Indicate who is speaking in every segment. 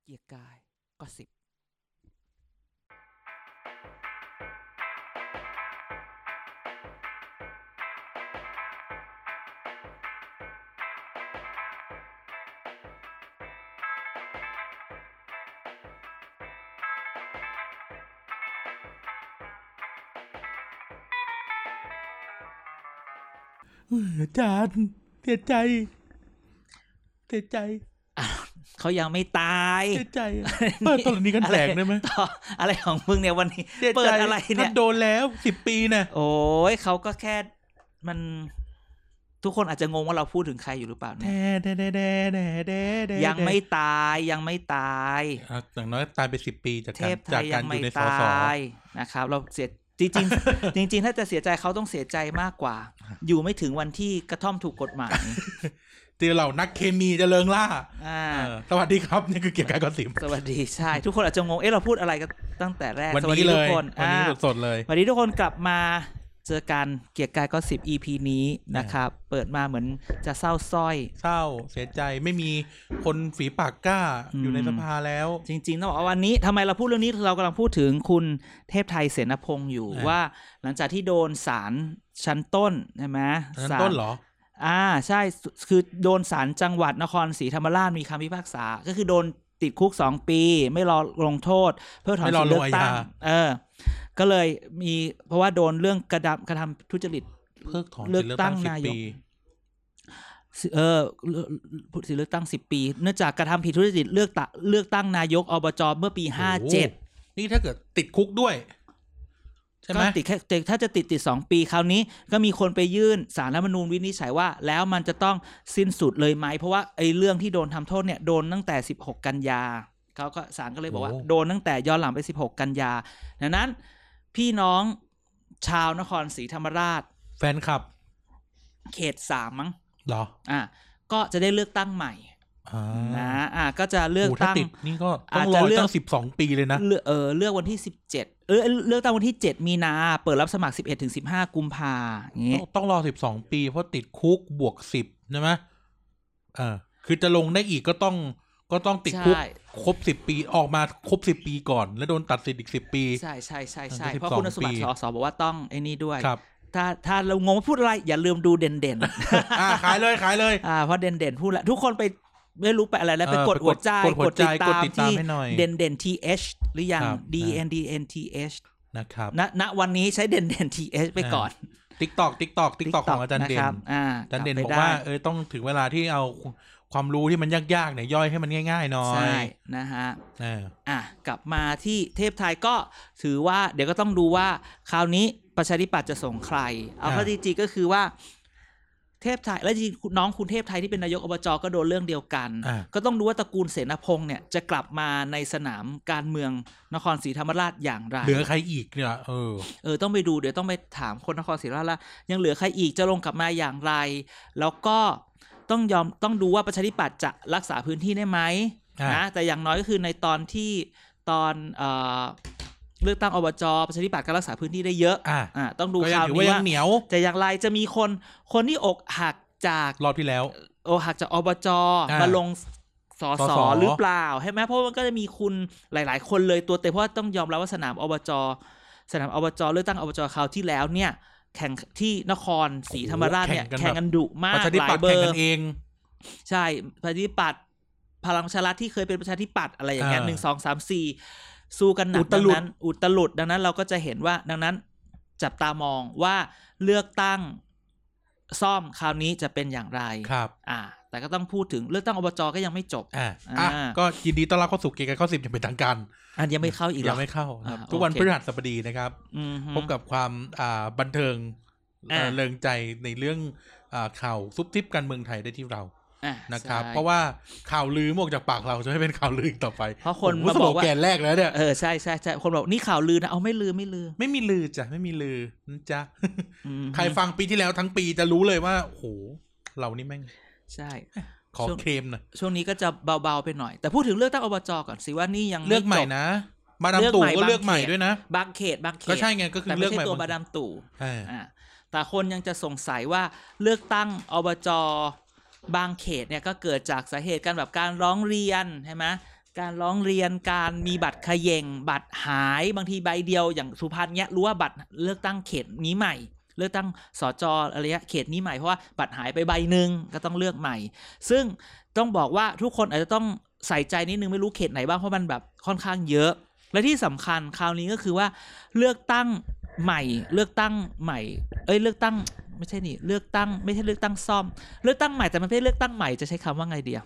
Speaker 1: เกียร์กายก็สิบ
Speaker 2: อาจารย์เสียใจเสียใจ
Speaker 1: เขายังไม่ตาย
Speaker 2: เสียใจเปิดตลนี้กันแตกได้ไหม
Speaker 1: ต่ออะไรของมึงเนี่ยวันนี้
Speaker 2: สียใจ
Speaker 1: เปิดอะไรเนี่ย
Speaker 2: ท่าโดนแล้วสิบปีนะ
Speaker 1: โอ้ยเขาก็แค่มัน ทุกคนอาจจะงงว่าเราพูดถึงใครอยู่หรือเปล่าเนี่ย
Speaker 2: แด่แด่แด่แด่แด่แด่แด่
Speaker 1: ยังไม่ตายยังไม่ตาย
Speaker 2: อ่ะอย่างน้อยตายไปสิบปีจาก
Speaker 1: เท
Speaker 2: การ
Speaker 1: พไท
Speaker 2: จาก
Speaker 1: ย
Speaker 2: กา
Speaker 1: ยั
Speaker 2: รง อ
Speaker 1: ไม่
Speaker 2: ยู่ในส
Speaker 1: ต
Speaker 2: อสอา อ่ะ
Speaker 1: ยนะครับ เราเสียจริงๆ จริง ๆ ถ้าจะเสียใจเขาต้องเสียใจมากกว่า อยู่ไม่ถึงวันที่กระท่อมถูกกฎหมาย
Speaker 2: เจอเหล่านักเคมีเจะเริงล่า
Speaker 1: อ่า
Speaker 2: เออสวัสดีครับนี่คือเกียรติการกอสิม
Speaker 1: สวัสดีใช่ ทุกคนอาจจะงงเอ๊ะเราพูดอะไรกันตั้งแต่แรก
Speaker 2: วัน
Speaker 1: สวัส
Speaker 2: นี้
Speaker 1: ดี
Speaker 2: เล
Speaker 1: ทุ
Speaker 2: ย
Speaker 1: กคน
Speaker 2: วัน
Speaker 1: อ่า
Speaker 2: นี้สดๆเลย
Speaker 1: สวัสดีทุกคนกลับมาเจอกันเกียร์กายก็สิบ EP นี้นะครับ เปิดมาเหมือนจะเศร้าสร้อย
Speaker 2: เศร้าเสียใจไม่มีคนฝีปากกล้าอยู่ในสภาแล้ว
Speaker 1: จริงๆต้องบอกว่าวันนี้ทำไมเราพูดเรื่องนี้เรากำลังพูดถึงคุณเทพไทยเสนพงศ์อยู่
Speaker 2: อ่า
Speaker 1: ว่าหลังจากที่โดนศาลชั้นต้นใช่ไหม
Speaker 2: นั้น
Speaker 1: ศาล
Speaker 2: ต้นเหรอ
Speaker 1: อ่าใช่สุคือโดนศาลจังหวัดนครศรีธรรมราชมีคำพิพากษา ก็คือโดนติดคุกสองปี ไม่รอลงโทษ เพื่อถอน
Speaker 2: ไม่รอ
Speaker 1: สิทธิ์เลือกตั้ง
Speaker 2: ลงอาญา
Speaker 1: เออ ก็เลยมีเพราะว่าโดนเรื่องกระดับกระทำทุจริต
Speaker 2: เพิกถอนสิทธิ์เลือกตั้ง
Speaker 1: เลือกตั้งนาย
Speaker 2: สิบ
Speaker 1: ก
Speaker 2: ปี
Speaker 1: เออเลือกสิทธิ์เลือกตั้งสิบปี เนื่องจากกระทำผิดทุจริตเลือกตะเลือกตั้งนายกอบจเมื่อปีห้าเจ็ด
Speaker 2: โอ้โหนี่ถ้าเกิดติดคุกด้วย ใช่ไหม
Speaker 1: ก็ติดแค่แต่ถ้าจะติดติดสองปีคราวนี้ก็มีคนไปยื่นสารรัฐธรรมนูญวินิจฉัยว่า แล้วมันจะต้องสิ้นสุดเลยไหม เพราะว่าไอ้เรื่องที่โดนทำโทษเนี่ยโดนตั้งแต่ 16 กันยาเขาก็ศาลก็เลยบอกว่า
Speaker 2: โอ้
Speaker 1: โดนตั้งแต่ย้อนหลังไป 16 กันยาดังนั้นพี่น้องชาวนครศรีธรรมราช
Speaker 2: แฟนคลับ
Speaker 1: เขตสามมั้ง
Speaker 2: เหรอ
Speaker 1: อ่ะก็จะได้เลือกตั้งใหม่
Speaker 2: อ่า
Speaker 1: นะอ่ะก็จะเลือก
Speaker 2: โโหถ้า
Speaker 1: ตั้ง
Speaker 2: ติดนี่ก็ต้
Speaker 1: อา
Speaker 2: อ
Speaker 1: จ
Speaker 2: ง
Speaker 1: จะ
Speaker 2: รอ
Speaker 1: เลือก
Speaker 2: ตั้งสิบสองปีเลยนะ
Speaker 1: เลือกเออเลือกวันที่ 17เออเลือกตั้งวันที่ 7 มีนาเปิดรับสมัคร 11ถึง15 กุมภาอย่างงี้
Speaker 2: ต้องต้องรอสิบสองปี เพราะติดคุกบวกสิบใช่ไหมเออคือจะลงได้อีกก็ต้องก็ต้องติดคุก
Speaker 1: ใช่
Speaker 2: ครบสิบปีออกมาครบสิบปีก่อน แล้วโดนตัดสิทธิ์อีกสิบปี
Speaker 1: ใช่ใช่ใช่
Speaker 2: เออ
Speaker 1: ใช่
Speaker 2: ก็
Speaker 1: เพราะ
Speaker 2: 12
Speaker 1: คุณสมบัติ
Speaker 2: ปี
Speaker 1: สอสอบอกว่าต้องไอ้นี่ด้วย
Speaker 2: ครับ
Speaker 1: ถ้าถ้าเรางงว่าพูดอะไร อย่าลืมดูเด่นเด่น
Speaker 2: อ่าขายเลยขายเลย
Speaker 1: อ่าเพราะเด่นเด่นพูดแล้ว ทุกคนไปไม่รู้ไปอะไรแล้ว ไป
Speaker 2: เออก
Speaker 1: ด
Speaker 2: ไปกด
Speaker 1: หัวใจ
Speaker 2: กดหัวใจกดติดตาม
Speaker 1: ที่
Speaker 2: ให้หน่อย
Speaker 1: เด่นเด่น th หรือยัง
Speaker 2: ครับ
Speaker 1: d n d n th
Speaker 2: นะครับ
Speaker 1: ณณวันนี้ใช้เด่นเด่น th ไปก่อน
Speaker 2: ติ๊กตอกติ๊กตอกติ๊กตอ
Speaker 1: TikTok
Speaker 2: กของอาจารย์เด่
Speaker 1: ะคน บอ่า
Speaker 2: อาจารย์เด่น
Speaker 1: ลั
Speaker 2: บอ
Speaker 1: ไป
Speaker 2: กว่า
Speaker 1: ไ
Speaker 2: เออต้องถึงเวลาที่เอาความรู้ที่มันยากๆเนี่ยย่อยให้มันง่ายๆหน่อ
Speaker 1: ใช่
Speaker 2: ย
Speaker 1: นะฮะ
Speaker 2: เออ
Speaker 1: อ่ะกลับมาที่เทพไทยก็ถือว่าเดี๋ยวก็ต้องดูว่าคราวนี้ประชาธิปัตย์จะส่งใคร เอาเข้อจริงๆก็คือว่า เทพไทยและจริงๆน้องคุณเทพไทยที่เป็นนายกอบจก็โดนเรื่องเดียวกัน
Speaker 2: อ่ะ
Speaker 1: ก็ต้องดูว่าตระกูลเสนาพงษ์เนี่ยจะกลับมาในสนามการเมืองนครศรีธรรมราชอย่างไร
Speaker 2: เหลือใครอีกเนี่ยเออ
Speaker 1: เออต้องไปดูเดี๋ยวต้องไปถามคนนครศรีธรรมราชยังเหลือใครอีกจะลงกลับมาอย่างไร แล้วก็ต้องยอมต้องดูว่าประชาธิปัตย์จะรักษาพื้นที่ได้ไหม
Speaker 2: อ่ะ
Speaker 1: นะแต่อย่างน้อยก็คือในตอนที่ตอนเอ่อเลือกตั้งอบจประชาธิปัตย์ก็รักษาพื้นที่ได้เยอะ
Speaker 2: อ่ะ
Speaker 1: อ่ะต้องดู
Speaker 2: ก็
Speaker 1: ค
Speaker 2: ยั
Speaker 1: รา
Speaker 2: ง
Speaker 1: ว
Speaker 2: ถือ
Speaker 1: นี้
Speaker 2: ว่ายัง
Speaker 1: ว่า
Speaker 2: เหนียว
Speaker 1: แต่อย่างไรจะมีคนคนที่อกหักจาก
Speaker 2: รอบที่แล้ว
Speaker 1: โอหักจากอบจ
Speaker 2: อ่าม
Speaker 1: มาลงสอ
Speaker 2: ส
Speaker 1: ส
Speaker 2: ส
Speaker 1: อหรือเปล่าใช่ไหมเพราะมันก็จะมีคุณหลาย ๆ คนเลยตัวเต็มเพราะว่าต้องยอมรับว่าสนามอบจสนามอบจเลือกตั้งอบจคราวที่แล้วเนี่ย แข่งที่นครศรีธรรมราชเนี่ยแข่งกันดุมา
Speaker 2: ป
Speaker 1: ก
Speaker 2: ระชาธิ
Speaker 1: หลา
Speaker 2: ปั
Speaker 1: ย
Speaker 2: ตย์
Speaker 1: เบอ
Speaker 2: แข่ง
Speaker 1: ร์
Speaker 2: กันเอง
Speaker 1: ใช่ประชาธิปัตย์พลังประชารัฐที่เคยเป็นประชาธิปัตย์อะไรอย่างเงี้ย
Speaker 2: อ่า
Speaker 1: หนึ่งสองสามสี่สู้กันหนั
Speaker 2: อุ
Speaker 1: ก
Speaker 2: ต
Speaker 1: ดัง
Speaker 2: ลุด
Speaker 1: นั้น อุตลุดดังนั้นเราก็จะเห็นว่า ดังนั้นจับตามองว่าเลือกตั้งซ่อมคราวนี้จะเป็นอย่างไร
Speaker 2: ครับ
Speaker 1: อ่า แต่ก็ต้องพูดถึงเลือกตั้งอบจก็ยังไม่จบ
Speaker 2: อ่ะอ่ะ
Speaker 1: อ่า
Speaker 2: ก็ยินดีต้อนรับเข้าสู่เกมการข้อสิบอย่างเป็นทางการ
Speaker 1: อันยังไม่เข้าอีกเหร
Speaker 2: ยั
Speaker 1: อ
Speaker 2: งไม่เข้านะครับ
Speaker 1: อ่ะ
Speaker 2: ทุกวัน
Speaker 1: โอเค
Speaker 2: พฤหัสบดีนะครับ
Speaker 1: อืมฮึ
Speaker 2: พบกับความอ่าบันเทิง
Speaker 1: อ่ะ
Speaker 2: เอ่อเริงใจในเรื่องอ่าข่าวซุบซิบการเมืองไทยได้ที่เรา
Speaker 1: อ่
Speaker 2: นะครับ
Speaker 1: ใช่
Speaker 2: เพราะว่าข่าวลือมนออกจากปากเราจะไม่เป็นข่าวลืออีกต่อไป
Speaker 1: เพราะคน
Speaker 2: โโห
Speaker 1: มาบอกว่า
Speaker 2: สโลแกนแรกแล้วเนี่ย
Speaker 1: เออใช่ใช่ใช่คนบอกนี่ข่าวลือนะเอาไม่ลือไม่ลือ
Speaker 2: ไม่มีลือจ้ะไม่มีลือนะจ๊ะ
Speaker 1: อืมฮึ
Speaker 2: ใครฟังปีที่แล้วทั้งปีจะรู้เลยว่าโอ้โหเรานี่แม่ง
Speaker 1: ใช่
Speaker 2: ขอ
Speaker 1: ช่วง
Speaker 2: เคลมหน่อย
Speaker 1: ช่วงนี้ก็จะเบาๆไปหน่อย แต่พูดถึงเลือกตั้งอบจก่อนสิว่านี่ยัง
Speaker 2: เลือกใหม่
Speaker 1: จบ
Speaker 2: นะ มาดาม
Speaker 1: เลือก
Speaker 2: ตู่
Speaker 1: ใหม่
Speaker 2: ก็
Speaker 1: บาง
Speaker 2: เลือกใหม่
Speaker 1: เขต
Speaker 2: ด้วยนะ
Speaker 1: บางเขตบางเขต
Speaker 2: ก็ใช่ไงก็คือ
Speaker 1: แต่
Speaker 2: เลื
Speaker 1: ไม่
Speaker 2: อก
Speaker 1: ใช่
Speaker 2: ใหม่
Speaker 1: ตัว
Speaker 2: หม
Speaker 1: มา
Speaker 2: ด
Speaker 1: ดามตู่
Speaker 2: เออ
Speaker 1: อ่าแต่คนยังจะสงสัยว่าเลือกตั้งอบจบางเขตเนี่ยก็เกิดจากสาเหตุการแบบการร้องเรียนใช่ไหม การร้องเรียนการมีบัตรเขย่งบัตรหายบางทีใบเดียวอย่างสุพรรณเนี้ยรู้ว่าบัตรเลือกตั้งเขตนี้ใหม่ เลือกตั้งสจอะไรเงี้ยเขตนี้ใหม่เพราะว่าบัตรหายไปใบหนึ่งก็ต้องเลือกใหม่ ซึ่งต้องบอกว่าทุกคนอาจจะต้องใส่ใจนิดนึงไม่รู้เขตไหนบ้างเพราะมันแบบค่อนข้างเยอะ และที่สำคัญคราวนี้ก็คือว่าเลือกตั้งใหม่ เลือกตั้งใหม่ เอ้ยเลือกตั้งไม่ใช่นี่เลือกตั้งไม่ใช่เลือกตั้งซ่อม เลือกตั้งใหม่แต่มันไม่ใช่เลือกตั้งใหม่จะใช้คำว่าไงเดีย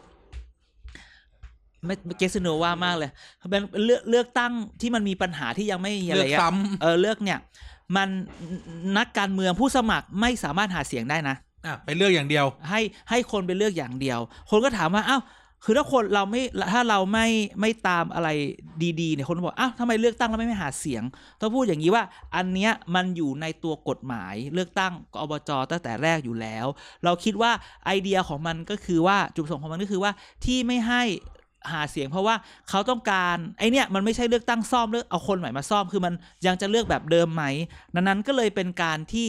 Speaker 1: ไม่เกสโนว่ามากเลยเป็นเลือกเลือกตั้งที่มันมีปัญหาที่ยังไม่มีอะไร
Speaker 2: เลือก
Speaker 1: อะ
Speaker 2: ซ้
Speaker 1: เออเลือกเนี่ยมันนักการเมืองผู้สมัครไม่สามารถหาเสียงได้นะ
Speaker 2: ำอ่ะไปเลือกอย่างเดียว
Speaker 1: ให้ให้คนไปเลือกอย่างเดียว คนก็ถามว่าอ้าวคือถ้าคนเราไม่ถ้าเราไม่ไม่ตามอะไรดีๆเนี่ยคนก็บอกอ้าวทำไมเลือกตั้งแล้วไม่ไม่หาเสียงต้องพูดอย่างนี้ว่าอันเนี้ยมันอยู่ในตัวกฎหมาย เลือกตั้งกอบจตั้งแต่แรกอยู่แล้ว เราคิดว่าไอเดียของมันก็คือว่าจุดประสงค์ของมันก็คือว่าที่ไม่ให้หาเสียง เพราะว่าเขาต้องการไอเนี่ยมันไม่ใช่เลือกตั้งซ่อมเลือกเอาคนใหม่มาซ่อมคือมันยังจะเลือกแบบเดิมไหมดังนั้นก็เลยเป็นการที่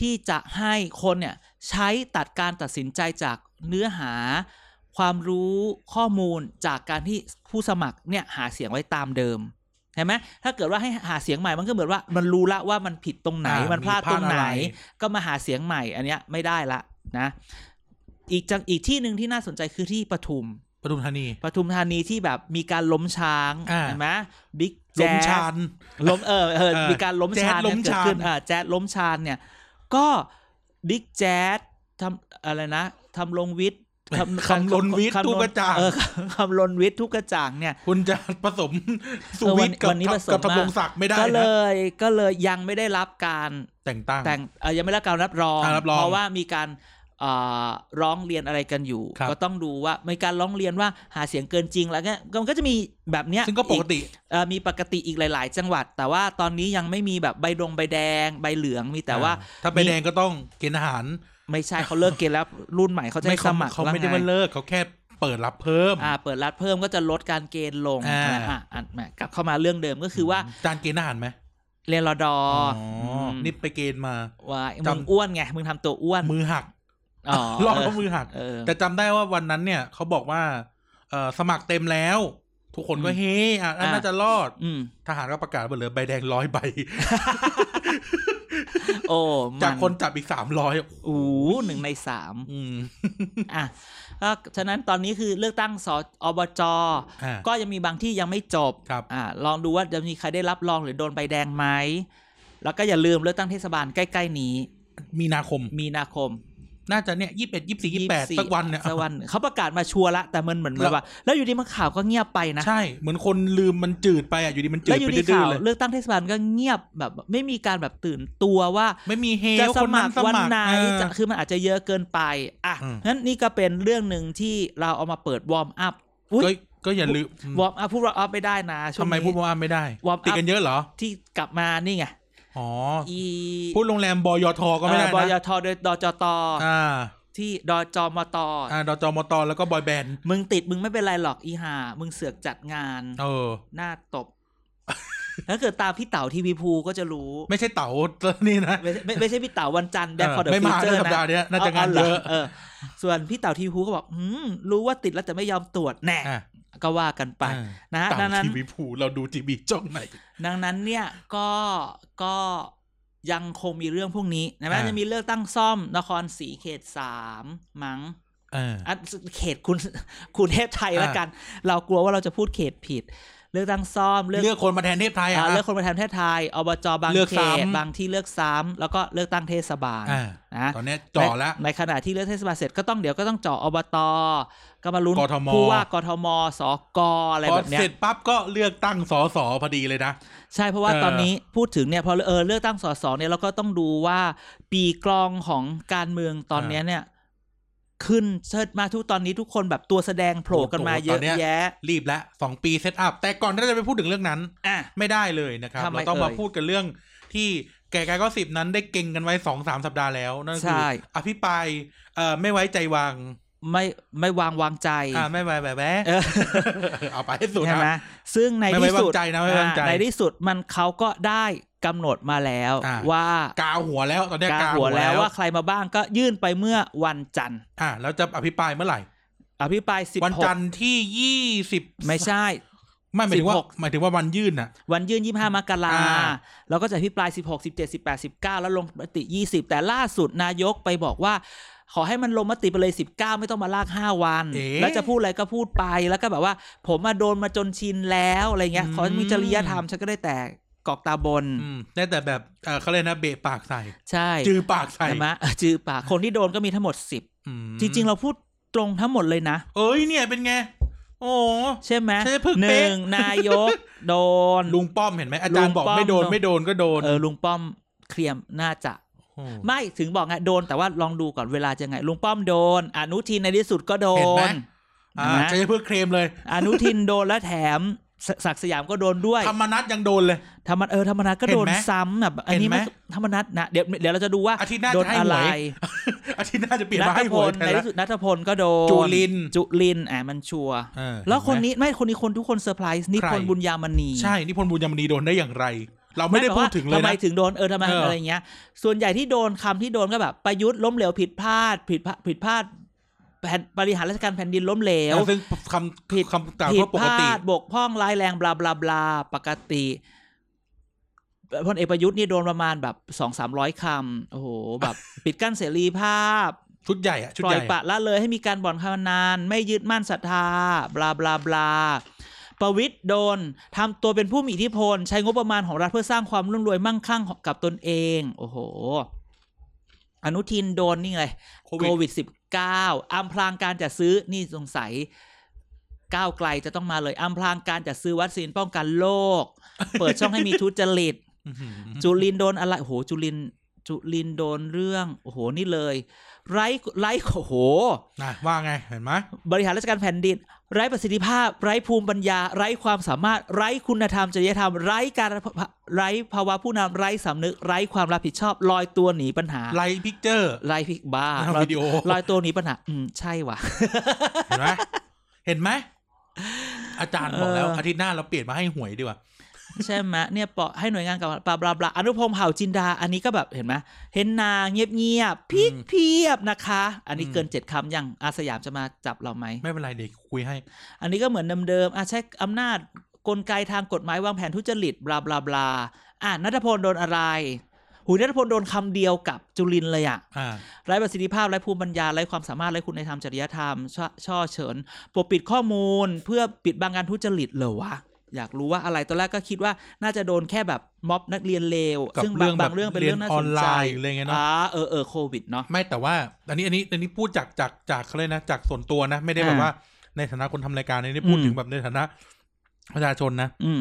Speaker 1: ที่จะให้คนเนี่ยใช้ตัดการตัดสินใจจากเนื้อหา ความรู้ข้อมูลจากการที่ผู้สมัครเนี่ยหาเสียงไว้ตามเดิมเห็นไหมถ้าเกิดว่าให้หาเสียงใหม่มันก็เหมือนว่ามันรู้ละว่ามันผิดตรงไหน
Speaker 2: อ่ามั
Speaker 1: มันพลาด
Speaker 2: มีพลาด
Speaker 1: ตรงไหน
Speaker 2: อะไร
Speaker 1: ก็มาหาเสียงใหม่อันเนี้ยไม่ได้ละนะ อีกจังอีกที่หนึ่งที่น่าสนใจคือที่ปทุม
Speaker 2: ปทุมธานี
Speaker 1: ปทุมธานีที่แบบมีการล้มช้าง
Speaker 2: อ่า
Speaker 1: เห็นไหมบิ๊ก
Speaker 2: ล
Speaker 1: แจ๊
Speaker 2: ม
Speaker 1: ส
Speaker 2: ชาน
Speaker 1: ล้มเออเออ
Speaker 2: เออ
Speaker 1: มีการล้ม
Speaker 2: แจ๊ด
Speaker 1: ชาน
Speaker 2: ล้
Speaker 1: เนี่ย
Speaker 2: ม
Speaker 1: เกิด
Speaker 2: ชาน
Speaker 1: ขึ้นอ่าแจ๊ดล้มชานเนี่ย ก็บิ๊กแจ๊ดทำอะไรนะทำลงวิทย์ท
Speaker 2: คำลน วิทย์
Speaker 1: คำ
Speaker 2: ตู้กระจ่าง
Speaker 1: เออ คำลนวิทย์ทุกกระจ่างเนี่ย
Speaker 2: คุณจะผสมสุ
Speaker 1: เออวัน
Speaker 2: วิทย์กับ
Speaker 1: วันนี้ผสม
Speaker 2: กับ
Speaker 1: มาก
Speaker 2: ธำรงศักดิ์ไม่ได้
Speaker 1: ก็เล
Speaker 2: นะ
Speaker 1: ยก็เลยยังไม่ได้รับการ
Speaker 2: แต่งตั้ง
Speaker 1: แต่งเอ่อยังไม่ได้รับการรับรอง
Speaker 2: อ่ารับรอง
Speaker 1: เพราะว่ามีการเอ่อร้องเรียนอะไรกันอยู่
Speaker 2: ครับ
Speaker 1: ก็ต้องดูว่ามีการร้องเรียนว่าหาเสียงเกินจริงแล้วเนี่ยก็มันก็จะมีแบบเนี้ย
Speaker 2: ซึ่งก็ป
Speaker 1: อี
Speaker 2: กติ
Speaker 1: เอ่อมีปกติอีกหลาย ๆ จังหวัด แต่ว่าตอนนี้ยังไม่มีแบบใบดงใบแดงใบเหลืองมีแต่ว่า
Speaker 2: อ่ถ้าไปแดงก็ต้องเกณฑ์ทหาร
Speaker 1: ไม่ใช่เขาเลิกเกณฑ์แล้ว รุ่นใหม่เขาจะให้
Speaker 2: เขา
Speaker 1: สมัคร
Speaker 2: เขาไม่
Speaker 1: ว่
Speaker 2: ได้มา
Speaker 1: ไง
Speaker 2: เลิกเขาแค่เปิดรับเพิ่ม
Speaker 1: อ่าเปิดรับเพิ่มก็จะลดการเกณฑ์ลง
Speaker 2: อ่า
Speaker 1: อ่ะอ่ะแหมกลับเข้ามาเรื่องเดิมก็คือว่า
Speaker 2: จานเกณฑ์ทหารไหม
Speaker 1: เรียนรอดอ
Speaker 2: อ
Speaker 1: ม
Speaker 2: นี่ไปเกณฑ์มา
Speaker 1: ว่า
Speaker 2: จำ
Speaker 1: มึงอ้วนไงมึงทำตัวอ้วน
Speaker 2: มือหัก
Speaker 1: อ๋อ
Speaker 2: รอบก็มือหัก
Speaker 1: เออ
Speaker 2: แต่จำได้ว่าวันนั้นเนี่ยเขาบอกว่าเออสมัครเต็มแล้ว ทุกคนก็
Speaker 1: อืม
Speaker 2: เฮอ่ะ
Speaker 1: อ่ะ
Speaker 2: น่าจะรอด
Speaker 1: อืม
Speaker 2: ทหารก็ประกาศว่าเหลือใบแดงร้อยใบ
Speaker 1: โอ้
Speaker 2: จาก
Speaker 1: มั
Speaker 2: คนจับอีกสามร้อย
Speaker 1: โอ้โหหนึ่งในสาม
Speaker 2: อืม
Speaker 1: อ่ะก็ฉะนั้นตอนนี้คือเลือกตั้งสอบจ
Speaker 2: อ่ะ
Speaker 1: ก็ยังมีบางที่ยังไม่จบ
Speaker 2: ครับ
Speaker 1: อ่าลองดูว่าจะมีใครได้รับรองหรือโดนใบแดงไหม แล้วก็อย่าลืมเลือกตั้งเทศบาลใกล้ ๆ นี้
Speaker 2: มีนาคม
Speaker 1: มีนาคม
Speaker 2: น่าจะเนี่ยยี่สิบเอ็ดยี่สี่ยี่แปด
Speaker 1: 24
Speaker 2: สักวันเนี่ย
Speaker 1: สักวันเขาประกาศมาชัวร์ละ แต่มันเหมือนแบบว่า แล้วอยู่ดีมาข่าวก็เงียบไปนะ
Speaker 2: ใช่ เหมือนคนลืมมันจืดไปอ่ะ อยู่ดีมันจื
Speaker 1: แล้
Speaker 2: ด
Speaker 1: วอยู่
Speaker 2: ไป
Speaker 1: ดี
Speaker 2: ดื้
Speaker 1: ข่า
Speaker 2: อ
Speaker 1: ว
Speaker 2: ๆเลย
Speaker 1: เลือกตั้งเทศบาลก็เงียบแบบ ไม่มีการแบบตื่นตัวว่า
Speaker 2: ไม่มีเฮ
Speaker 1: จะ
Speaker 2: ว่า
Speaker 1: ส
Speaker 2: คน
Speaker 1: มั
Speaker 2: นั้
Speaker 1: คร
Speaker 2: นส
Speaker 1: วัน
Speaker 2: มัคร
Speaker 1: ไหน
Speaker 2: เอ
Speaker 1: จะ
Speaker 2: อ
Speaker 1: คือมันอาจจะเยอะเกินไป อ่ะ
Speaker 2: อืม
Speaker 1: งั้นนี่ก็เป็นเรื่องหนึ่งที่เราเอามาเปิดวอร์มอัพอุ๊ย
Speaker 2: ก็ก็อย่าลืม
Speaker 1: วอร์มอัพพูดวอร์มอัพไม่ได้นะช่ว
Speaker 2: ทำ
Speaker 1: ง
Speaker 2: ไม
Speaker 1: นี้
Speaker 2: พูดว่าไม่ได้
Speaker 1: วอร์มอัพ
Speaker 2: ติดกันเยอะเหรอ
Speaker 1: ที่กลับมานี่ไง
Speaker 2: อ๋อ
Speaker 1: อี
Speaker 2: พูดโรงแรมบยทก็ไม่ได้
Speaker 1: เอ่อบย
Speaker 2: นะ
Speaker 1: ทโดยดจต
Speaker 2: อ่า
Speaker 1: ที่ดจมต
Speaker 2: อ่าดจมตแล้วก็บอยแบนด์
Speaker 1: มึงติดมึงไม่เป็นไรหรอกอีหามึงเสือกจัดงาน
Speaker 2: เออ
Speaker 1: หน้าต บ ถ้าเกิดตามพี่เต๋าทีวีภูก็จะรู้
Speaker 2: ไม่ใช่เต๋า นี่นะ
Speaker 1: ไม่ใช่ไม่ไม่ใช่พี่เต๋าวันจันทร์แดน
Speaker 2: เออ
Speaker 1: ฟอร์เดอะ
Speaker 2: ไม่
Speaker 1: ฟิ
Speaker 2: มา
Speaker 1: เจอ
Speaker 2: ใน
Speaker 1: ร์
Speaker 2: สัปดา
Speaker 1: นะ
Speaker 2: ห์เนี้ยน่าจะงาน
Speaker 1: หร
Speaker 2: เยอะ
Speaker 1: เออ ส่วนพี่เต๋าทีวีภูก็บอกอืมรู้ว่าติดแล้วแต่ไม่ยอมตรวจแน่
Speaker 2: อ่ะ
Speaker 1: ก็ว่ากันไป
Speaker 2: อ่า
Speaker 1: นะฮะ
Speaker 2: เต๋า
Speaker 1: ดังนั้น
Speaker 2: ทีวีภูเราดูทีวีจ้องไหน
Speaker 1: ดังนั้นเนี่ยก็ก็ยังคงมีเรื่องพวกนี้นะแม้
Speaker 2: อ่า
Speaker 1: จะมีเลือกตั้งซ่อมนครศรีเขตสามมั้ง
Speaker 2: อ่า
Speaker 1: อ่ะเขตคุณ คุณเทพไทย
Speaker 2: อ่ะ
Speaker 1: ละกัน เรากลัวว่าเราจะพูดเขตผิด เลือกตั้งซ่อม เลือก
Speaker 2: เลือกคนมาแทนเทพไทยอ่ะ
Speaker 1: อ่าเลือกคนประธานเทพไทยอบจบาง
Speaker 2: เลือก
Speaker 1: เขต
Speaker 2: ซ้ำ
Speaker 1: บางที่เลือกซ้ำแล้วก็เลือกตั้งเทศบาล
Speaker 2: อ่า
Speaker 1: นะ
Speaker 2: ตอนเนี้ยจ่อละ
Speaker 1: ในในขณะที่เลือกเทศบาลเสร็จก็ต้องเดี๋ยวก็ต้องเจ่ออบตก็มาลุ้น
Speaker 2: กทม
Speaker 1: ผู้ว่ากทมสกอะไร
Speaker 2: พอ
Speaker 1: แบบเนี้ย
Speaker 2: เสร็จปั๊บก็เลือกตั้งสสพอดีเลยนะ
Speaker 1: ใช่เพราะว่า
Speaker 2: เอ่อ
Speaker 1: ตอนนี้พูดถึงเนี่ยพอเออเลือกตั้งสสเนี่ยเราก็ต้องดูว่าปีกลองของการเมืองตอนเนี้ยเนี่ยขึ้นเชิดมากทุกตอนนี้ทุกคนแบบตัวแสดงโผล่กันมาเยอะแยะ
Speaker 2: รีบละสองปีเซตอัพ แต่ก่อนที่เราจะไปพูดถึงเรื่องนั้น
Speaker 1: อ่ะ
Speaker 2: ไม่ได้เลยนะครับ
Speaker 1: ทำไม
Speaker 2: เราต้องมา
Speaker 1: เอ่ย
Speaker 2: พูดกันเรื่องที่แก่กายก็สิบนั้นได้เก่งกันไว้สองสามสัปดาห์แล้ว นั่น
Speaker 1: ใช่
Speaker 2: คืออภิปรายเอ่อไม่ไว้ใจวาง
Speaker 1: ไม่ไม่วางวางใจ
Speaker 2: อ่าไม่ไว้แบบแวะ
Speaker 1: เออ
Speaker 2: เอาไปให้สุด
Speaker 1: ใช่
Speaker 2: นะ
Speaker 1: ไหมซึ่งใน
Speaker 2: ไม่ไว้
Speaker 1: ที่สุด
Speaker 2: วางใจนะไม่ไว้วางใจ
Speaker 1: อ่าในที่สุดมันเขาก็ได้กำหนดมาแล้ว
Speaker 2: อ่า
Speaker 1: ว่าก
Speaker 2: าวหัวแล้วตอนเนี้
Speaker 1: กาก
Speaker 2: ยาว
Speaker 1: หั
Speaker 2: หั
Speaker 1: ว
Speaker 2: ว
Speaker 1: แล้
Speaker 2: แล้ว ว
Speaker 1: ว่าใครมาบ้างก็ยื่นไปเมื่อวันจันทร์
Speaker 2: อ่าแล้วจะอภิปรายเมื่อไหร่
Speaker 1: อภิปรายสิบ
Speaker 2: วัน
Speaker 1: ห
Speaker 2: จั
Speaker 1: ก
Speaker 2: นทร์ที่ยี่สิบ
Speaker 1: ไม่ใช่
Speaker 2: ไม่หมายถึงว่า
Speaker 1: 16
Speaker 2: หมายถึงว่าวันยื่นน่ะ
Speaker 1: วันยื่นยี่ห้ามกรา
Speaker 2: อ่า
Speaker 1: แล้วก็จะอภิปรายสิบหกสิบเจ็ดสิบแปดสิบเก้าแล้วลงมติยี่สิบแต่ล่าสุดนายกไปบอกว่า ขอให้มันลงมติไปเลยสิบเก้าไม่ต้องมาลากห้าวัน
Speaker 2: เอ๊ะ
Speaker 1: แล้วจะพูดอะไรก็พูดไปแล้วก็แบบว่า ผมมาโดนมาจนชินแล้วอะไรเงี้ย
Speaker 2: อืม
Speaker 1: ขอมีจริยธรรมฉันก็ได้แต่กอกตาบน
Speaker 2: อืมได้แต่แบบเอ่อเขาเรียกนะเบะปากใส่
Speaker 1: ใช่
Speaker 2: จือปากใส่
Speaker 1: ใช่ไหมเออจือปากคนที่โดนก็มีทั้งหมดสิบ
Speaker 2: อืม
Speaker 1: จริง ๆ เราพูดตรงทั้งหมดเลยนะ
Speaker 2: เอ้ยเนี่ยเป็นไง โอ้
Speaker 1: ใช่ไหม
Speaker 2: ใช่พึ่ง
Speaker 1: ห
Speaker 2: เป๊ะ
Speaker 1: นึ่งนายกโดน
Speaker 2: ลุงป้อมเห็นไหมอาจารย์
Speaker 1: ลุง
Speaker 2: บอก
Speaker 1: ป้อม
Speaker 2: ไม่โดน
Speaker 1: เนอะ
Speaker 2: ไม่โดนก็โดน
Speaker 1: เออลุงป้อมเคลียร์น่าจะ
Speaker 2: โอ้
Speaker 1: ไม่ถึงบอกไงโดนแต่ว่าลองดูก่อนเวลาจะไงลุงป้อมโดน อนุทินในที่สุดก็โด
Speaker 2: เห็นไหม
Speaker 1: น
Speaker 2: อ่า
Speaker 1: เห็นไหม
Speaker 2: ใช้เพื่อเคลมเลย
Speaker 1: อนุทินโดนและแถมสศักดิ์สยามก็โดนด้วย
Speaker 2: ธรรมนัตยังโดนเลย
Speaker 1: ธรรมนัสเออธรรมนัสก็โดน
Speaker 2: เห็นไหม
Speaker 1: ซ้ำแบบอันนี้
Speaker 2: เห็นไหม
Speaker 1: มันธรรมนัสนะเดี๋ยวเดี๋ยวเราจะดูว่า
Speaker 2: อาทิตย์หน้า
Speaker 1: โดน
Speaker 2: จะให้ห
Speaker 1: อะ
Speaker 2: วย
Speaker 1: ไร
Speaker 2: อาทิตย์หน้าจะเปลี่ยน
Speaker 1: นั
Speaker 2: มา
Speaker 1: ท
Speaker 2: ให้
Speaker 1: พ
Speaker 2: หัว
Speaker 1: ล
Speaker 2: แท
Speaker 1: ใน
Speaker 2: นละ
Speaker 1: ที่สุดนัทพลก็โดน
Speaker 2: จุลิน
Speaker 1: จุลินอ่ะมันชัวร์
Speaker 2: เออ
Speaker 1: แล้วคน
Speaker 2: เห็ไหม
Speaker 1: นี้ไม่คนนี้คนทุกคนเซอร์ไพรส์นิพนธ์
Speaker 2: ใคร
Speaker 1: บุญยามณี
Speaker 2: ใช่นิพนธ์บุญยมณีโดนได้อย่างไร เราไม่ได้
Speaker 1: แต่
Speaker 2: พู
Speaker 1: ว่า
Speaker 2: ดถึงเลย
Speaker 1: ทำไม
Speaker 2: นะ
Speaker 1: ถึงโดนเออทำไม
Speaker 2: เอออ
Speaker 1: อะไรเงี้ย ส่วนใหญ่ที่โดนคำที่โดนก็แบบประยุทธ์ล้มเหลวผิดพลาด ผิดพลาดผิดพลาดแผนบริหารราชการแผ่นดินล้มเหลว
Speaker 2: ซึ่งคำ
Speaker 1: ผิด
Speaker 2: คำกล่าว
Speaker 1: ผิด
Speaker 2: ว่าป
Speaker 1: พ
Speaker 2: ก
Speaker 1: ลา
Speaker 2: ติ
Speaker 1: ดบกพร่องร้ายแรงบลาบลาบลาปกติพลเอกประยุทธ์นี่โดนประมาณแบบสองสามร้อยคำโอ้โหแบบ ปิดกั้นเสรีภาพ
Speaker 2: ชุดใหญ่อะชุด
Speaker 1: ปล่
Speaker 2: ให
Speaker 1: อย
Speaker 2: ญ่
Speaker 1: ปละละเลยให้มีการบ่อนคานาน ไม่ยึดมั่นศรัทธา บลาบลาบลา ประวิตย์โดนทำตัวเป็นผู้มีอิทธิพล ใช้งบประมาณของรัฐเพื่อสร้างความร่ำรวยมั่งคั่งของกับตนเอง โอ้โห อนุทินโดนนี่ไง
Speaker 2: โค
Speaker 1: โค
Speaker 2: วิด
Speaker 1: วิด -19 อำพรางการจัดซื้อนี่สงสัยก้าวไกลจะต้องมาเลยอำพรางการจัดซื้อวัคซีนป้องกันโรค เปิดช่องให้มีทุจริต
Speaker 2: อื้อหือ
Speaker 1: จุลินโดนอะไรโอ้โหจุลินจุลินโดนเรื่องโอ้โหนี่เลย ไร้ไร้โอ้โห
Speaker 2: นะว่าไงเห็นไหม
Speaker 1: บริหารราชการแผ่นดิน ไร้ประสิทธิภาพ ไร้ภูมิปัญญา ไร้ความสามารถ ไร้คุณธรรมจริยธรรม ไร้การไร้ภาวะผู้นำไร้สำนึก ไร้ความรับผิดชอบลอยตัวหนีปัญหา
Speaker 2: ไลท์พิกเจอร์
Speaker 1: ไร้พิกบ้า
Speaker 2: ทำ
Speaker 1: ลอย
Speaker 2: วิดีโอ
Speaker 1: ลอยตัวหนีปัญหา อืมใช่ว่ะ
Speaker 2: เห็นไหมเห็นไหมอาจารย์บอกแล้ว
Speaker 1: เอออ
Speaker 2: อาทิตย์หน้าเราเปลี่ยนมาให้หวยดีกว่า
Speaker 1: ใช่ไหมเนี่ยปล่อยให้หน่วยงานกับปลาบลาบลาอนุพงษ์เผ่าจินดา อันนี้ก็แบบเห็นไหมเห็นนาเงียบเงียบๆพริก
Speaker 2: อืม
Speaker 1: เพียบนะคะ อันนี้
Speaker 2: อืม
Speaker 1: เกินเจ็ดคำยังอาสยามจะมาจับเราไหม
Speaker 2: ไม่เป็นไรเด็กคุยให้
Speaker 1: อันนี้ก็เหมือนเดิมๆอ่ะใช้อำนาจกลไกทางกฎหมายวางแผนทุจริตบลาบลาบลาอ่ะนัทพลโดนอะไร หูยนัทพลโดนคำเดียวกับจุลินทร์เลยอะ
Speaker 2: อ่า
Speaker 1: ไร้ประสิทธิภาพไร้ภูมิปัญญาไร้ความสามารถไร้คุณธรรมจริยธรรมช่อช่อเฉินปกปิดข้อมูลเพื่อปิดบังการทุจริตเหรอวะ อยากรู้ว่าอะไรตอนแรกก็คิดว่าน่าจะโดนแค่แบบม็อบนักเรียนเลว
Speaker 2: กับ
Speaker 1: ซึ่ง
Speaker 2: เรื่
Speaker 1: บา
Speaker 2: อง
Speaker 1: ง
Speaker 2: แบบ
Speaker 1: บางเรื่องเป็นเรื่องน่าสนใจ
Speaker 2: เรียนออนไลน์อะไรเงี้ยเนอะ
Speaker 1: อ่าเออเออโควิดเนาะ
Speaker 2: ไม่แต่ว่า อันนี้อันนี้อันนี้พูดจากจากจากเขาเลยกนะจากส่วนตัวนะ ไม่ได้แบบ
Speaker 1: อ่า
Speaker 2: ว่าในฐานะคนทำรายการอันนี้พูด
Speaker 1: อืม
Speaker 2: ถึงแบบในฐานะประชาชนนะ
Speaker 1: อืม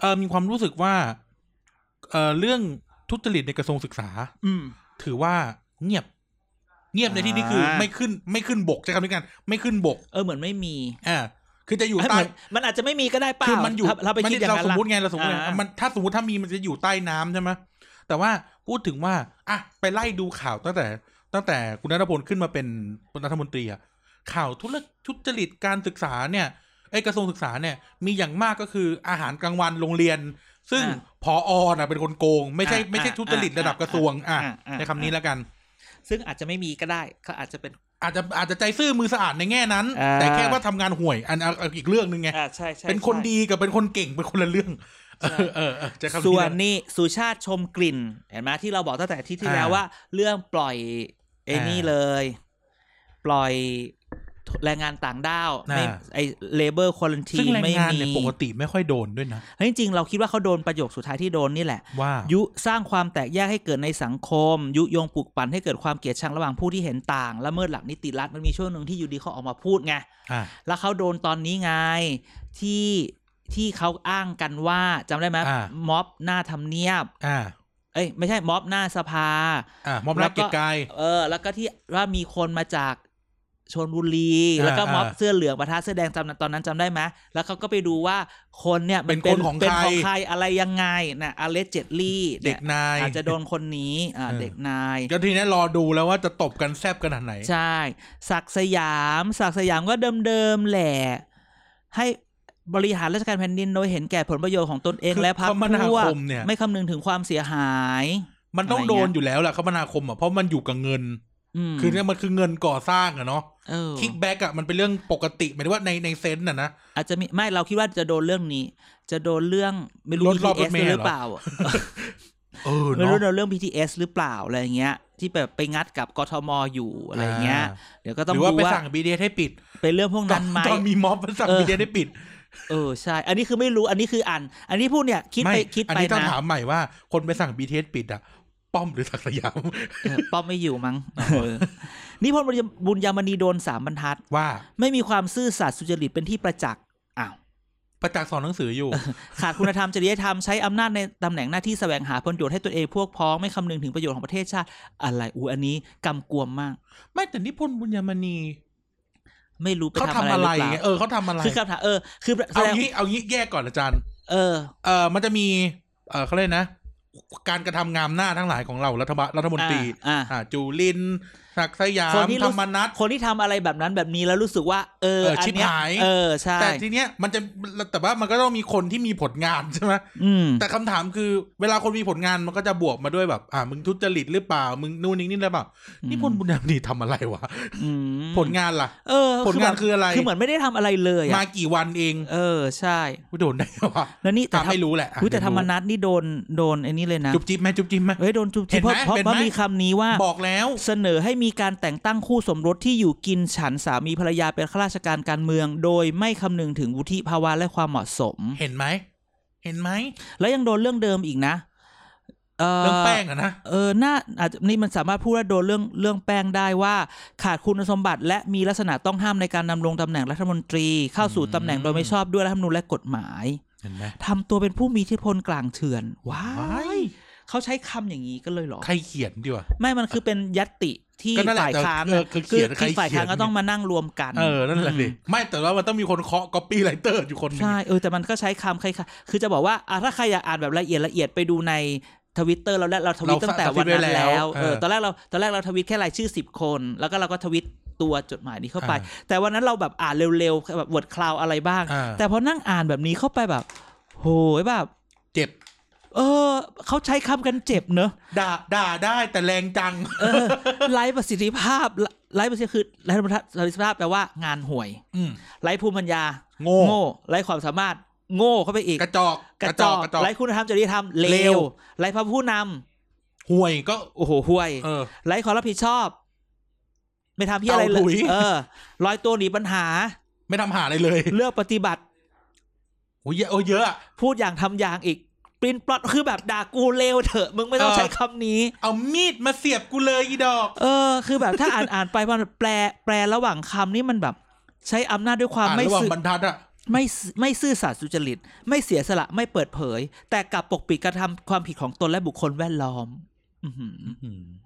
Speaker 2: เออมีความรู้สึกว่าเออเรื่องทุจริตในกระทรวงศึกษา
Speaker 1: อืม
Speaker 2: ถือว่าเงียบ เงียบในที่นี้คือ
Speaker 1: อ่า
Speaker 2: ไม่ขึ้นไม่ขึ้นบกใช้คำนี้กัน ไม่ขึ้นบก
Speaker 1: เออเหมือนไม่มี
Speaker 2: อ่าคือจะอยู่
Speaker 1: ไม่
Speaker 2: ใต้
Speaker 1: เหมือนมันอาจจะไม่มีก็ได้เปล่า
Speaker 2: คือมันอยู่
Speaker 1: ถ้าถ้าไป
Speaker 2: มัน
Speaker 1: คิดอย่าง
Speaker 2: เรา
Speaker 1: นั้น
Speaker 2: สม
Speaker 1: ล่ะ
Speaker 2: มติไงเราสมมติไง
Speaker 1: อ่ามั
Speaker 2: มันถ้าสมมติถ้ามีมันจะอยู่ใต้น้ำใช่ไหมแต่ว่าพูดถึงว่าอ่ะไปไล่ดูข่าวตั้งแต่ ตั้งแต่คุณรัฐพลขึ้นมาเป็นรัฐมนตรีอะข่าวทุลทุจริตการศึกษาเนี่ยไอ้ยกระทรวงศึกษาเนี่ยมีอย่างมากก็คืออาหารกลางวันโรงเรียน ซึ่งพออน่ะเป็นคนโกง ไม่ใช่
Speaker 1: อ่า
Speaker 2: ไม่ใช่
Speaker 1: อ่า
Speaker 2: ทุจริตระดับกระทรวงอ่ะ
Speaker 1: อ่าอ่า
Speaker 2: ในคำนี้แล้วกัน
Speaker 1: ซึ่งอาจจะไม่มีก็ได้ก็อาจจะเป็น
Speaker 2: อาจจะอาจจะใจซื่อมือสะอาดในแง่นั้น
Speaker 1: อ่า
Speaker 2: แต่แค่ว่าทำงานห่วยอันอันอันอีกเรื่องหนึ่งไง
Speaker 1: อ่าใช่ใช่
Speaker 2: เป็นคน
Speaker 1: ใช่
Speaker 2: ดีกับเป็นคนเก่งเป็นคนละเรื่องเอ
Speaker 1: ใช่
Speaker 2: อเออเออจะคำ
Speaker 1: ส่
Speaker 2: นี้
Speaker 1: ว
Speaker 2: นะ
Speaker 1: นนี่สุชาติชมกลิ่น เห็นไหมที่เราบอกตั้งแต่อาที่ที่
Speaker 2: อ่า
Speaker 1: แล้วว่า เรื่องปล่อยไอ้
Speaker 2: อ่านี่
Speaker 1: นี่เลย ปล่อยแรงงานต่างด้าวไม่
Speaker 2: อ่า
Speaker 1: ไอ้เลเบอร์ควอลันที
Speaker 2: ซึ่งแรง
Speaker 1: ไม่
Speaker 2: งาน
Speaker 1: มี
Speaker 2: เนี่ยปกติไม่ค่อยโดนด้วยนะ
Speaker 1: แล้วจริงๆเราคิดว่าเขาโดนประโยคสุดท้ายที่โดนนี่แหละ
Speaker 2: ว่า
Speaker 1: ยุสร้างความแตกแยกให้เกิดในสังคม ยุยงปลุกปั่นให้เกิดความเกลียดชังระหว่างผู้ที่เห็นต่างละเมิดหลักนิติรัฐมันมีช่วงหนึ่งที่อยู่ดีเขาออกมาพูดไง
Speaker 2: อ่ะ
Speaker 1: แล้วเขาโดนตอนนี้ไงที่ที่เขาอ้างกันว่าจำได้ไหม
Speaker 2: อ่า
Speaker 1: ม็อบหน้าทำเนียบ
Speaker 2: อ่ะ
Speaker 1: เอ้ยไม่ใช่ม็อบหน้าสภา
Speaker 2: อ่ะมอมรักเกียรติกาย
Speaker 1: เออ แล้วก็ที่ว่ามีคนมาจากชนบุรี
Speaker 2: อ่า
Speaker 1: แล้วก็ม็อบ
Speaker 2: อ่า
Speaker 1: เสื้อเหลืองประทะเสื้อแดงจำตอนนั้นจำได้ไหมแล้วเขาก็ไปดูว่าคนเนี่ยมั
Speaker 2: เป็นคนของ
Speaker 1: เป็น
Speaker 2: ใคร
Speaker 1: ของใครอะไรยังไงนะอเลเจตลี่ย
Speaker 2: เด็กนาย
Speaker 1: อาจจะโดนคนนี้อ่า
Speaker 2: เออ
Speaker 1: เด็กนาย
Speaker 2: ก็ทีนี้รอดูแล้วว่าจะตบกันแซบขนาดไหน
Speaker 1: ใช่ศักดิ์สยามศักดิ์สยามก็เดิมๆแหละให้บริหารราชการแผ่นดินโดยเห็นแก่ผลประโยชน์ของตนเอง
Speaker 2: คือ
Speaker 1: และพรรค
Speaker 2: คมนา
Speaker 1: พวก
Speaker 2: คมเนี่ย
Speaker 1: ไม่คำนึงถึงความเสียหาย
Speaker 2: มันต้อง
Speaker 1: อะไรเงี้
Speaker 2: โด
Speaker 1: ย
Speaker 2: นอยู่แล้วล่ะคมนาคมอ่ะเพราะมันอยู่กับเงิน
Speaker 1: อืม
Speaker 2: คือเนี่ยมันคือเงินก่อสร้างอะเนาะ
Speaker 1: เออ
Speaker 2: คิกแบ็กอะมันเป็นเรื่องปกติหมายถึงว่าในในเซนต์อะนะ
Speaker 1: อาจจะมีไม่เราคิดว่าจะโดนเรื่องนี้ จะโดนเรื่องไม่รู้
Speaker 2: รถรอบรถ
Speaker 1: BTS
Speaker 2: เมล์เหรอ
Speaker 1: หรือเปล่า
Speaker 2: เออ
Speaker 1: ไม่รู้
Speaker 2: เนาะ
Speaker 1: เราเรื่อง BTS หรือเปล่าอะไรอย่างเงี้ย ที่แบบไปงัดกับกทมอยู่อะไรอย่างเงี้ย เดี๋ยวก็ต้อง
Speaker 2: หรื
Speaker 1: ดู
Speaker 2: อว่าไป
Speaker 1: ว่า
Speaker 2: สั่งบีเดให้ปิด
Speaker 1: เป็นเรื่องพวก
Speaker 2: ตอ
Speaker 1: นั้นไหม
Speaker 2: ตอนมีม็อบไปสั่ง
Speaker 1: เออ
Speaker 2: บีเดให้ปิด
Speaker 1: เออใช่ อันนี้คือไม่รู้อันนี้คืออ่าน อันนี้พูดเนี่ยคิดไป
Speaker 2: ไม่
Speaker 1: คิด
Speaker 2: อัน
Speaker 1: ไป
Speaker 2: นี้ต้อง
Speaker 1: นะ
Speaker 2: ถามใหม่ว่าคนไปสั่งบีเดปิดอะป้อมหรือศักดิ์สยาม
Speaker 1: เออป้อมไม่อยู่มั้งเออนี่พลบุญยามณีโดนสามบรรทัด
Speaker 2: ว่า
Speaker 1: ไม่มีความซื่อสัตย์สุจริตเป็นที่ประจักษ์อ้าว
Speaker 2: ประจักษ์สอนหนังสือ อยู่
Speaker 1: ขาดคุณธรรม จริยธรรมใช้อำนาจในตำแหน่งหน้าที่แสวงหาผลประโยชน์ให้ตนเองพวกพ้องไม่คำนึงถึงประโยชน์ของประเทศชาติ อะไรอูอันนี้กำกวมมาก
Speaker 2: ไม่แต่นิพนธ์บุญยมณี
Speaker 1: ไม่รู้ไป
Speaker 2: เขา
Speaker 1: ทำ
Speaker 2: ทำอะ
Speaker 1: อะไร ไรหรือ
Speaker 2: ไง
Speaker 1: เปล่า
Speaker 2: เออเขาทำอะไร
Speaker 1: คือคำถามเออ คือแส
Speaker 2: เอา
Speaker 1: ดง
Speaker 2: งี้เอางี้แยกก่อนอาจารย์
Speaker 1: เออ
Speaker 2: เออมันจะมี เออเขาเรียกนะ การกระทำงามหน้าทั้งหลายของเรารัฐบาลรัฐมนตรี
Speaker 1: อ่าอ่า
Speaker 2: อ่าจูลินศักดิ์สยาม
Speaker 1: คนที่รู้
Speaker 2: ธรรมนัฐ
Speaker 1: คนที่ทำอะไรแบบนั้นแบบนี้แล้วรู้สึกว่า เออ
Speaker 2: เอออั
Speaker 1: อัน
Speaker 2: ชิบ
Speaker 1: เนี้ย
Speaker 2: หาย
Speaker 1: เออใช่
Speaker 2: แต่ทีเนี้ยมันจะแต่ว่ามันก็ต้องมีคนที่มีผลงานใช่ไหม
Speaker 1: อืม
Speaker 2: แต่คำถามคือ เวลาคนมีผลงานมันก็จะบวกมาด้วยแบบ อ่ามึงทุจริตหรือเปล่ามึงนู่นนี่นี่หรือเปล่านี่พลบุญยามณีทำอะไรวะ
Speaker 1: อืม
Speaker 2: ผลงานล่ะ
Speaker 1: เออ
Speaker 2: ผลงานคืออะไร
Speaker 1: คือเหมือนไม่ได้ทำอะไรเลย
Speaker 2: มา
Speaker 1: อะ
Speaker 2: กี่วันเอง
Speaker 1: เออใช่
Speaker 2: กูโดนได้เหรอวะ
Speaker 1: แล้วนี่แต่
Speaker 2: ตาม
Speaker 1: ทำ
Speaker 2: ไม่รู้แหละอ่ะ
Speaker 1: อุ๊ยแต่ธ
Speaker 2: เดี๋ย
Speaker 1: ร
Speaker 2: ว
Speaker 1: รมนัตนี่โดนโดนไอ้นี่เลยนะ
Speaker 2: จุบจิ๊บไหมจุบจิ๊บไหม
Speaker 1: เฮ้ยโดนจุบ
Speaker 2: เห็
Speaker 1: จิ๊บ
Speaker 2: น
Speaker 1: เพ
Speaker 2: ไหม
Speaker 1: ราะเพราะ
Speaker 2: เห็นไหม
Speaker 1: เพราะมีคำนี้ว่า
Speaker 2: บอกแล้ว
Speaker 1: เสนอให้มีการแต่งตั้งคู่สมรสที่อยู่กินฉันสามีภรรยาเป็นข้าราชการการเมือง โดยไม่คำนึงถึงวุฒิภาวะและความเหมาะสม
Speaker 2: เห็นไหมเห็นไหม
Speaker 1: แล้วยังโดนเรื่องเดิมอีกนะเ
Speaker 2: เรื่องแป้งอะนะ
Speaker 1: เออน่าอาจจะนี่มันสามารถพูดว่าโดนเรื่องเรื่องแป้งได้ว่า ขาดคุณสมบัติ และมีลักษณะต้องห้ามในการดำรงตำแหน่งรัฐมนตรี เข้าสู่ตำแหน่งโดยไม่ชอบด้วยรัฐธรรมนูญและกฎหมาย
Speaker 2: เห็นไหม
Speaker 1: ทำตัวเป็นผู้มีอิทธิพลกลางเถื่อน ว้า
Speaker 2: ว้าย ย
Speaker 1: เขาใช้คำอย่างนี้กันเลยเหรอ
Speaker 2: ใครเขียนดีวะ
Speaker 1: ไม่มันคือเป็นยัตติที่
Speaker 2: ก็นั่นแหละ
Speaker 1: ฝ่ายค้าน
Speaker 2: แต่เออคือเขียนใคร
Speaker 1: ที่ฝ่าย
Speaker 2: เขียน
Speaker 1: ค้านก็ต้องมานั่งรวมกัน
Speaker 2: เออ นั่นแหละดิไม่แต่ว่ามันต้องมีคนเคาะก๊อปปี้ไรเตอร์อยู่คนหนึง
Speaker 1: ใช่เออแต่มันก็ใช้คำใครๆคือจะบอกว่าอ่ะถ้าใครอยากอ่านแบบละเอียดละเอียดไปดูในทวิตเตอร์เราแล้วเราทวิตตั้งแต่วันนั้นแล้วเออตอนแรกเราตอนแรกเราทวิตแค่รายชื่อสิบคน แล้วก็เราก็ทวิตตัวจดหมายนี้เข้าไป แต่วันนั้นเราแบบอ่านเร็วๆแบบวดคลาวอะไรบ้าง
Speaker 2: อ่า
Speaker 1: แต่พอนั่งอ่านแบบนี้เข้าไปแบบ โหยแบบ
Speaker 2: เจ็บ
Speaker 1: เออเขาใช้คำกันเจ็บเนอะ
Speaker 2: ด่า ด่าได้แต่แรงจัง
Speaker 1: เออไร้ประสิทธิภาพไร้ประสิทธิภาพคือไร้ประสิทธิภาพแปลว่างานห่วย
Speaker 2: อืม
Speaker 1: ไร้ภูมิปัญญา
Speaker 2: โง่
Speaker 1: ไร้ความสามารถ โง่เข้าไปอีก
Speaker 2: กระจอกกระจอก
Speaker 1: ไร้คุณธรรมจริยธรรมเล
Speaker 2: เลว
Speaker 1: วไร้พระผู้นำ
Speaker 2: ห่วยก็
Speaker 1: โอ้โหห่วย
Speaker 2: เออ
Speaker 1: ไร้ความรับผิดชอบ ไม่ทำที่อะไรเล
Speaker 2: เต่าถุ
Speaker 1: ย
Speaker 2: ย
Speaker 1: เออลอยตัวหนีปัญ หา
Speaker 2: ไม่ทำหาอะไรเลย
Speaker 1: เลือกปฏิบัติ
Speaker 2: โอ้ยเยอะโอ้ยเยอะอะ
Speaker 1: พูดอย่างทำอย่างอีกปรินปลอดคือแบบด่ากูเลวเถอะมึงไม่ต้อง
Speaker 2: เออ
Speaker 1: ใช้คำนี้
Speaker 2: เอามีดมาเสียบกูเลยอีดอก
Speaker 1: เออ คือแบบถ้าอ่านอ่ านไปมันแปลแปลระหว่างคำนี่มันแบบ ใช้อำนาจด้วยความ
Speaker 2: อ่าน
Speaker 1: ไม่
Speaker 2: ระหว่าง
Speaker 1: ซื่อ
Speaker 2: บรรทัดอะ
Speaker 1: ไม่ซื่อไม่ซื่อสัตย์สุจริต ไม่เสียสละไม่เปิดเผย แต่กลับปกปิดกระทำความผิดของตนและบุคคลแวดล้อม อื้อหือ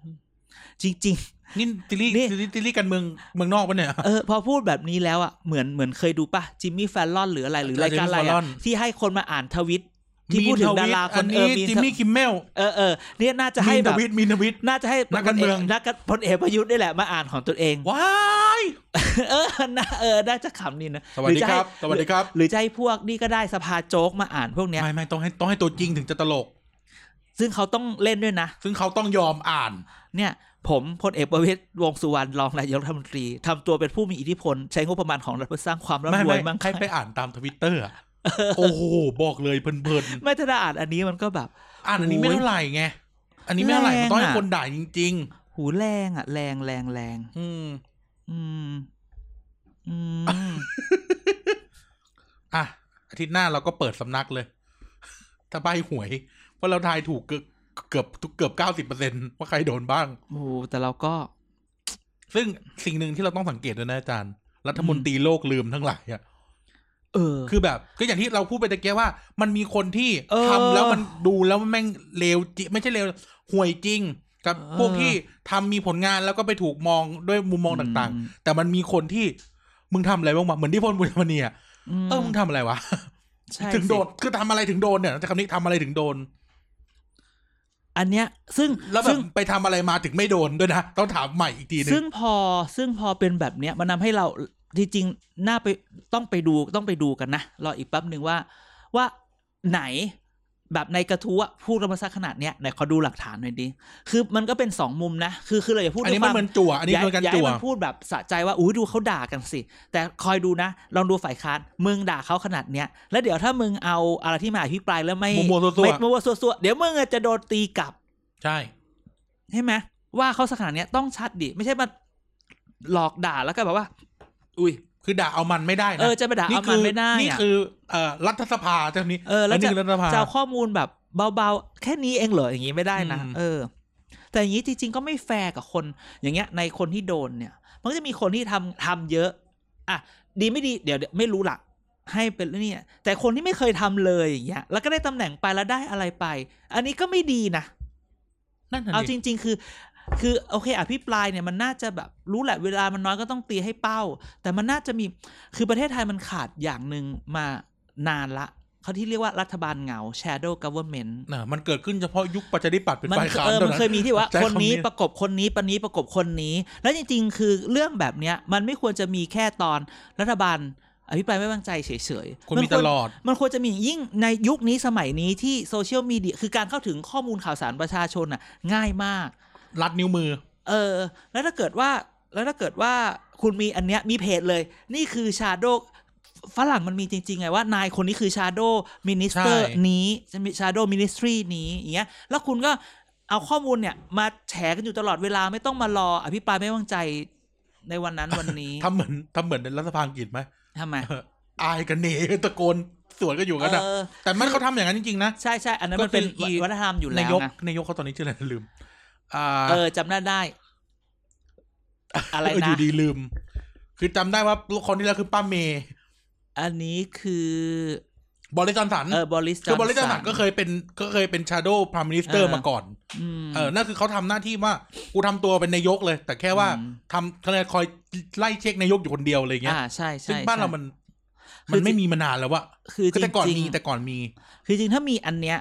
Speaker 1: จริง
Speaker 2: นี่ติลี่
Speaker 1: นี่
Speaker 2: ติลี่ติลี่กันเมืองเมืองนอกปะเนี่ย
Speaker 1: ๆ เออ พอพูดแบบนี้แล้วอ่ะเหมือนเหมือนเคยดูปะจิมมี่แฟลลอนหรืออะไรหรือรายการอะไร
Speaker 2: จิมมี่แฟลลอ
Speaker 1: อะ
Speaker 2: น
Speaker 1: ที่ให้คนมาอ่านทวิต ที่พูดถึงดาราค
Speaker 2: อั
Speaker 1: น
Speaker 2: น
Speaker 1: เอ
Speaker 2: นี้
Speaker 1: อมีน
Speaker 2: จิมมี่คิมเมล
Speaker 1: เออเออเนี่ยน่าจะให้
Speaker 2: มีน
Speaker 1: แบ
Speaker 2: ท
Speaker 1: บ
Speaker 2: วิตมีนทวิต
Speaker 1: น่าจะให้
Speaker 2: นักการเมือง
Speaker 1: นักการพลเอกประยุทธ์นี่แหละมาอ่านของตนเอง
Speaker 2: ว้าย
Speaker 1: เอ อน่าเออน่าจะขำนี่นะ
Speaker 2: สวัสดีครับ สวัสดีครับ
Speaker 1: หรือจะให้พวกนี่ก็ได้สภาโจ๊กมาอ่านพวกเนี้ย
Speaker 2: ไม่ไม่ต้องให้ต้องให้ตัวจริงถึงจะตลก
Speaker 1: ซึ่งเขาต้องเล่นด้วยนะ
Speaker 2: ซึ่งเขาต้องยอมอ่าน
Speaker 1: เนี่ยผมพลเอกประวิตยวงษ์สุวรรณรองนายกรัฐมนตรีทำตัวเป็นผู้มีอิทธิพล ใช้งบประมาณของรัฐเพื่อสร้างความ
Speaker 2: ไม่
Speaker 1: ร่ำรว
Speaker 2: ไม่
Speaker 1: ยมั่ง
Speaker 2: ใคร
Speaker 1: คั่ง
Speaker 2: ไปอ่านตามทวิตเตอร์โอ้โห บอกเลยเพลิน
Speaker 1: ไม่ถ้าได้อ่านอันนี้มันก็แบบ
Speaker 2: ๆ อ่านอันนี้ไม่
Speaker 1: โอ้ย
Speaker 2: เท่าไหร่ไง อันนี้ไม่เท่าไหร่
Speaker 1: แรง
Speaker 2: มันต้องให้
Speaker 1: อะ
Speaker 2: คนด่าจริง
Speaker 1: หูแรงอ่ะ แรงแรงแรง
Speaker 2: ๆ อืม
Speaker 1: อืม อื ม
Speaker 2: อ่ะอาทิตย์หน้าเราก็เปิดสำนักเลย ถ้าใบหวย เพราะเราทายถูกเกือบเกือบทุกเกือบเก้าสิบเปอร์เซ็นว่าใครโดนบ้าง
Speaker 1: โอ้โหแต่เราก็
Speaker 2: ซึ่งสิ่งหนึ่งที่เราต้องสังเกตด้วยนะอาจารย์ รัฐมนตรีโลกลืมทั้งหลายอ่ะ
Speaker 1: เออ
Speaker 2: คือแบบ ก็อย่างที่เราพูดไปตะเกียว่า มันมีคนที่
Speaker 1: เออ
Speaker 2: ทำแล้วมันดูแล้วแม่งเลวจิไม่ใช่เลวห่วยจริง กับ
Speaker 1: เออ
Speaker 2: พวกที่ทำมีผลงานแล้วก็ไปถูกมองด้วยมุมมองต่างๆ แต่มันมีคนที่มึงทำอะไรบ้างวะเหมือนที่พลบุญมณีอ่ะ
Speaker 1: ม
Speaker 2: เออมึงทำอะไรวะ
Speaker 1: ใช่
Speaker 2: ถึงโดน
Speaker 1: สิ
Speaker 2: คือทำอะไรถึงโดนเนี่ยจะคำนี้ทำอะไรถึงโดน
Speaker 1: อันเนี้ย ซึ่ง
Speaker 2: แล้วแบ
Speaker 1: ซึ่
Speaker 2: บ
Speaker 1: ง
Speaker 2: ไปทำอะไรมาถึงไม่โดนด้วยนะ ต้องถามใหม่อีกทีนึ
Speaker 1: ซึ่
Speaker 2: ง
Speaker 1: งพอซึ่งพอเป็นแบบเนี้ยมันทำให้เราจริงๆน่าไปต้องไปดูต้องไปดูกันนะรออีกแป๊บหนึ่งว่า ว่าไหน แบบในกระทู้อะพูดกันมาสักขนาดเนี้ยไหนขอดูหลักฐานหน่อยดิคือมันก็เป็นสองมุมนะคือคือเราอย่าพูด
Speaker 2: อันนี้
Speaker 1: ด้วยค
Speaker 2: มัน
Speaker 1: วา
Speaker 2: เหมือนจั่วอันนี้
Speaker 1: อย่า
Speaker 2: เป็นการ
Speaker 1: อย่าให้
Speaker 2: จั่ว
Speaker 1: มันพูดแบบสะใจว่าอุ้ยดูเขาด่ากันสิ แต่คอยดูนะ ลองดูฝ่ายค้านมึงด่าเขาขนาดเนี้ยแล้วเดี๋ยวถ้ามึงเอาอะไรที่มาอภิปรายแล้วไม่
Speaker 2: มั่วๆซั่วๆ
Speaker 1: ไม่มั่วๆซัวๆเดี๋ยวมึงอะจะโดนตีกลับ
Speaker 2: ใช่
Speaker 1: ใช่ไหมว่าเขาสักขนาดเนี้ยต้องชัดดิไม่ใช่มาหลอกด่าแล้วก็แบบว่า อุ้ย
Speaker 2: คือด่าเอามันไม่ได้นะ
Speaker 1: เออจะไปด่าเอา
Speaker 2: คื
Speaker 1: มันไม่ได้
Speaker 2: นี่
Speaker 1: อะ
Speaker 2: คือเอ่อรัฐสภาเจ้านี้
Speaker 1: เออแล้ว
Speaker 2: นนี้
Speaker 1: จะ
Speaker 2: คือรัฐสภา
Speaker 1: จะเอาข้อมูลแบบเบาๆ แค่นี้เองเหรออย่างนี้ไม่ได้นะ
Speaker 2: อืม
Speaker 1: เออ แต่อย่างนี้จริงๆก็ไม่แฟร์กับคน อย่างเงี้ย ในคนที่โดนเนี่ย มันก็จะมีคนที่ทำทำเยอะ อ่ะ ดีไม่ดีเดี๋ยวเดี๋ยวไม่รู้ละให้เป็นเนี่ย แต่คนที่ไม่เคยทำเลยอย่างเงี้ยแล้วก็ได้ตำแหน่งไปแล้วได้อะไรไป อันนี้ก็ไม่ดีนะ
Speaker 2: นั่นน่ะ
Speaker 1: เอาจ
Speaker 2: ดิ
Speaker 1: ริง ๆ คือ คือโอเคอภิปรายเนี่ยมันน่าจะแบบรู้แหละเวลามันน้อยก็ต้องตีให้เป้า แต่มันน่าจะมีคือประเทศไทยมันขาดอย่างหนึ่งมานานละเขาที่เรียกว่ารัฐบาลเหงา shadow government
Speaker 2: น่ะมันเกิดขึ้นเฉพาะยุคปัจจิปัตย์เป็น
Speaker 1: มัน
Speaker 2: ฝ่ายค้าน
Speaker 1: เออ
Speaker 2: ท่า
Speaker 1: มันเคยมีที่ว่า
Speaker 2: ใช้
Speaker 1: คนนี้
Speaker 2: ำ
Speaker 1: ประกบคนนี้ปนนี้ประกบคนนี้ แล้วจริง ๆ คือเรื่องแบบเนี้ยมันไม่ควรจะมีแค่ตอนรัฐบาลอภิปรายไม่ไว้วางใจเฉยๆ
Speaker 2: คุณ
Speaker 1: น
Speaker 2: มีตลอด
Speaker 1: วรมันควรจะมียิ่งในยุคนี้สมัยนี้ที่โซเชียลมีเดียคือการเข้าถึงข้อมูลข่าวสารประชาชนอ่ะ ง่ายมาก
Speaker 2: รัดนิ้วมือ
Speaker 1: เออ แล้วถ้าเกิดว่าแล้วถ้าเกิดว่าคุณมีอันเนี้ยมีเพจเลย นี่คือชาโดฝรั่งมันมีจริง ๆ ไงว่านายคนนี้คือชาโดมินิสเตอร์
Speaker 2: ใช่
Speaker 1: นี้จะมีชาโดมินิสทรีนี้อย่างเงี้ยแล้วคุณก็เอาข้อมูลเนี่ย มาแฉกันอยู่ตลอดเวลาไม่ต้องมารออภิปรายไม่ไว้วางใจในวันนั้นวันนี้
Speaker 2: ทำเหมือนทำเหมือนในรัฐสภาอังกฤษไหม
Speaker 1: ทำไม
Speaker 2: เอออายกันหนีตะโกนสวนก็อยู่กันอะ
Speaker 1: เออ
Speaker 2: แต่มันเขาทำอย่างนั้นจริงๆนะ
Speaker 1: ใช่ใช่อันนั้นมันเป็น
Speaker 2: ก็คืออี
Speaker 1: วัฒนธรรมอยู่แล้
Speaker 2: นาว ยก
Speaker 1: นะ
Speaker 2: นายกเขาตอนนี้ชื่ออะไรนะลืม อ่า
Speaker 1: เออจำหน้าได้ อะไร
Speaker 2: เยู่
Speaker 1: นะ
Speaker 2: ดีลืม คือจำได้ว่าลูกคนที่แล้วคือป้าเมย์
Speaker 1: อันนี้คือบ
Speaker 2: ริจอนสัน
Speaker 1: เออบริส
Speaker 2: คือบริจอนสันก็เคยเป็นก็เคยเป็นชาโดว์พรามมินิสเตอร์มาก่อน
Speaker 1: อืม
Speaker 2: เออ นั่นคือเขาทำหน้าที่ว่ากูทำตัวเป็นนายกเลย แต่แค่ว่า
Speaker 1: อืม
Speaker 2: ทำคะแนนคอยไล่เช็คนายกอยู่คนเดียวอะไรเงี้ย
Speaker 1: อ่าใช่ใช่
Speaker 2: ซึ่งบ้าน
Speaker 1: ใช่
Speaker 2: เรามัน
Speaker 1: คือ
Speaker 2: มันไม่มีมานานแล้วอะ
Speaker 1: คือจ
Speaker 2: คือ
Speaker 1: ริง
Speaker 2: แต่ก่อนมี
Speaker 1: ๆ
Speaker 2: แต่ก่อนมี
Speaker 1: คือจริงถ้ามีอันเนี้ย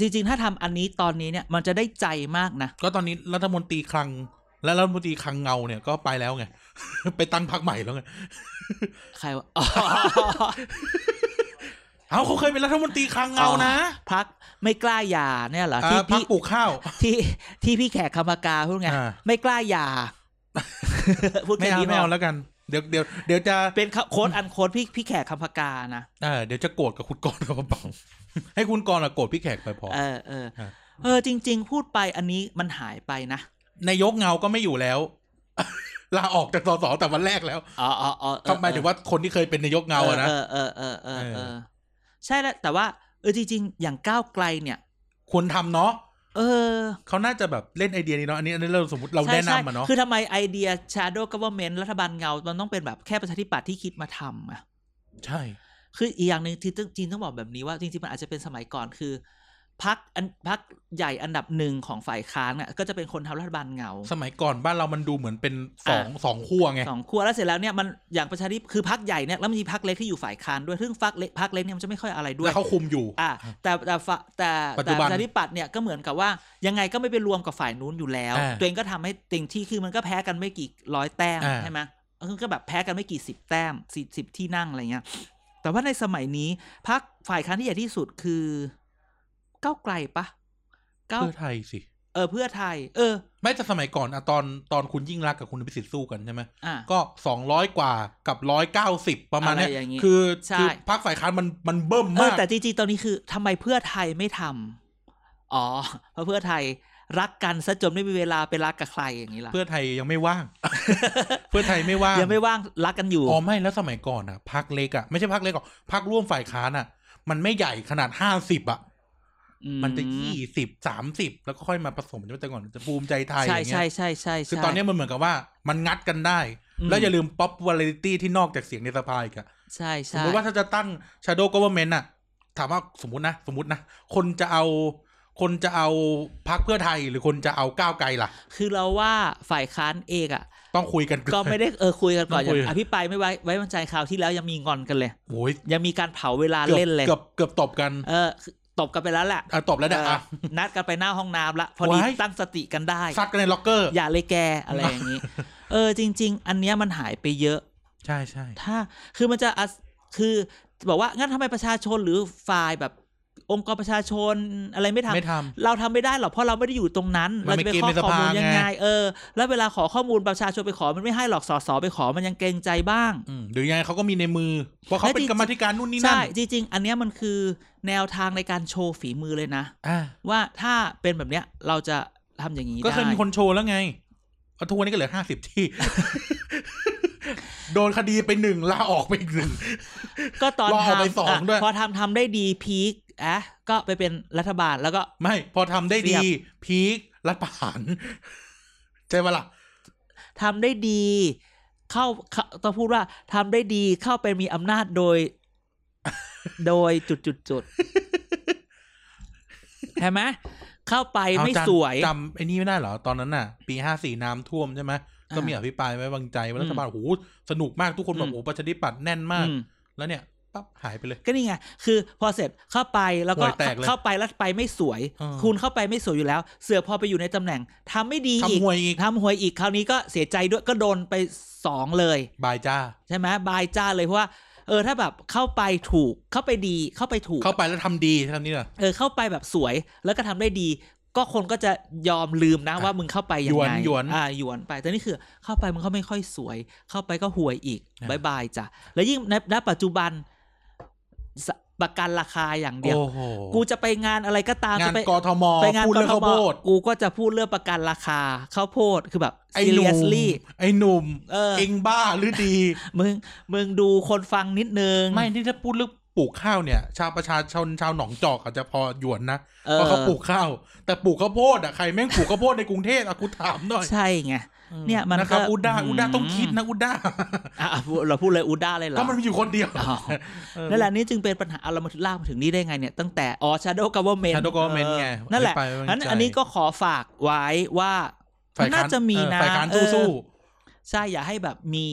Speaker 1: จริง ๆ ถ้าทำอันนี้ตอนนี้เนี่ยมันจะได้ใจมากนะ
Speaker 2: ก็ตอนนี้รัฐมนตรีคลัง และรัฐมนตรีคลังเงาเนี่ยก็ไปแล้วไง ไปตั้งพรรคใหม่แล้วไง
Speaker 1: ใครวะอ๋อ
Speaker 2: เอาเขาเคยเป็นรัฐมนตรีคลังเงานะ
Speaker 1: พักไม่กล้าหยาเนี่ยเหรอที่
Speaker 2: อ่าพรรค
Speaker 1: พี่
Speaker 2: ปลูกข้าว
Speaker 1: ที่ที่พี่แขกคำปากาพูดไง
Speaker 2: อ่า
Speaker 1: ไม่กล้าหยา พูด
Speaker 2: ไม่
Speaker 1: แค่
Speaker 2: เอา
Speaker 1: นี้
Speaker 2: ไม่
Speaker 1: ไม่
Speaker 2: เอา
Speaker 1: เอา
Speaker 2: แล้วกัน เดี๋ยวเดี๋ยวเดี๋ยวจะ
Speaker 1: เป็นโค้ดอันโค้ดพี่พี่แขกคำปากานะ
Speaker 2: เออเดี๋ยวจะโกรธกับคุณกรณ์กับเป๋า ให้คุณกรณ์อะโกรธพี่แขกไปพอ
Speaker 1: เออเออ
Speaker 2: ครับ
Speaker 1: เออ จริง ๆ พูดไปอันนี้มันหายไปนะ
Speaker 2: นายกเงาก็ไม่อยู่แล้ว ลาออกจากสสแต่วันแรกแล้ว
Speaker 1: อ๋ออ๋ออ๋อเออ
Speaker 2: ทำไมถึงว่าคนที่เคยเป็นนายกเงาอะนะ
Speaker 1: เออเออเออเออเอ
Speaker 2: เอ
Speaker 1: อ
Speaker 2: อ
Speaker 1: ใช่แล้วแต่ว่าเออจริง ๆ อย่างก้าวไกลเนี่ย
Speaker 2: ควรทำเนาะ
Speaker 1: เออ
Speaker 2: เขาน่าจะแบบเล่นไอเดียนี้เนาะอันนี้อันนี้เราสมมติเรา
Speaker 1: ใช่
Speaker 2: แนะ
Speaker 1: ใช่
Speaker 2: นำอะเนาะ
Speaker 1: คือทำไมไอเดีย shadow government รัฐบาลเงา มันต้องเป็นแบบแค่ประชาธิปัตย์ที่คิดมาทำอะ
Speaker 2: ใช่
Speaker 1: คืออีกอย่างหนึ่งที่ต้องจีนต้องบอกแบบนี้ว่าจริงๆ มันอาจจะเป็นสมัยก่อนคือพักอันพักใหญ่อันดับหนึ่งของฝ่ายค้านอะก็จะเป็นคนทำรัฐบาลเงา
Speaker 2: สมัยก่อนบ้านเรามันดูเหมือนเป็นสองสองขั้วไง
Speaker 1: สองขั้วแล้วเสร็จแล้วเนี่ยมันอย่างประชาธิปคือพักใหญ่เนี่ยแล้วมันมีพักเล็กที่อยู่ฝ่ายค้านด้วยซึ่งพักเล็กพักเล็กเนี่ยมันจะไม่ค่อยอะไรด้ว
Speaker 2: แล้
Speaker 1: ย
Speaker 2: วเขาคุมอยู่
Speaker 1: อ่ะแต่แต่ฝแต่
Speaker 2: ปัจ
Speaker 1: แต่
Speaker 2: จุ
Speaker 1: ป
Speaker 2: บัน
Speaker 1: ระชาธิปัตย์เนี่ยก็เหมือนกับว่ายังไงก็ไม่ไปรวมกับฝ่ายนู้นอยู่แล้ว
Speaker 2: อ่า
Speaker 1: ตัวเองก็ทำให้เต็มที่คือมันก็แพ้กันไม่กี่ร้อยแต้ม
Speaker 2: อ่า
Speaker 1: ใช่ไหมมันก็แบบแพ้กันไม่กี่สิบแต้มสิบสิบที่นั่งอะไรเงี้ย แต่ว่าในสมัยนี้พักฝ่ายค้านที่ใหญ่ที่สุดคือก้าวไกลปะก้าว
Speaker 2: เพื่อไทยสิ
Speaker 1: เออเพื่อไทย เออ
Speaker 2: ไม่แต่สมัยก่อนอะตอนตอนคุณยิ่งรักษณ์กับคุณพิสิทธิ์สู้กันใช่ไหม
Speaker 1: อ่ะ
Speaker 2: ก็สองร้อยกว่ากับร้อยเก้าสิบประมาณเนี้
Speaker 1: อะไรอย่างงี้
Speaker 2: คือ
Speaker 1: ใช่
Speaker 2: คือพรรคฝ่ายค้านมันมันเบิ่ม
Speaker 1: เออ
Speaker 2: มาก
Speaker 1: แต่จริงๆตอนนี้คือทำไมเพื่อไทยไม่ทำอ๋อเพราะเพื่อไทยรักกันซะจนไม่มีเวลาไปรักกับใครอย่างนี้ล่ะ
Speaker 2: เพื่อไทยยังไม่ ว่าง เพื่อไทยไม่ว่าง
Speaker 1: ยังไม่ว่างรักกันอยู่
Speaker 2: อ๋อไม่แล้วสมัยก่อนอะพรรคเล็กอะไม่ใช่พรรคเล็กหรอกพรรคร่วมฝ่ายค้านอะมันไม่ใหญ่ขนาดห้าสิบอะมันจะยี่สิบสามสิบแล้วก็ค่อยมาผสมใช่ไหมแต่ก่อนจะภูมิใจไทยอ
Speaker 1: ใช่
Speaker 2: ย่างเงี้ย
Speaker 1: ใช่ใช่ใช่ใช่
Speaker 2: คือตอนนี้มันเหมือนกับว่ามันงัดกันได้
Speaker 1: อืม
Speaker 2: แล้วอย่าลืม popularity ที่นอกจากเสียงในสภาอีกอะ
Speaker 1: ใช่
Speaker 2: สม
Speaker 1: ใช่
Speaker 2: มติว่าถ้าจะตั้ง shadow government น่ะ ถามว่าสมมตินะ สมมตินะ คนจะเอา คนจะเอาพักเพื่อไทยหรือคนจะเอาก้าวไกลล่ะ
Speaker 1: คือเราว่าฝ่ายค้านเองอ่ะ
Speaker 2: ต้องคุยกันอน
Speaker 1: ก็ไม่ได้เออคุยกันก่อนอ
Speaker 2: ต้องคุย
Speaker 1: ย่างอภิปรายไม่ไว้ไว้วางใจคราวที่แล้วยังมีงอนกันเลย
Speaker 2: โอ้ย
Speaker 1: ยังมีการเผาเวลา
Speaker 2: เกือบ
Speaker 1: เล่นเลย
Speaker 2: เกือบเกือบตบกัน
Speaker 1: เออคือตบกันไปแล้วแหละ
Speaker 2: อ่ะตบแล้วเนี่ยอ่ะ
Speaker 1: เออนัดกันไปหน้าห้องน้ำละพอดี
Speaker 2: ว้าย
Speaker 1: ตั้งสติกันได้
Speaker 2: ซัดกันในล็อกเกอร์
Speaker 1: อย่าเลยแกอะไรอย่าง นี้ เออจริง ๆ อันเนี้ยมันหายไปเยอะ
Speaker 2: ใช่ใช่
Speaker 1: ถ้าคือมันจะอาคือบอกว่างั้นทำไมประชาชนหรือฝ่ายแบบ องค์กรประชาชนอะไรไม่ทำ
Speaker 2: ไม่ทำ
Speaker 1: เราทำไม่ได้หรอกเพราะเราไม่ได้อยู่ตรงนั้น
Speaker 2: มั
Speaker 1: เรา
Speaker 2: นไม่
Speaker 1: จะไป
Speaker 2: เกณฑ์
Speaker 1: ขอ
Speaker 2: ในส
Speaker 1: ข้อ
Speaker 2: ภา
Speaker 1: มูลยังไง
Speaker 2: ไง
Speaker 1: เออ แล้วเวลาขอข้อมูลประชาชนไปขอมันไม่ให้หรอกสสไปขอมันยังเกรงใจบ้าง
Speaker 2: อืมหรือยังไงเขาก็มีในมือว่าเขา
Speaker 1: และ
Speaker 2: เป็
Speaker 1: จริ
Speaker 2: น
Speaker 1: ง
Speaker 2: กรรมาธิการนู่นนี่นั่น
Speaker 1: ใช่จริง ๆ อันเนี้ยมันคือแนวทางในการโชว์ฝีมือเลยนะ
Speaker 2: อ่า
Speaker 1: ว่าถ้าเป็นแบบเนี้ยเราจะทำอย่างนี้
Speaker 2: ก็เคย
Speaker 1: ได้
Speaker 2: มีคนโชว์แล้วไงเอาทุกวันนี้ก็เหลือห้าสิบ ที่ โดนคดีไปหนึ่งลาออกไปอีกหนึ่ง
Speaker 1: ก็ตอน
Speaker 2: รอเอา
Speaker 1: ทำ
Speaker 2: ไปสอง
Speaker 1: ะ
Speaker 2: ด้วย
Speaker 1: พอทำทำได้ดีพีคอะก็ไปเป็นรัฐบาลแล้วก็
Speaker 2: ไม่ พอทำได้
Speaker 1: เรี
Speaker 2: ดี
Speaker 1: ยบ
Speaker 2: พีครัฐประหารใช่ปะล่ะ
Speaker 1: ทำได้ดี เข้าเข้าต้องพูดว่าทำได้ดีเข้าไปมีอำนาจโด ย โดยจุดจุดจุดใช่ไหมเข้าไป
Speaker 2: เอา
Speaker 1: ไม่
Speaker 2: จำ
Speaker 1: สวย
Speaker 2: จำไอ้นี่ไม่ได้เหรอ ตอนนั้นน่ะ ปีห้าสี่น้ำท่วมใช่ไหมก็มีอภิปรายไว้วางใจว่ารัฐบาลโอ้โหสนุกมากทุกคนแบ
Speaker 1: อื
Speaker 2: บ
Speaker 1: ม
Speaker 2: โอ้โหประชาธิปัตย์แน่นมาก
Speaker 1: อืม
Speaker 2: แล้วเนี่ยปั๊บหายไปเลย
Speaker 1: ก็นี่ไงคือพอเสร็จเข้าไปแล้วก็
Speaker 2: ห่วยแตกเลย
Speaker 1: เข้าไปแล้วไปไม่สวย
Speaker 2: เออ
Speaker 1: คุณเข้าไปไม่สวยอยู่แล้ว เสือกพอไปอยู่ในตำแหน่งทำไม่ดีอีก
Speaker 2: ทำหวยอีก
Speaker 1: ทำหวยอีกคราวนี้ก็เสียใจด้วยก็โดนไปสองเลย
Speaker 2: บายจ้า
Speaker 1: ใช่ไหมบายจ้าเลยเพราะว่าเออถ้าแบบเข้าไปถูกเข้าไปดีเข้าไปถูก
Speaker 2: เข้าไปแล้วทำดีทำนี่เหรอ
Speaker 1: เออเข้าไปแบบสวยแล้วก็ทำได้ดี ก็คนก็จะยอมลืมนะ
Speaker 2: อ่ะ
Speaker 1: ว่ามึงเข้าไปยังไง
Speaker 2: หยวนๆ
Speaker 1: อ่าหยวนไปแต่นี่คือ เข้าไปมึงก็ไม่ค่อยสวย เข้าไปก็ห่วยอีก
Speaker 2: อ่ะ
Speaker 1: บายบายจ้ะแล้วยิ่งในณปัจจุบันสประกันราคาอย่างเดียว
Speaker 2: โอ้โห
Speaker 1: กูจะไปงานอะไรก็ตาม
Speaker 2: งา
Speaker 1: จะ
Speaker 2: น
Speaker 1: ไป
Speaker 2: กทม
Speaker 1: ไปงาน
Speaker 2: พู
Speaker 1: ก
Speaker 2: ดเรื่อง
Speaker 1: ท
Speaker 2: ข้าว
Speaker 1: ม
Speaker 2: โพด
Speaker 1: กูก็จะพูดเรื่องประกันราคาข้าวโพดคือแบบ
Speaker 2: ไอ้หนุ่ม
Speaker 1: seriously
Speaker 2: ไอ้หนุ่ม
Speaker 1: เออ
Speaker 2: เองบ้าหรือดี
Speaker 1: มึงมึงดูคนฟังนิดนึง
Speaker 2: ไม่ที่ถ้าพูดเรื่องปลูกข้าวเนี่ย ชาวประชาชนชาวหนองจอกอาจจะพอหยวนนะ
Speaker 1: ออ
Speaker 2: เพราะเขาปลูกข้าว แต่ปลูกข้าวโพดอ่ะใครแม่งปลูกข้าวโพดในกรุงเทพอ่ะกูถามหน่อย
Speaker 1: ใช่ไง เนี่ยมัน
Speaker 2: นะครับ
Speaker 1: ก็
Speaker 2: อุด้าอุด้า
Speaker 1: อืม
Speaker 2: ต้องคิดนะอุด้า
Speaker 1: อ่ะเราพูดเลยอูด้าเลยเหรอ
Speaker 2: ก็มันมีอยู่คนเดียว
Speaker 1: อ๋อ
Speaker 2: เออ
Speaker 1: นั่นแหละนี่จึงเป็นปัญหาเอาเรามาถึงลากมาถึงนี่ได้ไงเนี่ยตั้งแต่อ๋อ shadow government
Speaker 2: Shadow Government
Speaker 1: เออ
Speaker 2: ไง
Speaker 1: นั่นแหละ
Speaker 2: ไม่ไปไม่
Speaker 1: นั้น
Speaker 2: ใจ
Speaker 1: อันนี้ก็ขอฝากไว้ว่า
Speaker 2: ฝ่ยค้
Speaker 1: น่าจะมีนะ
Speaker 2: เออฝ่ายการ
Speaker 1: เออ
Speaker 2: สู้
Speaker 1: ใช่อย่าให้แบบมี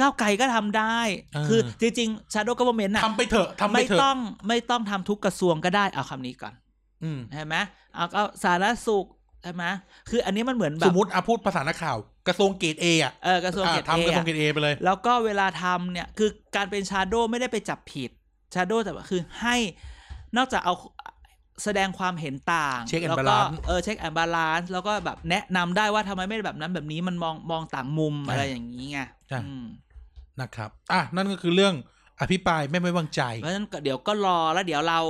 Speaker 1: ก้าวไกลก็ทำได้
Speaker 2: เออ
Speaker 1: คือจริงๆ shadow government
Speaker 2: ๆ
Speaker 1: น่ะ
Speaker 2: ทำไปเถอะทำไป
Speaker 1: ไม่
Speaker 2: เถอะ
Speaker 1: ต้องไม่ต้องทำทุกกระทรวงก็ได้เอาคำนี้ก่อน
Speaker 2: อืม
Speaker 1: ใช่ไหมเอาก็สาธารณสุขใช่ไหมคืออันนี้มันเหมือนแบ
Speaker 2: ส
Speaker 1: บ
Speaker 2: มมติอ่ะพูดภาษานักข่าว กระทรวงเกรดเออ่ะ
Speaker 1: เออกระทรวง
Speaker 2: อ่ะ
Speaker 1: เกียรติ
Speaker 2: ทำกระทรวงเกร
Speaker 1: เอะ
Speaker 2: ดเอไปเลย
Speaker 1: แล้วก็เวลาทำเนี่ยคือการเป็น shadow ไม่ได้ไปจับผิด shadow แต่ว่าคือให้นอกจากเอาแสดงความเห็นต่าง
Speaker 2: Check and
Speaker 1: ล้วก็
Speaker 2: balance
Speaker 1: เออเช็คแอนบาลานซ์แล้วก็แบบแนะนำได้ว่าทำไมไม่แบบนั้นแบบนี้มันมองมองต่างมุม
Speaker 2: ใช่
Speaker 1: อะไรอย่างนี้ไง
Speaker 2: ใช่
Speaker 1: อืม
Speaker 2: นะครับอ่ะนั่นก็คือเรื่องอภิปรายไม่ไว้วางใจ
Speaker 1: เพราะฉะนั้นก็เดี๋ยวก็รอแล้วเดี๋ยวเรา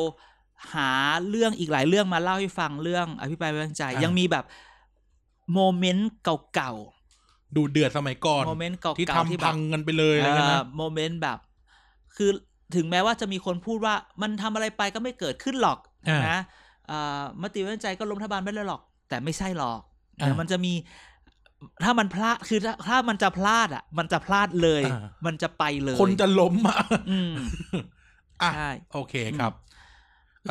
Speaker 1: หาเรื่องอีกหลายเรื่องมาเล่าให้ฟังเรื่องอภิปรายไม่ไว้วางใจ
Speaker 2: อ่ะ
Speaker 1: ยังมีแบบโมเมนต์เก่า
Speaker 2: ดูเดือดสมัยก่อน
Speaker 1: ๆโมเมนต์เก่าๆ
Speaker 2: ที่
Speaker 1: ที่
Speaker 2: ทำ
Speaker 1: แบ
Speaker 2: พั
Speaker 1: บ
Speaker 2: งกันไปเลยอะไรเงี้ยนะ
Speaker 1: โมเมนต์แบบ คือถึงแม้ว่าจะมีคนพูดว่ามันทำอะไรไปก็ไม่เกิดขึ้นหรอก
Speaker 2: อ่า
Speaker 1: นะเอ่อมติวิจัยก็ล้มรัฐบาลไม่ได้หรอก แต่ไม่ใช่หรอก
Speaker 2: อ่า
Speaker 1: เดี๋ยวมันจะมี ถ้ามันพลาดคือถ้าถ้ามันจะพลาดอ่ะ มันจะพลาดเลย
Speaker 2: อ่า
Speaker 1: มันจะไปเลย
Speaker 2: คนจะล้มอ่ะ
Speaker 1: อืม
Speaker 2: อ่ะ
Speaker 1: ใช่
Speaker 2: โอเคครับ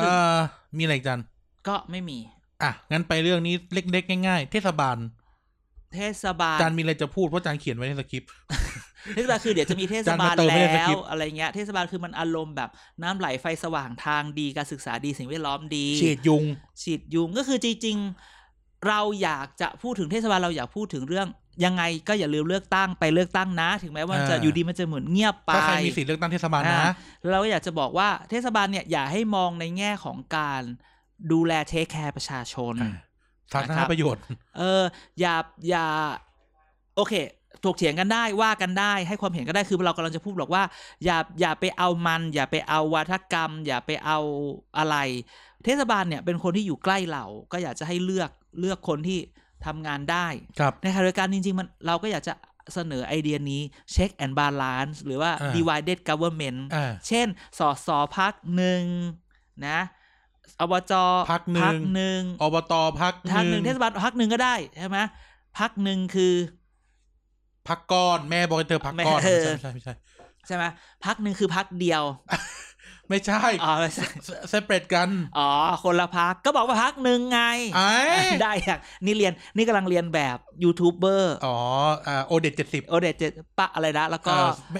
Speaker 1: อืม
Speaker 2: เอ่อ มีอะไรอีกจัน
Speaker 1: ก็ไม่มี
Speaker 2: อ่ะ งั้นไปเรื่องนี้เล็กๆ ง่ายๆ เทศบาล
Speaker 1: เทศบาล
Speaker 2: จานมีอะไรจะพูด เพราะจานเขียนไว้ในสคริปต์
Speaker 1: เทศบาลคือเดี๋ยวจะมีเทศบาล
Speaker 2: จานมาเติมไม่
Speaker 1: แล้
Speaker 2: ได้
Speaker 1: ว
Speaker 2: สคริปต์
Speaker 1: อะไรเงี้ย เทศบาลคือมันอารมณ์แบบน้ำไหลไฟสว่างทางดีการศึกษาดีสิ่งแวดล้อมดี
Speaker 2: เฉียดยุง
Speaker 1: ฉีดยุงก็คือจริงๆ เราอยากจะพูดถึงเทศบาลเราอยากพูดถึงเรื่อง ยังไงก็อย่าลืมเลือกตั้งไปเลือกตั้งนะ ถึงแม้ว่า
Speaker 2: อ่า
Speaker 1: จะอยู่ดีมันจะเหมือนเงียบไป
Speaker 2: ถ้าใครมีสิทธิ์เลือกตั้งเทศบาล
Speaker 1: อ่า
Speaker 2: นะ
Speaker 1: แล้วเราก็อยากจะบอกว่าเทศบาลเนี่ยอย่าให้มองในแง่ของการดูแลเทคแคร์ประชาชน
Speaker 2: อ่า สาธาร
Speaker 1: นะค
Speaker 2: ณ
Speaker 1: รับ
Speaker 2: ประโยชน์
Speaker 1: เอออย่าอย่า โอเค ถกเถียงกันได้ว่ากันได้ ให้ความเห็นก็ได้คือเรากำลังจะพูดหรอกว่า อย่าอย่าไปเอามัน อย่าไปเอาวาทกรรม อย่าไปเอาอะไร เทศบาลเนี่ยเป็นคนที่อยู่ใกล้เรา ก็อยากจะให้เลือกเลือกคนที่ทำงานได้
Speaker 2: ครับ
Speaker 1: ในขณะเดียวกันจริง ๆ มันเราก็อยากจะเสนอไอเดียนี้เช็คแอนด์บาลานซ์หรือว่า
Speaker 2: อ่า
Speaker 1: divided government
Speaker 2: อ่า
Speaker 1: เช่น สสพักหนึ่งนะอบจ
Speaker 2: พรรคหนึ่ง
Speaker 1: พรรคหนึ่ง
Speaker 2: อบตพัก
Speaker 1: พักหนึ่งเทศบาลพักหนึ่งก็ได้ใช่ไหมพักหนึ่งคือ
Speaker 2: พักก้อน แม่บอกให้เธอพักก้อน
Speaker 1: แม่
Speaker 2: ไม่ใช่ ไม่ใช่
Speaker 1: ใช่ไหมพักหนึ่งคือพักเดี ยว
Speaker 2: ไม่ใช่
Speaker 1: อ๋อ ไม่ใช่
Speaker 2: เซเปรตกัน
Speaker 1: อ๋อคนละพักก็บอกว่าพักหนึ่งไง
Speaker 2: ไอ้
Speaker 1: ได้อะ นี่เรียนนี่กำลังเรียนแบบยูทูบเบอร์
Speaker 2: อ๋ออ่าโอเดตเจ็ดสิบ
Speaker 1: โอเดตเจปะอะไรนะแล้วก็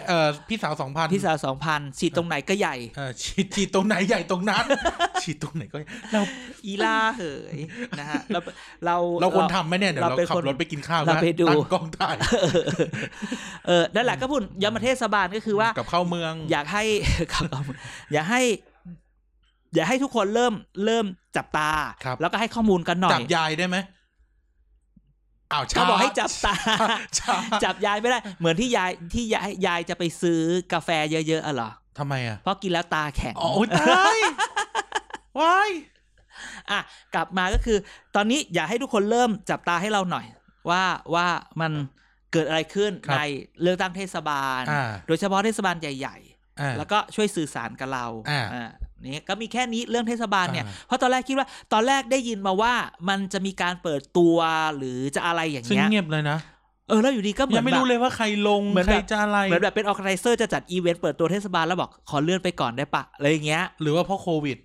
Speaker 2: เอ่อพี่สาวสองพัน
Speaker 1: พี่สาวสองพันฉีดตรงไหนก็ใหญ่
Speaker 2: เออฉีดฉีดตรงไหนใหญ่ตรง นั้น ฉีดตรงไหนก็เรา
Speaker 1: อีล่าเหยนะฮะเราเรา
Speaker 2: เราควรทำไหมเนี่ย เดี๋ยวเรา
Speaker 1: เราเป็น
Speaker 2: ขับ
Speaker 1: คน
Speaker 2: รถไปกินข้าว
Speaker 1: เรา
Speaker 2: นะ
Speaker 1: ไปดู
Speaker 2: ตั้งกล้องถ่าย
Speaker 1: เออเออนั่นแหละก็พูดย้ำมาเทศบาลก็คือว่า
Speaker 2: กับเข้าเมือง
Speaker 1: อยากให้ ครับผมอยากให้ อย่าให้ทุกคนเริ่มเริ่มจับตา
Speaker 2: ครับ
Speaker 1: แล้วก็ให้ข้อมูลกันหน่
Speaker 2: จั
Speaker 1: อย
Speaker 2: บยายได้ไหมอ้าวชา
Speaker 1: ก็บอกให้จับ ตา
Speaker 2: ชา
Speaker 1: จับยายไม่ได้ เหมือนที่ยายที่ยายยายจะไปซื้อกาแฟเยอะๆอะเหรอ
Speaker 2: ทำไมอ่ะ
Speaker 1: เพราะกินแล้วตาแข็ง
Speaker 2: อ๋อโอ๊ยตายวาย
Speaker 1: อ่ะกลับมาก็คือ ตอนนี้อยากให้ทุกคนเริ่มจับตาให้เราหน่อย ว่าว่ามันเกิดอะไรขึ้นในเลือกตั้งเทศบาล
Speaker 2: อ่า
Speaker 1: โดยเฉพาะเทศบาลใหญ่
Speaker 2: อ่า
Speaker 1: ๆ แล้วก็ช่วยสื่อสารกับเรา
Speaker 2: อ่า
Speaker 1: อ่านี่ก็มีแค่นี้เรื่องเทศบาลเนี่ย
Speaker 2: อ่า
Speaker 1: เพราะตอนแรกคิดว่าตอนแรกได้ยินมาว่ามันจะมีการเปิดตัวหรือจะอะไรอย่าง
Speaker 2: ซึ่ง
Speaker 1: เงี้ย
Speaker 2: เงียบเลยนะ
Speaker 1: เออแล้วอยู่ดีก็เหมื
Speaker 2: ยั
Speaker 1: อง น
Speaker 2: ไม่
Speaker 1: แบบ
Speaker 2: รู้เลยว่าใครลง
Speaker 1: เหมือน
Speaker 2: ใคร
Speaker 1: แบบ
Speaker 2: จะอะไร
Speaker 1: เหมือนแบบเป็นออร์แกไนเซอร์จะจัดอีเวนต์เปิดตัวเทศบาลแล้วบอกขอเลื่อนไปก่อนได้ปะอะไรอย่างเงี้ย
Speaker 2: หรือว่าเพราะโควิด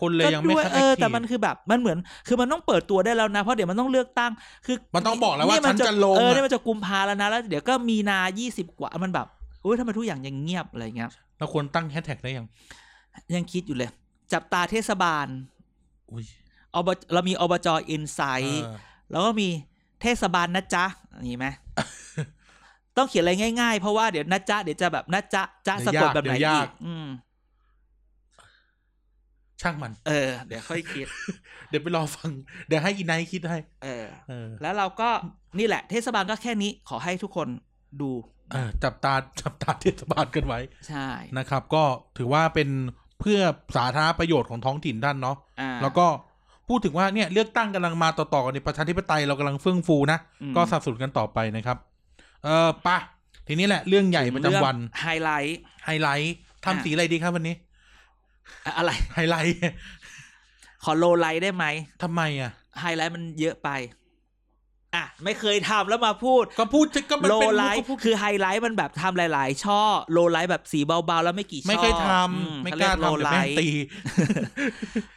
Speaker 2: คนเลยยังไม่
Speaker 1: ก็ด้ว
Speaker 2: ค่อย
Speaker 1: เออแต่มัน
Speaker 2: ที
Speaker 1: คือแบบมันเหมือน คือมันต้องเปิดตัวได้แล้วนะเพราะเดี๋ยวมันต้องเลือกตั้ง คือ
Speaker 2: มันต้องบอกแล้วว่า
Speaker 1: เยมั
Speaker 2: ฉันจะลง
Speaker 1: เออ
Speaker 2: อะ
Speaker 1: เนี่ยมันจะกุมภาแล้วนะแล้ว เดี๋ยวก็มีนายี่สิบกว่ามันแบบอุ้ยทำไมทุกอย่างยังเงียบอะไรเงี้ย
Speaker 2: เราควรตั้งแฮชแท็กได้ยัง
Speaker 1: ยังคิดอยู่เลย จับตาเทศบาล
Speaker 2: อุ้ย
Speaker 1: อบเรามีอบจอินไซต์
Speaker 2: เออ
Speaker 1: แล้วก็มีเทศบาลนะจ๊ะนี่ ไหม ต้องเขียนอะไรง่ายๆ เพราะว่าเดี๋ยวนะจ๊ะเดี๋ยวจะแบบนะจ๊ะจ๊ะสะกดแบบไหนอีกอืม
Speaker 2: ช่างมัน
Speaker 1: เออ เดี๋ยวค่อยคิด
Speaker 2: เดี๋ยวไปรอฟัง เดี๋ยวให้อีไนท์คิดให้
Speaker 1: เออ
Speaker 2: เออ
Speaker 1: แล้วเราก็นี่แหละ เทศบาลก็แค่นี้ขอให้ทุกคนดู
Speaker 2: เออ จับตา จับตาเทศบาลกันไว้
Speaker 1: ใช่
Speaker 2: นะครับ ก็ถือว่าเป็นเพื่อสาธารณประโยชน์ของท้องถิ่นท่านเนาะ
Speaker 1: อ่า
Speaker 2: แล้วก็พูดถึงว่าเนี่ยเลือกตั้งกำลังมาต่อๆกันในประชาธิปไตยเรากำลังเฟื่องฟูนะ
Speaker 1: อืม
Speaker 2: ก็สนับสนุนกันต่อไปนะครับ เออไปะทีนี้แหละเรื่องใหญ่ประจำวัน
Speaker 1: เรื่องไฮไลท์
Speaker 2: ไฮไลท์ทำ
Speaker 1: อ่ะ
Speaker 2: สีอะไรดีครับวันนี้
Speaker 1: อะอะไร
Speaker 2: ไฮไลท์
Speaker 1: ขอโลไลท์ได้ไหม
Speaker 2: ทำไมอ่ะ
Speaker 1: ไฮไลท์มันเยอะไป อ่ะ ไม่เคยทำแล้วมาพูด
Speaker 2: ก็พูดก็มัน
Speaker 1: โล
Speaker 2: เป็น
Speaker 1: ไล
Speaker 2: มุก
Speaker 1: ท์
Speaker 2: ก็พูด
Speaker 1: คือไฮไลท์มันแบบทำหลาย ๆ ช่อ โลไลท์แบบสีเบา ๆ แล้วไม่กี่ช่อ
Speaker 2: ไม่เคยท
Speaker 1: อื
Speaker 2: ำไม่
Speaker 1: เข
Speaker 2: ก
Speaker 1: เรีย
Speaker 2: ล้าทำ
Speaker 1: โล
Speaker 2: เดี๋ย
Speaker 1: ไล
Speaker 2: วแม่ง
Speaker 1: ท์
Speaker 2: ตี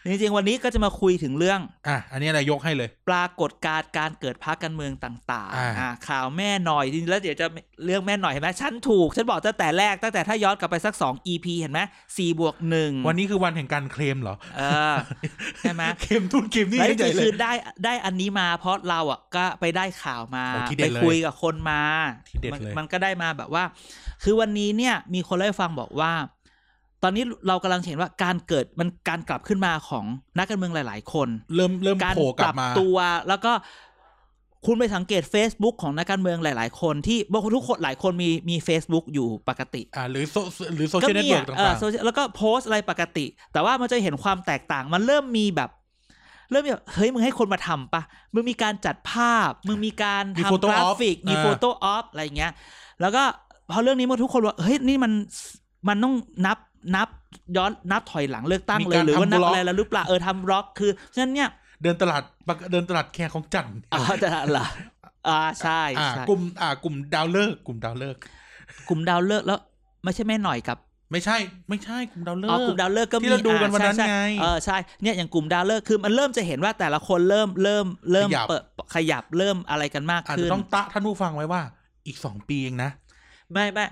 Speaker 1: จริง ๆ วันนี้ก็จะมาคุยถึงเรื่อง
Speaker 2: อ่ะ อันนี้อะไรยกให้เลย
Speaker 1: ปรากฏการณ์การเกิดพรรคการเมืองต่าง
Speaker 2: อ่า
Speaker 1: ๆอ่าข่าวแม่หน่อยจริงๆแล้วเดี๋ยวจะเรื่องแม่หน่อยเห็นไหมฉันถูก ฉันบอกตั้งแต่แรกตั้งแต่ถ้าย้อนกลับไปสักสอง EP เห็นไหมสี่บวกหนึ่ง
Speaker 2: วันนี้คือวันแห่งการเคลมเหรอ
Speaker 1: เออใช่ไหม
Speaker 2: เคลมทุนเคลมนี่
Speaker 1: แล้ว
Speaker 2: ใหญ่เล
Speaker 1: คื
Speaker 2: ย
Speaker 1: อได้ได้อันนี้มา เพราะเราอ่ะก็ไปได้ข่าวมา
Speaker 2: โอ้ที่
Speaker 1: ไป
Speaker 2: เด็ดเลย
Speaker 1: คุยกับคนมา
Speaker 2: ที่เด็ด
Speaker 1: มัน
Speaker 2: เลย
Speaker 1: มันก็ได้มาแบบว่า คือวันนี้เนี่ยมีคนเล่าให้ฟังบอกว่า ตอนนี้เรากำลังเห็นว่าการเกิดมันการกลับขึ้นมาของนักการเมืองหลาย ๆ คน
Speaker 2: เริ่มเริ่ม
Speaker 1: การ
Speaker 2: โผล่ก
Speaker 1: ป
Speaker 2: ลั
Speaker 1: รั
Speaker 2: บบ มา
Speaker 1: ตัวแล้วก็คุณไปสังเกต Facebook ของนักการเมืองหลาย ๆ คนที่บางคนทุกคนหลายคนมีมี Facebook อยู่ปกติ
Speaker 2: อ่าหรือโซหรือโซเชี
Speaker 1: ก็
Speaker 2: ยลเน็ต
Speaker 1: มี
Speaker 2: เวิร์
Speaker 1: อ่ะ
Speaker 2: กต่า
Speaker 1: เออง โซเชียลแล้วก็โพสต์อะไรปกติ แต่ว่ามันจะเห็นความแตกต่าง มันเริ่มมีแบบ เริ่มมีแบบเฮ้ยมึงให้คนมาทำปะมึงมีการจัดภาพ มึงมีการ
Speaker 2: ๆ มีโฟ
Speaker 1: ทำ
Speaker 2: โต้
Speaker 1: กรา
Speaker 2: ออฟ
Speaker 1: ฟิก มีโฟโต้ออฟอะไรอย่างเงี้ย แล้วก็พอเรื่องนี้มาทุกคนว่าเฮ้ยนี่มันมันต้องนับนับย้อนนับถอยหลังเลือกตั้งเลยหรือว่านับอะไรแล้วหรือเปล่าเออทำบล็อกคือฉะนั้นเนี่ย
Speaker 2: เดินตลาดปกเดินตลาดแคร์ของจันทร์
Speaker 1: อ๋อแต่ละเหรออ่าใช่
Speaker 2: อ่า
Speaker 1: ใช่
Speaker 2: กลุ่มอ่ากลุ่มดาวเลิกษ์กลุ่มดาวเลิกษ์
Speaker 1: กลุ่มดาวเลิกษ์แล้วไม่ใช่แม่หน่อยกับ
Speaker 2: ไม่ใช่ ไม่ใช่กลุ่มดาวเลิก
Speaker 1: อ๋อ
Speaker 2: ษ์
Speaker 1: กลุ่มดาวเลิกษ์ก็มี
Speaker 2: ที่เราดูกัน
Speaker 1: อ่
Speaker 2: วันนั้น
Speaker 1: ใช่ใช่
Speaker 2: ไง
Speaker 1: เออใช่เนี่ยอย่างกลุ่มดาวเลิกษ์คือมันเริ่มจะเห็นว่าแต่ละคนเริ่มเริ่มเริ่ม
Speaker 2: ขยับ
Speaker 1: เปิดขยับเริ่มอะไรกันมาก
Speaker 2: อาจ
Speaker 1: ขึ้
Speaker 2: จะ
Speaker 1: น
Speaker 2: ต้องตะท่านผู้ฟังไว้ว่า อีกสองปีเองนะ
Speaker 1: ไม่ไม่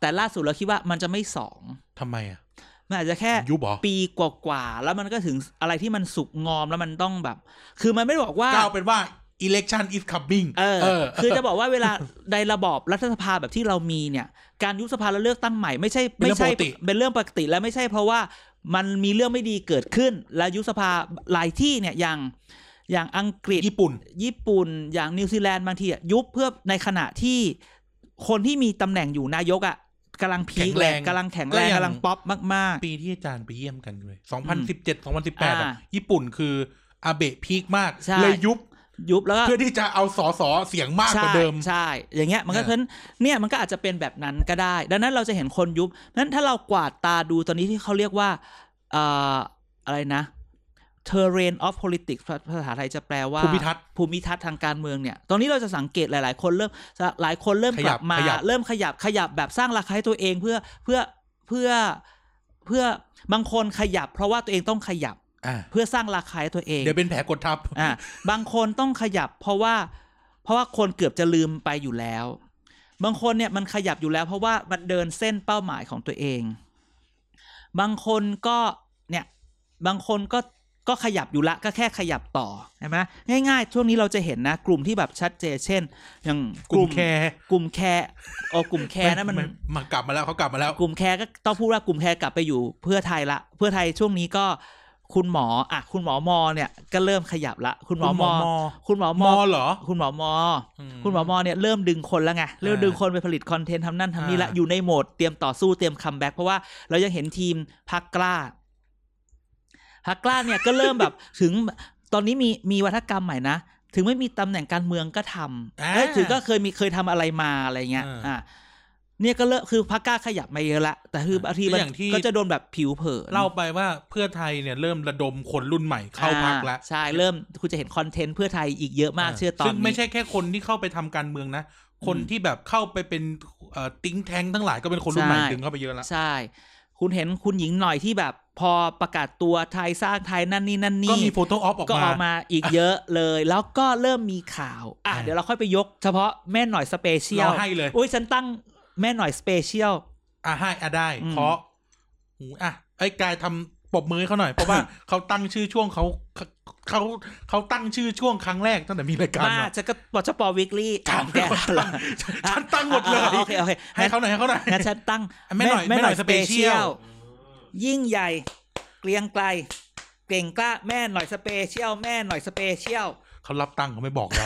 Speaker 1: แต่ล่าสุดเราคิดว่ามันจะไม่สอง
Speaker 2: ทำไมอ่ะ
Speaker 1: มันอาจจะแค่
Speaker 2: ยุบเหรอ
Speaker 1: ปีกว่าๆแล้วมันก็ถึงอะไรที่มันสุกงอมแล้วมันต้องแบบ คือมันไม่ได้บอกว่า
Speaker 2: ก้าวเป็นว่า election is coming
Speaker 1: เออ คือจะบอกว่าเวลา ในระบอบรัฐสภาแบบที่เรามีเนี่ย การยุบสภาแล้วเลือกตั้งใหม่ไม่ใช่
Speaker 2: เป็น
Speaker 1: ไม่
Speaker 2: เรื่อง
Speaker 1: ใช่
Speaker 2: ปกติ
Speaker 1: เป็นเรื่องปกติและไม่ใช่เพราะว่ามันมีเรื่องไม่ดีเกิดขึ้น และยุบสภาหลายที่เนี่ยอย่างอย่างอังกฤษ
Speaker 2: ญี่ปุ่น
Speaker 1: ญี่ปุ่น อย่างนิวซีแลนด์บางทีอะยุบเพื่อในขณะที่คนที่มีตำแหน่งอยู่นายกอ่ะกำลังพี
Speaker 2: แข็
Speaker 1: ค
Speaker 2: งแรง
Speaker 1: เลยกำลังแข็ง
Speaker 2: ก็
Speaker 1: แรง
Speaker 2: อย่าง
Speaker 1: กำลังป๊อปมาก
Speaker 2: ปีที่อาจารย์ไปเยี่ยมกันเลย2017
Speaker 1: อ่
Speaker 2: 2018อะ
Speaker 1: า
Speaker 2: ญี่ปุ่นคืออาเบะพีคมาก
Speaker 1: ใช่
Speaker 2: เลยยุบ
Speaker 1: ๆ ยุบแล้วก็
Speaker 2: เพื่อที่จะเอาสอสอเสียงมากกว่าเดิม
Speaker 1: ใช่ อย่างเงี้ยมันก็
Speaker 2: เออ
Speaker 1: เพราะฉะนั้นเนี่ยมันก็อาจจะเป็นแบบนั้นก็ได้ ดังนั้นเราจะเห็นคนยุบนั้นถ้าเรากวาดตาดูตอนนี้ที่เขาเรียกว่าเอ่ออะไรนะ terrain of politics ภาภาษาไทยจะแปลว่า
Speaker 2: ภูมิทัศน์
Speaker 1: ภูมิทัศน์ทางการเมืองเนี่ย ตอนนี้เราจะสังเกตหลาย ๆ คนเริ่ม หลายคนเริ่ม
Speaker 2: ข
Speaker 1: ก
Speaker 2: ยั
Speaker 1: ลั
Speaker 2: บบ
Speaker 1: มา
Speaker 2: ขยับ
Speaker 1: เริ่มขยับขยับแบบสร้างราคาให้ตัวเองเพื่อเพื่อเพื่อเพื่อบางคนขยับ เพราะว่าตัวเองต้องขยับ
Speaker 2: อ่ะ
Speaker 1: เพื่อสร้างราคาให้ตัวเอง
Speaker 2: เดี๋ยวเป็นแผลกดทับ
Speaker 1: อ่ะบางคนต้องขยับเพราะว่า เพราะว่าคนเกือบจะลืมไปอยู่แล้ว บางคนเนี่ยมันขยับอยู่แล้ว เพราะว่ามันเดินเส้นเป้าหมายของตัวเอง บางคนก็เนี่ย บางคนก็ ก็ขยับอยู่ละก็แค่ขยับต่อใช่ไหมง่ายๆ ช่วงนี้เราจะเห็นนะ กลุ่มที่แบบชัดเจนเช่น อย่าง
Speaker 2: กลุ่มแคร์
Speaker 1: กลุ่มแคร์โอ้กลุ่มแคร์นั่นมัน
Speaker 2: ไไมันกลับมาแล้วเขากลับมาแล้ว
Speaker 1: กลุ่มแคร์ก็ต้องพูดว่ากลุ่มแคร์กลับไปอยู่เพื่อไทยละ เพื่อไทยช่วงนี้ก็คุณหมออ่ะคุณหมอมอเนี่ยก็เริ่มขยับละ คุณหมอมอ คุณหมอ
Speaker 2: ม
Speaker 1: มอ
Speaker 2: อเหรอ
Speaker 1: คุณหมอมอ
Speaker 2: ม
Speaker 1: คุณหมอมอเนี่ยเริ่มดึงคนแล้วไงเริ่มดึงคนไปผลิตคอนเทนต์ทำนั่นทำนี่ละ
Speaker 2: อ่า
Speaker 1: อยู่ในโหมดเตรียมต่อสู้เตรียมคัมแบ็กเพราะว่าเรายังเห็นทีมพักกล้าพักกล้าเนี่ยก็เริ่มแบบ ถึงตอนนี้มีมีวัฒกรรมใหม่นะ ถึงไม่มีตำแหน่งการเมืองก็ท
Speaker 2: อ่า
Speaker 1: ำเอ้ยถึงก็เคยมีเคยทำอะไรมาอะไรเงี้ย
Speaker 2: อ่า
Speaker 1: อ่าเนี่ยก็เลิกคือพักกล้าขยับมาเยอะละแต่คือบางที
Speaker 2: ก็
Speaker 1: มัน
Speaker 2: อย่างที่
Speaker 1: ก็จะโดนแบบผิวเผิน
Speaker 2: เล่าไปว่าเพื่อไทยเนี่ยเริ่มระดมคนรุ่นใหม่เข้าพักแล้ว
Speaker 1: อ่าใช่เริ่มคุณจะเห็นคอนเทนต์เพื่อไทยอีกเยอะมากเชื่อตอน
Speaker 2: ซึ่ง
Speaker 1: นี้
Speaker 2: ไม่ใช่แค่คนที่เข้าไปทำการเมืองนะ คน
Speaker 1: อืม
Speaker 2: ที่แบบเข้าไปเป็นติ้งแทงทั้งหลายก็เป็นคนรุ่นใหม่
Speaker 1: ใช่
Speaker 2: ดึงเข้าไปเยอะแล้ว
Speaker 1: ใช่ คุณเห็นคุณหญิงหน่อยที่แบบพอประกาศตัวไทยสร้างไทยนั่นนี่นั่น
Speaker 2: ก็
Speaker 1: นี่
Speaker 2: มีโฟโต้ออฟออก
Speaker 1: ก็
Speaker 2: มา
Speaker 1: ออกมาอีกเยอะเลย แล้วก็เริ่มมีข่าว อ่ะ
Speaker 2: อ่า
Speaker 1: เดี๋ยวเราค่อยไปยกเฉพาะแม่หน่อยสเปเชียล
Speaker 2: เราให้เลย
Speaker 1: อุ้ยฉันตั้งแม่หน่อยสเปเชียล
Speaker 2: อ่ะให้อ่ะได้
Speaker 1: อืม
Speaker 2: เคาะหูอ่ะไอ้กายทำปรบมือให้เขาหน่อย เพราะว่า เขาตั้งชื่อช่วงเขาเขาเขาเขาตั้งชื่อช่วงครั้งแรกตั้งแต่มีรายการ
Speaker 1: มา
Speaker 2: มา
Speaker 1: จะก็ปจปวิกลี่
Speaker 2: ฉัน
Speaker 1: แกละ
Speaker 2: ฉันตั้งหมดเลย
Speaker 1: อ่ะอ่ะโอเคโอเค
Speaker 2: ให้เขาหน่อยให้เขาหน่อย
Speaker 1: งั้นฉันตั้ง
Speaker 2: แม่หน่อยแม่หน่อย special
Speaker 1: ยิ่งใหญ่เกรียงไกล เก่งกล้าแม่หน่อยสเปเชียลแม่หน่อยสเปเชียล
Speaker 2: เขารับตังค์เขาไม่บอกเรา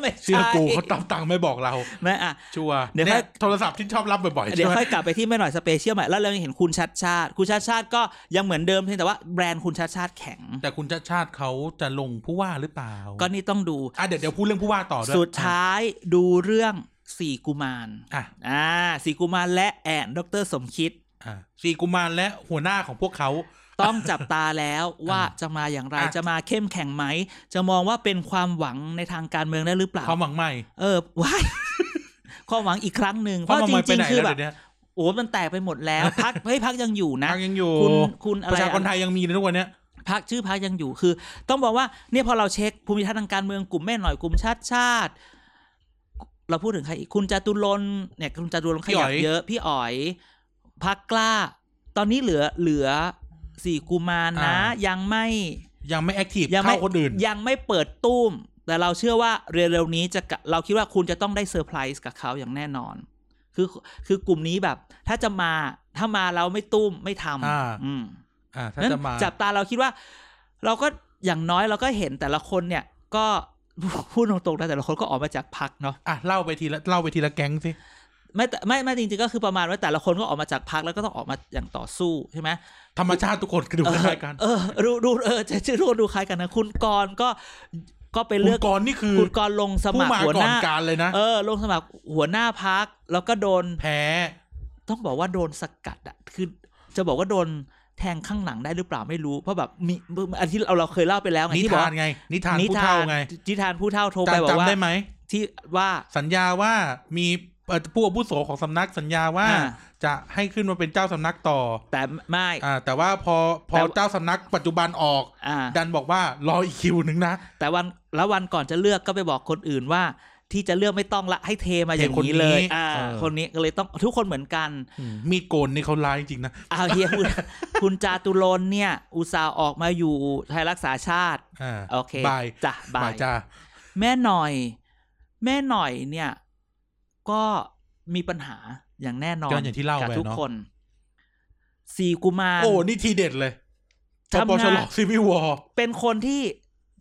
Speaker 1: ไม่ใช่
Speaker 2: เชื่อกูเขารับตังค์ไม่บอกเรา
Speaker 1: แม่อ่ะ
Speaker 2: ชัวร์
Speaker 1: เดี๋ยว
Speaker 2: เนี่
Speaker 1: ให้
Speaker 2: ยโทรศัพท์ที่ชอบรับบ่อยๆ
Speaker 1: เดี๋ยว
Speaker 2: ใช่ไหม
Speaker 1: ค่อยกลับไปที่แม่หน่อยสเปเชียลใหม่แล้วเรายังเห็นคุณชัดชาติ คุณชัดชาติก็ยังเหมือนเดิมเพียงแต่ว่าแบรนด์คุณชัดชาติแข็ง
Speaker 2: แต่คุณชาติชาติเขาจะลงผู้ว่าหรือเปล่า
Speaker 1: ก็นี่ต้องดู
Speaker 2: อ่ะเดี๋ยวเดี๋ยวพูดเรื่องผู้ว่าต่อด้วย
Speaker 1: สุดท้ายดูเรื่องสี่กุมาร
Speaker 2: อ่ะ
Speaker 1: อ่าสี่กุมารและแอนดรสมคิด
Speaker 2: อ่ะสีกุมารและหัวหน้าของพวกเขา
Speaker 1: ต้องจับตาแล้วว่าจะมาอย่างไร
Speaker 2: อ่ะ
Speaker 1: จะมาเข้มแข็งไหม จะมองว่าเป็นความหวังในทางการเมืองได้หรือเปล่า
Speaker 2: ความหวังใหม่
Speaker 1: เออว้าย ความหวังอีกครั้งหนึ่ง
Speaker 2: ค
Speaker 1: เพ
Speaker 2: วาม
Speaker 1: ราะ
Speaker 2: หวัง
Speaker 1: จ
Speaker 2: ใหม่ไป
Speaker 1: ริง
Speaker 2: ไหน
Speaker 1: ๆ คือ
Speaker 2: แล้ว
Speaker 1: แบบ
Speaker 2: เดี๋ยวเนี้ย
Speaker 1: โอ้มันแตกไปหมดแล้วพักเฮ้ยพักยังอยู่นะ
Speaker 2: ทางยังอยู่
Speaker 1: คุณคุณอะ
Speaker 2: ป
Speaker 1: ไร
Speaker 2: ระชา
Speaker 1: อะ
Speaker 2: คนไทยยังมีในทุกวันเนี้ย
Speaker 1: พักชื่อพักยังอยู่คือ ต้องบอกว่าเนี่ยพอเราเช็คภูมิทัศน์ทางการเมืองกลุ่มแม่หน่อยกลุ่มชาติชาติ เราพูดถึงใครอีกคุณจตุรนต์เนี่ยคุณจตุรนต์ขยับ
Speaker 2: พี่อ๋อย
Speaker 1: เยอะพี่อ๋อยพักกล้า ตอนนี้เหลือเหลือสี่กุมารนะ ยังไม่
Speaker 2: ยังไม่แอคทีฟ
Speaker 1: ยังไม่
Speaker 2: เท่าคนอื่น
Speaker 1: ยังไม่เปิดตู้ม แต่เราเชื่อว่าเร็วๆนี้จะกะเราคิดว่าคุณจะต้องได้เซอร์ไพรส์กับเขาอย่างแน่นอน คือคือกลุ่มนี้แบบ ถ้าจะมาถ้ามาเราไม่ตุ้มไม่ท
Speaker 2: อ่า
Speaker 1: ำอืม
Speaker 2: อ่าถ้า
Speaker 1: นั้น
Speaker 2: จะมา
Speaker 1: จับตาเราคิดว่า เราก็อย่างน้อยเราก็เห็นแต่ละคนเนี่ย ก็ พูดตรงๆนะแต่ละคนก็ออกมาจากพักเนาะ
Speaker 2: อ่ะเล่าไปทีละเล่าไปทีละแก๊งสิ
Speaker 1: ไม่แต่ไม่ไม่จริงๆก็คือประมาณว่าแต่ละคนก็ออกมาจากพักแล้วก็ต้องออกมาอย่างต่อสู้ใช่ไหม
Speaker 2: ธรรมชาติทุกคนกระดูก
Speaker 1: เอ
Speaker 2: ค
Speaker 1: อ
Speaker 2: ล้ายกัน
Speaker 1: เออดูดูเออจะชื่อรู้ดูคล้ายกันนะคุณกรณ์ก็ก็ไป
Speaker 2: คุ
Speaker 1: เลื
Speaker 2: ณ
Speaker 1: อก
Speaker 2: กรณ์นี่คือ
Speaker 1: คุณกรณ์ลงส
Speaker 2: ผู้
Speaker 1: มัคร
Speaker 2: มา
Speaker 1: หัว
Speaker 2: ก่
Speaker 1: ห
Speaker 2: อน
Speaker 1: น้า
Speaker 2: การเลยนะ
Speaker 1: เออ ลงสมัครหัวหน้าพักแล้วก็โดน
Speaker 2: แพ้
Speaker 1: ต้องบอกว่าโดนสกัดอะคือจะบอกว่าโดนแทงข้างหลังได้หรือเปล่าไม่รู้เพราะแบบมีอันที่เราเราเคยเล่าไปแล้วไง
Speaker 2: นิ
Speaker 1: ที่บอก
Speaker 2: ทาน
Speaker 1: ว่า
Speaker 2: ไง นิทานผู้เฒ่าไง
Speaker 1: นิทานผู้เท่าโทรไปบอ
Speaker 2: จำ
Speaker 1: ก
Speaker 2: จำ
Speaker 1: ว่า
Speaker 2: ได้ไหม
Speaker 1: ที่ว่า
Speaker 2: สัญญาว่ามีเอ่อผู้อาวุโสของสำนักสัญญาว่า
Speaker 1: อ่า
Speaker 2: จะให้ขึ้นมาเป็นเจ้าสำนักต่อ
Speaker 1: แต่ไม่
Speaker 2: อ่าแต่ว่าพอพอ
Speaker 1: แต่
Speaker 2: เจ้าสำนักปัจจุบันออก
Speaker 1: อ่า
Speaker 2: ดันบอกว่ารออีกคิวหนึ่งนะ
Speaker 1: แต่วันแล้ววันก่อนจะเลือกก็ไปบอกคนอื่นว่า ที่จะเลือกไม่ต้องละให้เทมาอย่างนี้เลย
Speaker 2: เทคนนี้
Speaker 1: อ่า
Speaker 2: เออ
Speaker 1: คนนี้ก็เลยต้องทุกคนเหมือนกัน
Speaker 2: มีดโกนนี่เขาร้ายจริงๆนะ
Speaker 1: อ้าวเฮียคุณ คุณจาตุรนต์เนี่ย อุตส่าห์ออกมาอยู่ไทยรักษาชาติ
Speaker 2: อ่า
Speaker 1: โอเค
Speaker 2: บาย
Speaker 1: จ้ะบา
Speaker 2: บาย ยจ้า
Speaker 1: แม่หน่อย แม่หน่อยเนี่ย ก็มีปัญหาอย่างแน่นอน
Speaker 2: ก็อย่างที่เล่า
Speaker 1: กับ
Speaker 2: ไป
Speaker 1: ทุก
Speaker 2: เนอะ
Speaker 1: คนสี่กุมาร
Speaker 2: โอ้ นี่ทีเด็ดเลยป
Speaker 1: ทำงาน
Speaker 2: ปชลอซีวิววอร์
Speaker 1: เป็นคนที่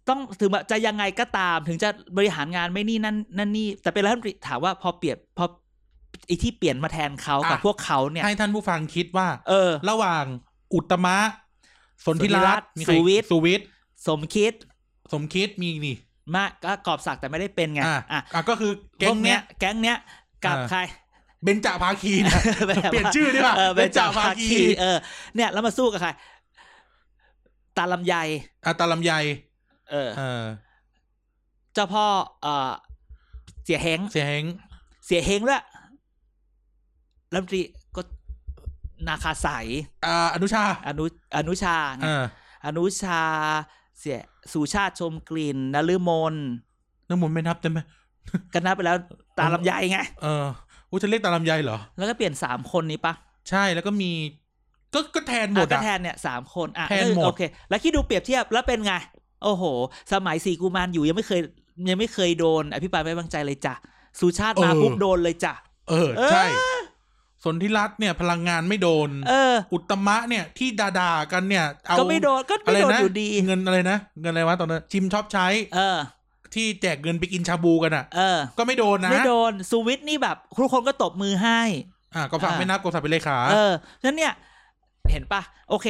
Speaker 1: ต้องถึงแบบจะยังไงก็ตามถึงจะบริหารงานไม่นี่นั่นนั่นนี่ แต่เป็นรัฐมนตรีถามว่าพอเปลี่ยนพอไอที่เปลี่ยนมาแทนเขากับพวกเขาเนี่ย
Speaker 2: ให้ท่านผู้ฟังคิดว่า
Speaker 1: เออ
Speaker 2: ระหว่างอุตมะ สนธิ
Speaker 1: สนธิรั
Speaker 2: รั
Speaker 1: ต
Speaker 2: ต
Speaker 1: น์
Speaker 2: น์มีใครอีก
Speaker 1: สุวิทย์
Speaker 2: สุวิทย์
Speaker 1: สมคิด
Speaker 2: สมคิดมีนี่
Speaker 1: มากก็กอบศักดิ์แต่ไม่ได้เป็นไง
Speaker 2: อ่า
Speaker 1: อ่ะ
Speaker 2: อ่ะก็คือแก๊
Speaker 1: พว
Speaker 2: งเนี้ย
Speaker 1: แก๊งเนี้ยกับ
Speaker 2: อ่า
Speaker 1: ใคร
Speaker 2: เบนจาภาคีเนะ
Speaker 1: แบบว่า
Speaker 2: เปลี่ยนชื่อดีกว่า
Speaker 1: เออเป็นจ่า
Speaker 2: เป็นจ่า
Speaker 1: ภา
Speaker 2: ภาคี
Speaker 1: คีเออ เนี่ยแล้วมาสู้กับใครตาลำไย
Speaker 2: อ่ะตาลำไย
Speaker 1: เออ
Speaker 2: เออ
Speaker 1: เจ้าพ่อเออเสียแหง
Speaker 2: เสียแหง
Speaker 1: เสียเฮงด้วยรัฐมนตรีก็นาคาใสย
Speaker 2: อ่าอนุชา
Speaker 1: อนุอนุชาไง
Speaker 2: เออ
Speaker 1: อนุชา เสียสุชาติชมกลิ่นนฤมล
Speaker 2: น้ำมนต์ไม่นับได้ไหม
Speaker 1: กันนับไปแล้วตาลำไยไง
Speaker 2: เอออู้จะเรียกตาลำไยเหรอ
Speaker 1: แล้วก็เปลี่ยนสามคนนี้ปะ
Speaker 2: ใช่แล้วก็มี ก็ก็แทนหมด
Speaker 1: อ่ะก็
Speaker 2: อะ
Speaker 1: แทนเนี่ยสามคนอ่ะ
Speaker 2: แทนหมด
Speaker 1: โอเค แล้วคิดดูเปรียบเทียบแล้วเป็นไง โอ้โห สมัยสี่กุมารอยู่ยังไม่เคยยังไม่เคยโดน อภิปรายไม่ไว้วางใจเลยจ้ะสุชาติมาปุ๊บโดนเลยจ้ะ
Speaker 2: เออ
Speaker 1: เออ
Speaker 2: ใช่ สนธิรัตน์เนี่ย พลังงานไม่โดน
Speaker 1: เออ
Speaker 2: อุตมะเนี่ย ที่ด่าๆกันเนี่ย เอา
Speaker 1: ก็ไม่โดนก็
Speaker 2: อะ
Speaker 1: ไม่
Speaker 2: ไร
Speaker 1: โดน
Speaker 2: นะ
Speaker 1: อยู่ดี
Speaker 2: เงินอะไรนะ เงินอะไรวะตอนนั้นชิมชอบใช้
Speaker 1: เออ
Speaker 2: ที่แจกเงินไปกินชาบูกันอ่ะ
Speaker 1: เออ
Speaker 2: ก็ไม่โดนนะ
Speaker 1: ไม่โดนสุวิทย์นี่แบบทุกคนก็ตบมือให้
Speaker 2: อ่ะก็ฝาก
Speaker 1: อ่ะ
Speaker 2: ไม่นับก็ฝากเป็นเลขา
Speaker 1: เออฉะนั้นเนี่ย เห็นปะโอเค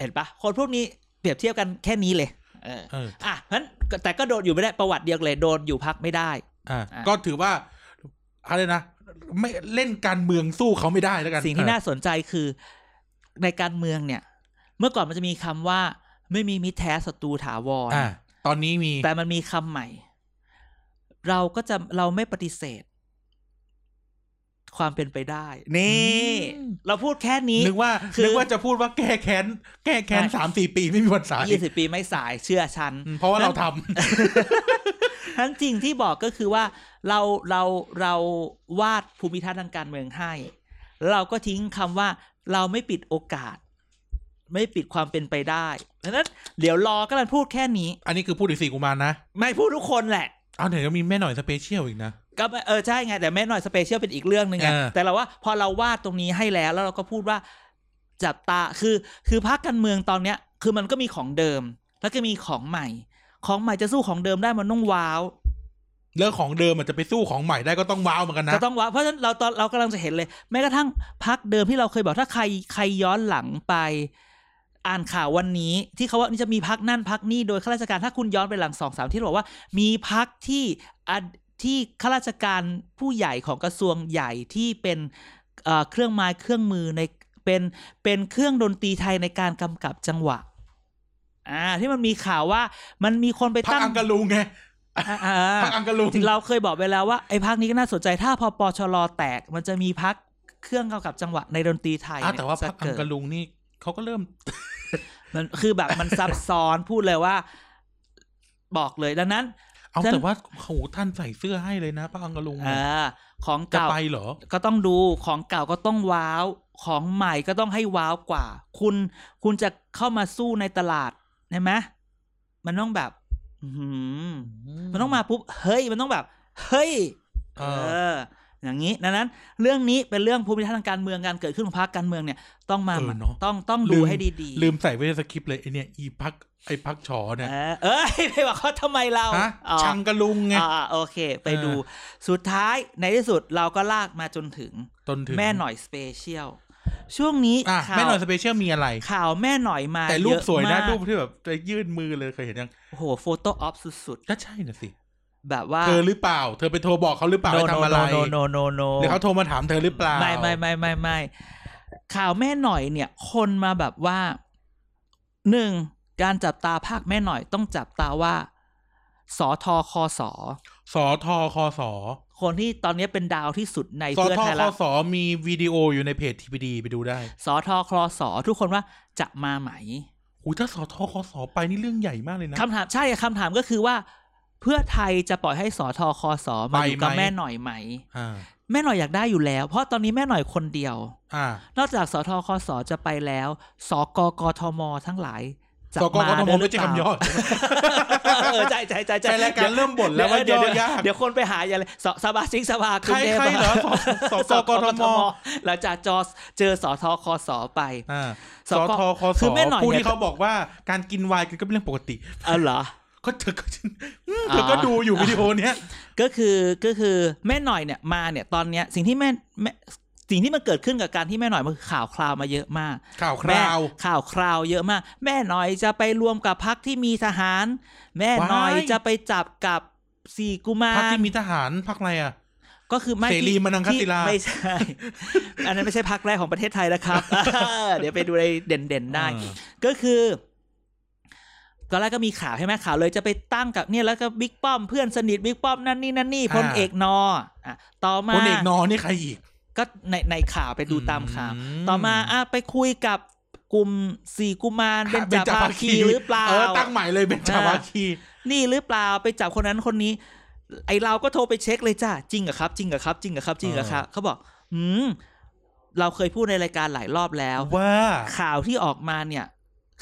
Speaker 1: เห็นปะคนพวกนี้เปรียบเทียบกันแค่นี้เลยเออ
Speaker 2: เออ
Speaker 1: อ่ะเพราะฉะนั้นแต่ก็โดนอยู่ไม่ได้ประวัติเดียวกันเลยโดนอยู่พักไม่ได้
Speaker 2: อ่ะ
Speaker 1: อ่ะ
Speaker 2: ก็ถือว่าอะไรนะไม่เล่นการเมืองสู้เขาไม่ได้แล้วกัน
Speaker 1: สิ่งที่
Speaker 2: เออ
Speaker 1: น่าสนใจคือในการเมืองเนี่ย เมื่อก่อนมันจะมีคำว่าไม่มีมิตรแท้ศัตรูถาวร
Speaker 2: อ่ะตอนนี้มี
Speaker 1: แต่มันมีคำใหม่ เราก็จะเราไม่ปฏิเสธ ความเป็นไปได้ นี่
Speaker 2: อืม
Speaker 1: เราพูดแค่นี้
Speaker 2: นึกว่า
Speaker 1: คือ
Speaker 2: นึกว่าจะพูดว่าแก้แค้นแก้แค้น
Speaker 1: ไม่
Speaker 2: สามสี่ปีไม่มีวันสาย
Speaker 1: ยี่สิบปีไม่สายเชื่อฉัน
Speaker 2: อืมเพราะว่าเราทำ
Speaker 1: ทั้งจริงที่บอกก็คือว่าเราเราเราวาดภูมิทัศน์ทางการเมืองให้ เราก็ทิ้งคำว่าเราไม่ปิดโอกาส ไม่ปิดความเป็นไปได้ดังนั้นเดี๋ยวรอก็ลันพูดแค่นี้
Speaker 2: อันนี้คือพูดถึงสี่กุมารนะ
Speaker 1: ไม่พูดทุกคนแหละ
Speaker 2: เอาเดี๋ยวจะมีแม่หน่อยสเปเชียลอีกนะ
Speaker 1: ก็ไม่เออใช่ไง แต่แม่หน่อยสเปเชียลเป็นอีกเรื่องหนึ่งไง
Speaker 2: เออ
Speaker 1: แต่เราว่าพอเราวาดตรงนี้ให้แล้วแล้วเราก็พูดว่าจับตาคือคือพักการเมืองตอนเนี้ย คือมันก็มีของเดิม แล้วก็มีของใหม่ ของใหม่จะสู้ของเดิมได้มันต้องว้าว
Speaker 2: เลิกของเดิมอาจจะไปสู้ของใหม่ได้ก็ต้องว้าวเหมือนกันนะ
Speaker 1: จะต้องว่าเพราะฉะนั้นเราตอนเรากำลังจะเห็นเลย แม้กระทั่งพักเดิมที่เราเคยบอกถ้าใครใครย้อนหลังไป อ่านข่าววันนี้ ที่เขาว่านี่จะมีพักนั่นพักนี่โดยข้าราชการถ้าคุณย้อนไปหลังสองสามที่เราบอกว่า มีพักที่อ่ะที่ข้าราชการผู้ใหญ่ของกระทรวงใหญ่ที่เป็นเอ่อเครื่องไม้เครื่องมือในเป็นเป็นเครื่องดนตรีไทยในการกำกับจังหวะอ่าที่มันมีข่าวว่ามันมีคนไป
Speaker 2: พัก
Speaker 1: ตั้ง
Speaker 2: อังกะลุงไง
Speaker 1: อ่าอ่า
Speaker 2: พักอังกะ ลุง
Speaker 1: เราเคยบอกไปแล้วว่าไอ้พักนี้ก็น่าสนใจถ้าพอปชรแตก มันจะมีพักเครื่องกำกับจังหวะในดนตรีไทย
Speaker 2: อ่ะแต่ว่า
Speaker 1: จะ
Speaker 2: พักอั
Speaker 1: เกิ
Speaker 2: ง
Speaker 1: ด
Speaker 2: กะลุงนี่เขาก็เริ่ม
Speaker 1: มันคือแบบมันซับซ้อนพูดเลยว่า บอกเลยดังนั้น
Speaker 2: เอา
Speaker 1: ท่าน
Speaker 2: แต่ว่าโอ้โหท่านใส่เสื้อให้เลยนะพักอังกะลุง
Speaker 1: อ่าของ
Speaker 2: จะ
Speaker 1: เก่า
Speaker 2: ไปเหรอ
Speaker 1: ก็ต้องดูของเก่าก็ต้องว้าว ของใหม่ก็ต้องให้ว้าวกว่า คุณคุณจะเข้ามาสู้ในตลาดใช่ไหมมันต้องแบบ อื้อหือ มันต้องมาปุ๊บเฮ้ยมันต้องแบบ เฮ้ย
Speaker 2: เอ
Speaker 1: เออ
Speaker 2: อ
Speaker 1: อย่างนี้ดังนั้น เรื่องนี้เป็นเรื่องภูมิทัศน์ทางการเมืองการเกิดขึ้นของพรรคการเมืองเนี่ยต้องมา
Speaker 2: เออเนอะ
Speaker 1: ต้องต้อง
Speaker 2: ลื
Speaker 1: ดู
Speaker 2: ม
Speaker 1: ให้ดีๆ
Speaker 2: ลืมใส่ไว้ในสคริปต์เลยไอเนี่ยอีพักไอพักชอเนี่ย
Speaker 1: เออเอ้ยไปบอกเขาทำไมเรา
Speaker 2: ฮะ
Speaker 1: อ๋อ
Speaker 2: ชังกะลุงไง
Speaker 1: อ่าโอเค ไปดู
Speaker 2: เอ
Speaker 1: สุดท้ายในที่สุดเราก็ลากมาจนถึง
Speaker 2: จนถึง
Speaker 1: แม่หน่อยสเปเชียลช่วงนี้
Speaker 2: อ่ะ
Speaker 1: ข่าว
Speaker 2: แม่หน่อยสเปเชียลมีอะไร
Speaker 1: ข่าวแม่หน่อยมา
Speaker 2: แต่รูปสวยนะ
Speaker 1: เอมาก
Speaker 2: รูปที่แบบจะยื่นมือเลยเคยเห็นยัง
Speaker 1: โอ้โหโฟโต้ออฟสุด
Speaker 2: ก็ใช่น่ะสิ
Speaker 1: ๆ แบบว่า
Speaker 2: เธอหรือเปล่า เธอไปโทรบอกเขาหรือเปล่าให้ทำอะไร
Speaker 1: โนโนโนโน
Speaker 2: หรือเขาโทรมาถามเธอหรือเปล่า
Speaker 1: ไม่ไม่ไม่ไม่ไม่ข่าวแม่หน่อยเนี่ย คนมาแบบว่าหนึ่งการจับตาภาคแม่หน่อยต้องจับตาว่าสอทอคอสอ
Speaker 2: สอทอคอสอ
Speaker 1: คนที่ตอนนี้เป็นดาวที่สุดใน
Speaker 2: สอ
Speaker 1: เพื่อ
Speaker 2: ทอ
Speaker 1: ไทย
Speaker 2: คอ
Speaker 1: ละ
Speaker 2: สอมีวิดีโออยู่ในเพจทีพีดีไปดูได้
Speaker 1: สอทอคอสอทุกคนว่าจะมาไหม
Speaker 2: หูยถ้าสอทอคอสอไปนี่เรื่องใหญ่มากเลยนะ
Speaker 1: คำถามใช่คำถามก็คือว่า เพื่อไทยจะปล่อยให้สอทอคอสอมาอยู่กับ
Speaker 2: ไปไหม
Speaker 1: แม่หน่อยไหม
Speaker 2: อ่า
Speaker 1: แม่หน่อยอยากได้อยู่แล้ว เพราะตอนนี้แม่หน่อยคนเดียว
Speaker 2: อ่าน
Speaker 1: อกจากสทคสจะไปแล้ว สกกทมทั้งหลายจะ
Speaker 2: สกก
Speaker 1: มา
Speaker 2: ท
Speaker 1: ด้วยห
Speaker 2: ม
Speaker 1: รื
Speaker 2: ไม่
Speaker 1: อ
Speaker 2: ใช่
Speaker 1: เปล่า
Speaker 2: คำย่อ
Speaker 1: เออใช่ใช่ใช่
Speaker 2: ใจรายการเริ่มบ่น
Speaker 1: เดี๋
Speaker 2: แล้
Speaker 1: ยว ว
Speaker 2: ว่า
Speaker 1: เดี๋ยว
Speaker 2: ย่
Speaker 1: เดี๋ยวย
Speaker 2: อาก
Speaker 1: เดี๋ยวคนไปหาอย่าเลยสสบาซิงสภาก
Speaker 2: ใค
Speaker 1: รุ
Speaker 2: รง
Speaker 1: เทพ
Speaker 2: ใครเหรอสอสกทม
Speaker 1: หลังจากจอเจอสทคสไป
Speaker 2: อ่าส
Speaker 1: สก
Speaker 2: อทอคอส
Speaker 1: คือ
Speaker 2: อ
Speaker 1: แม่หน่อย
Speaker 2: ผู้
Speaker 1: เนี่ย
Speaker 2: ที่เขาบอกว่าการกินไวน์กันก็เป็นเรื่องปกติ
Speaker 1: เอาเหรอ
Speaker 2: ก็เธอก็อืมเธอก็ดูอยู่วิดีโอเนี้ย
Speaker 1: ก็คือก็คือแม่หน่อยเนี่ยมาเนี่ยตอนเนี้ยสิ่งที่แม่แม่สิ่งที่มันเกิดขึ้นกับการที่แม่หน่อยมันคือข่าวคราวมาเยอะมาก
Speaker 2: ข่าวคราว
Speaker 1: แม่ข่าวคราวเยอะมาก แม่หน่อยจะไปรวมกับพักที่มีทหาร แม่หน่อย
Speaker 2: ว้าย
Speaker 1: จะไปจับกับสี่กุมาร
Speaker 2: พักที่มีทหารพักอะไรอ่ะ
Speaker 1: ก็คือไม่
Speaker 2: เสรีมนังคศิลา
Speaker 1: ที่ไม่ใช่ อันนั้นไม่ใช่พักแรกของประเทศไทยนะครับ เดี๋ยวไปดูในเด่นๆได้
Speaker 2: อ่า
Speaker 1: ก็คือตอนแรกก็มีข่าวใช่ไหมข่าวเลยจะไปตั้งกับเนี่ยแล้วก็บิ๊กป้อมเพื่อนสนิทบิ๊กป้อมนั่นนี่นั่นนี่พลเอกนออ่ะต่อมา
Speaker 2: คนเอกนอนี่ใครอีก
Speaker 1: ก็ในในข่าวไปดูตามข่าว
Speaker 2: อืม
Speaker 1: ต่อมาอ่ะไปคุยกับกลุ่มสี่กุมารเป็นจับภาคีหรือเปล่า
Speaker 2: เออตั้งใหม่เลยเป็นจาภาคี
Speaker 1: นี่หรือเปล่าไปจับคนนั้นคนนี้ ไอเราก็โทรไปเช็คเลยจ้าจริงเหรอครับ จริงเหรอครับ จริงเหรอครับจริงเหรอครับเขาบอก อืม เราเคยพูดในรายการหลายรอบแล้ว
Speaker 2: ว่า
Speaker 1: ข่าวที่ออกมาเนี่ย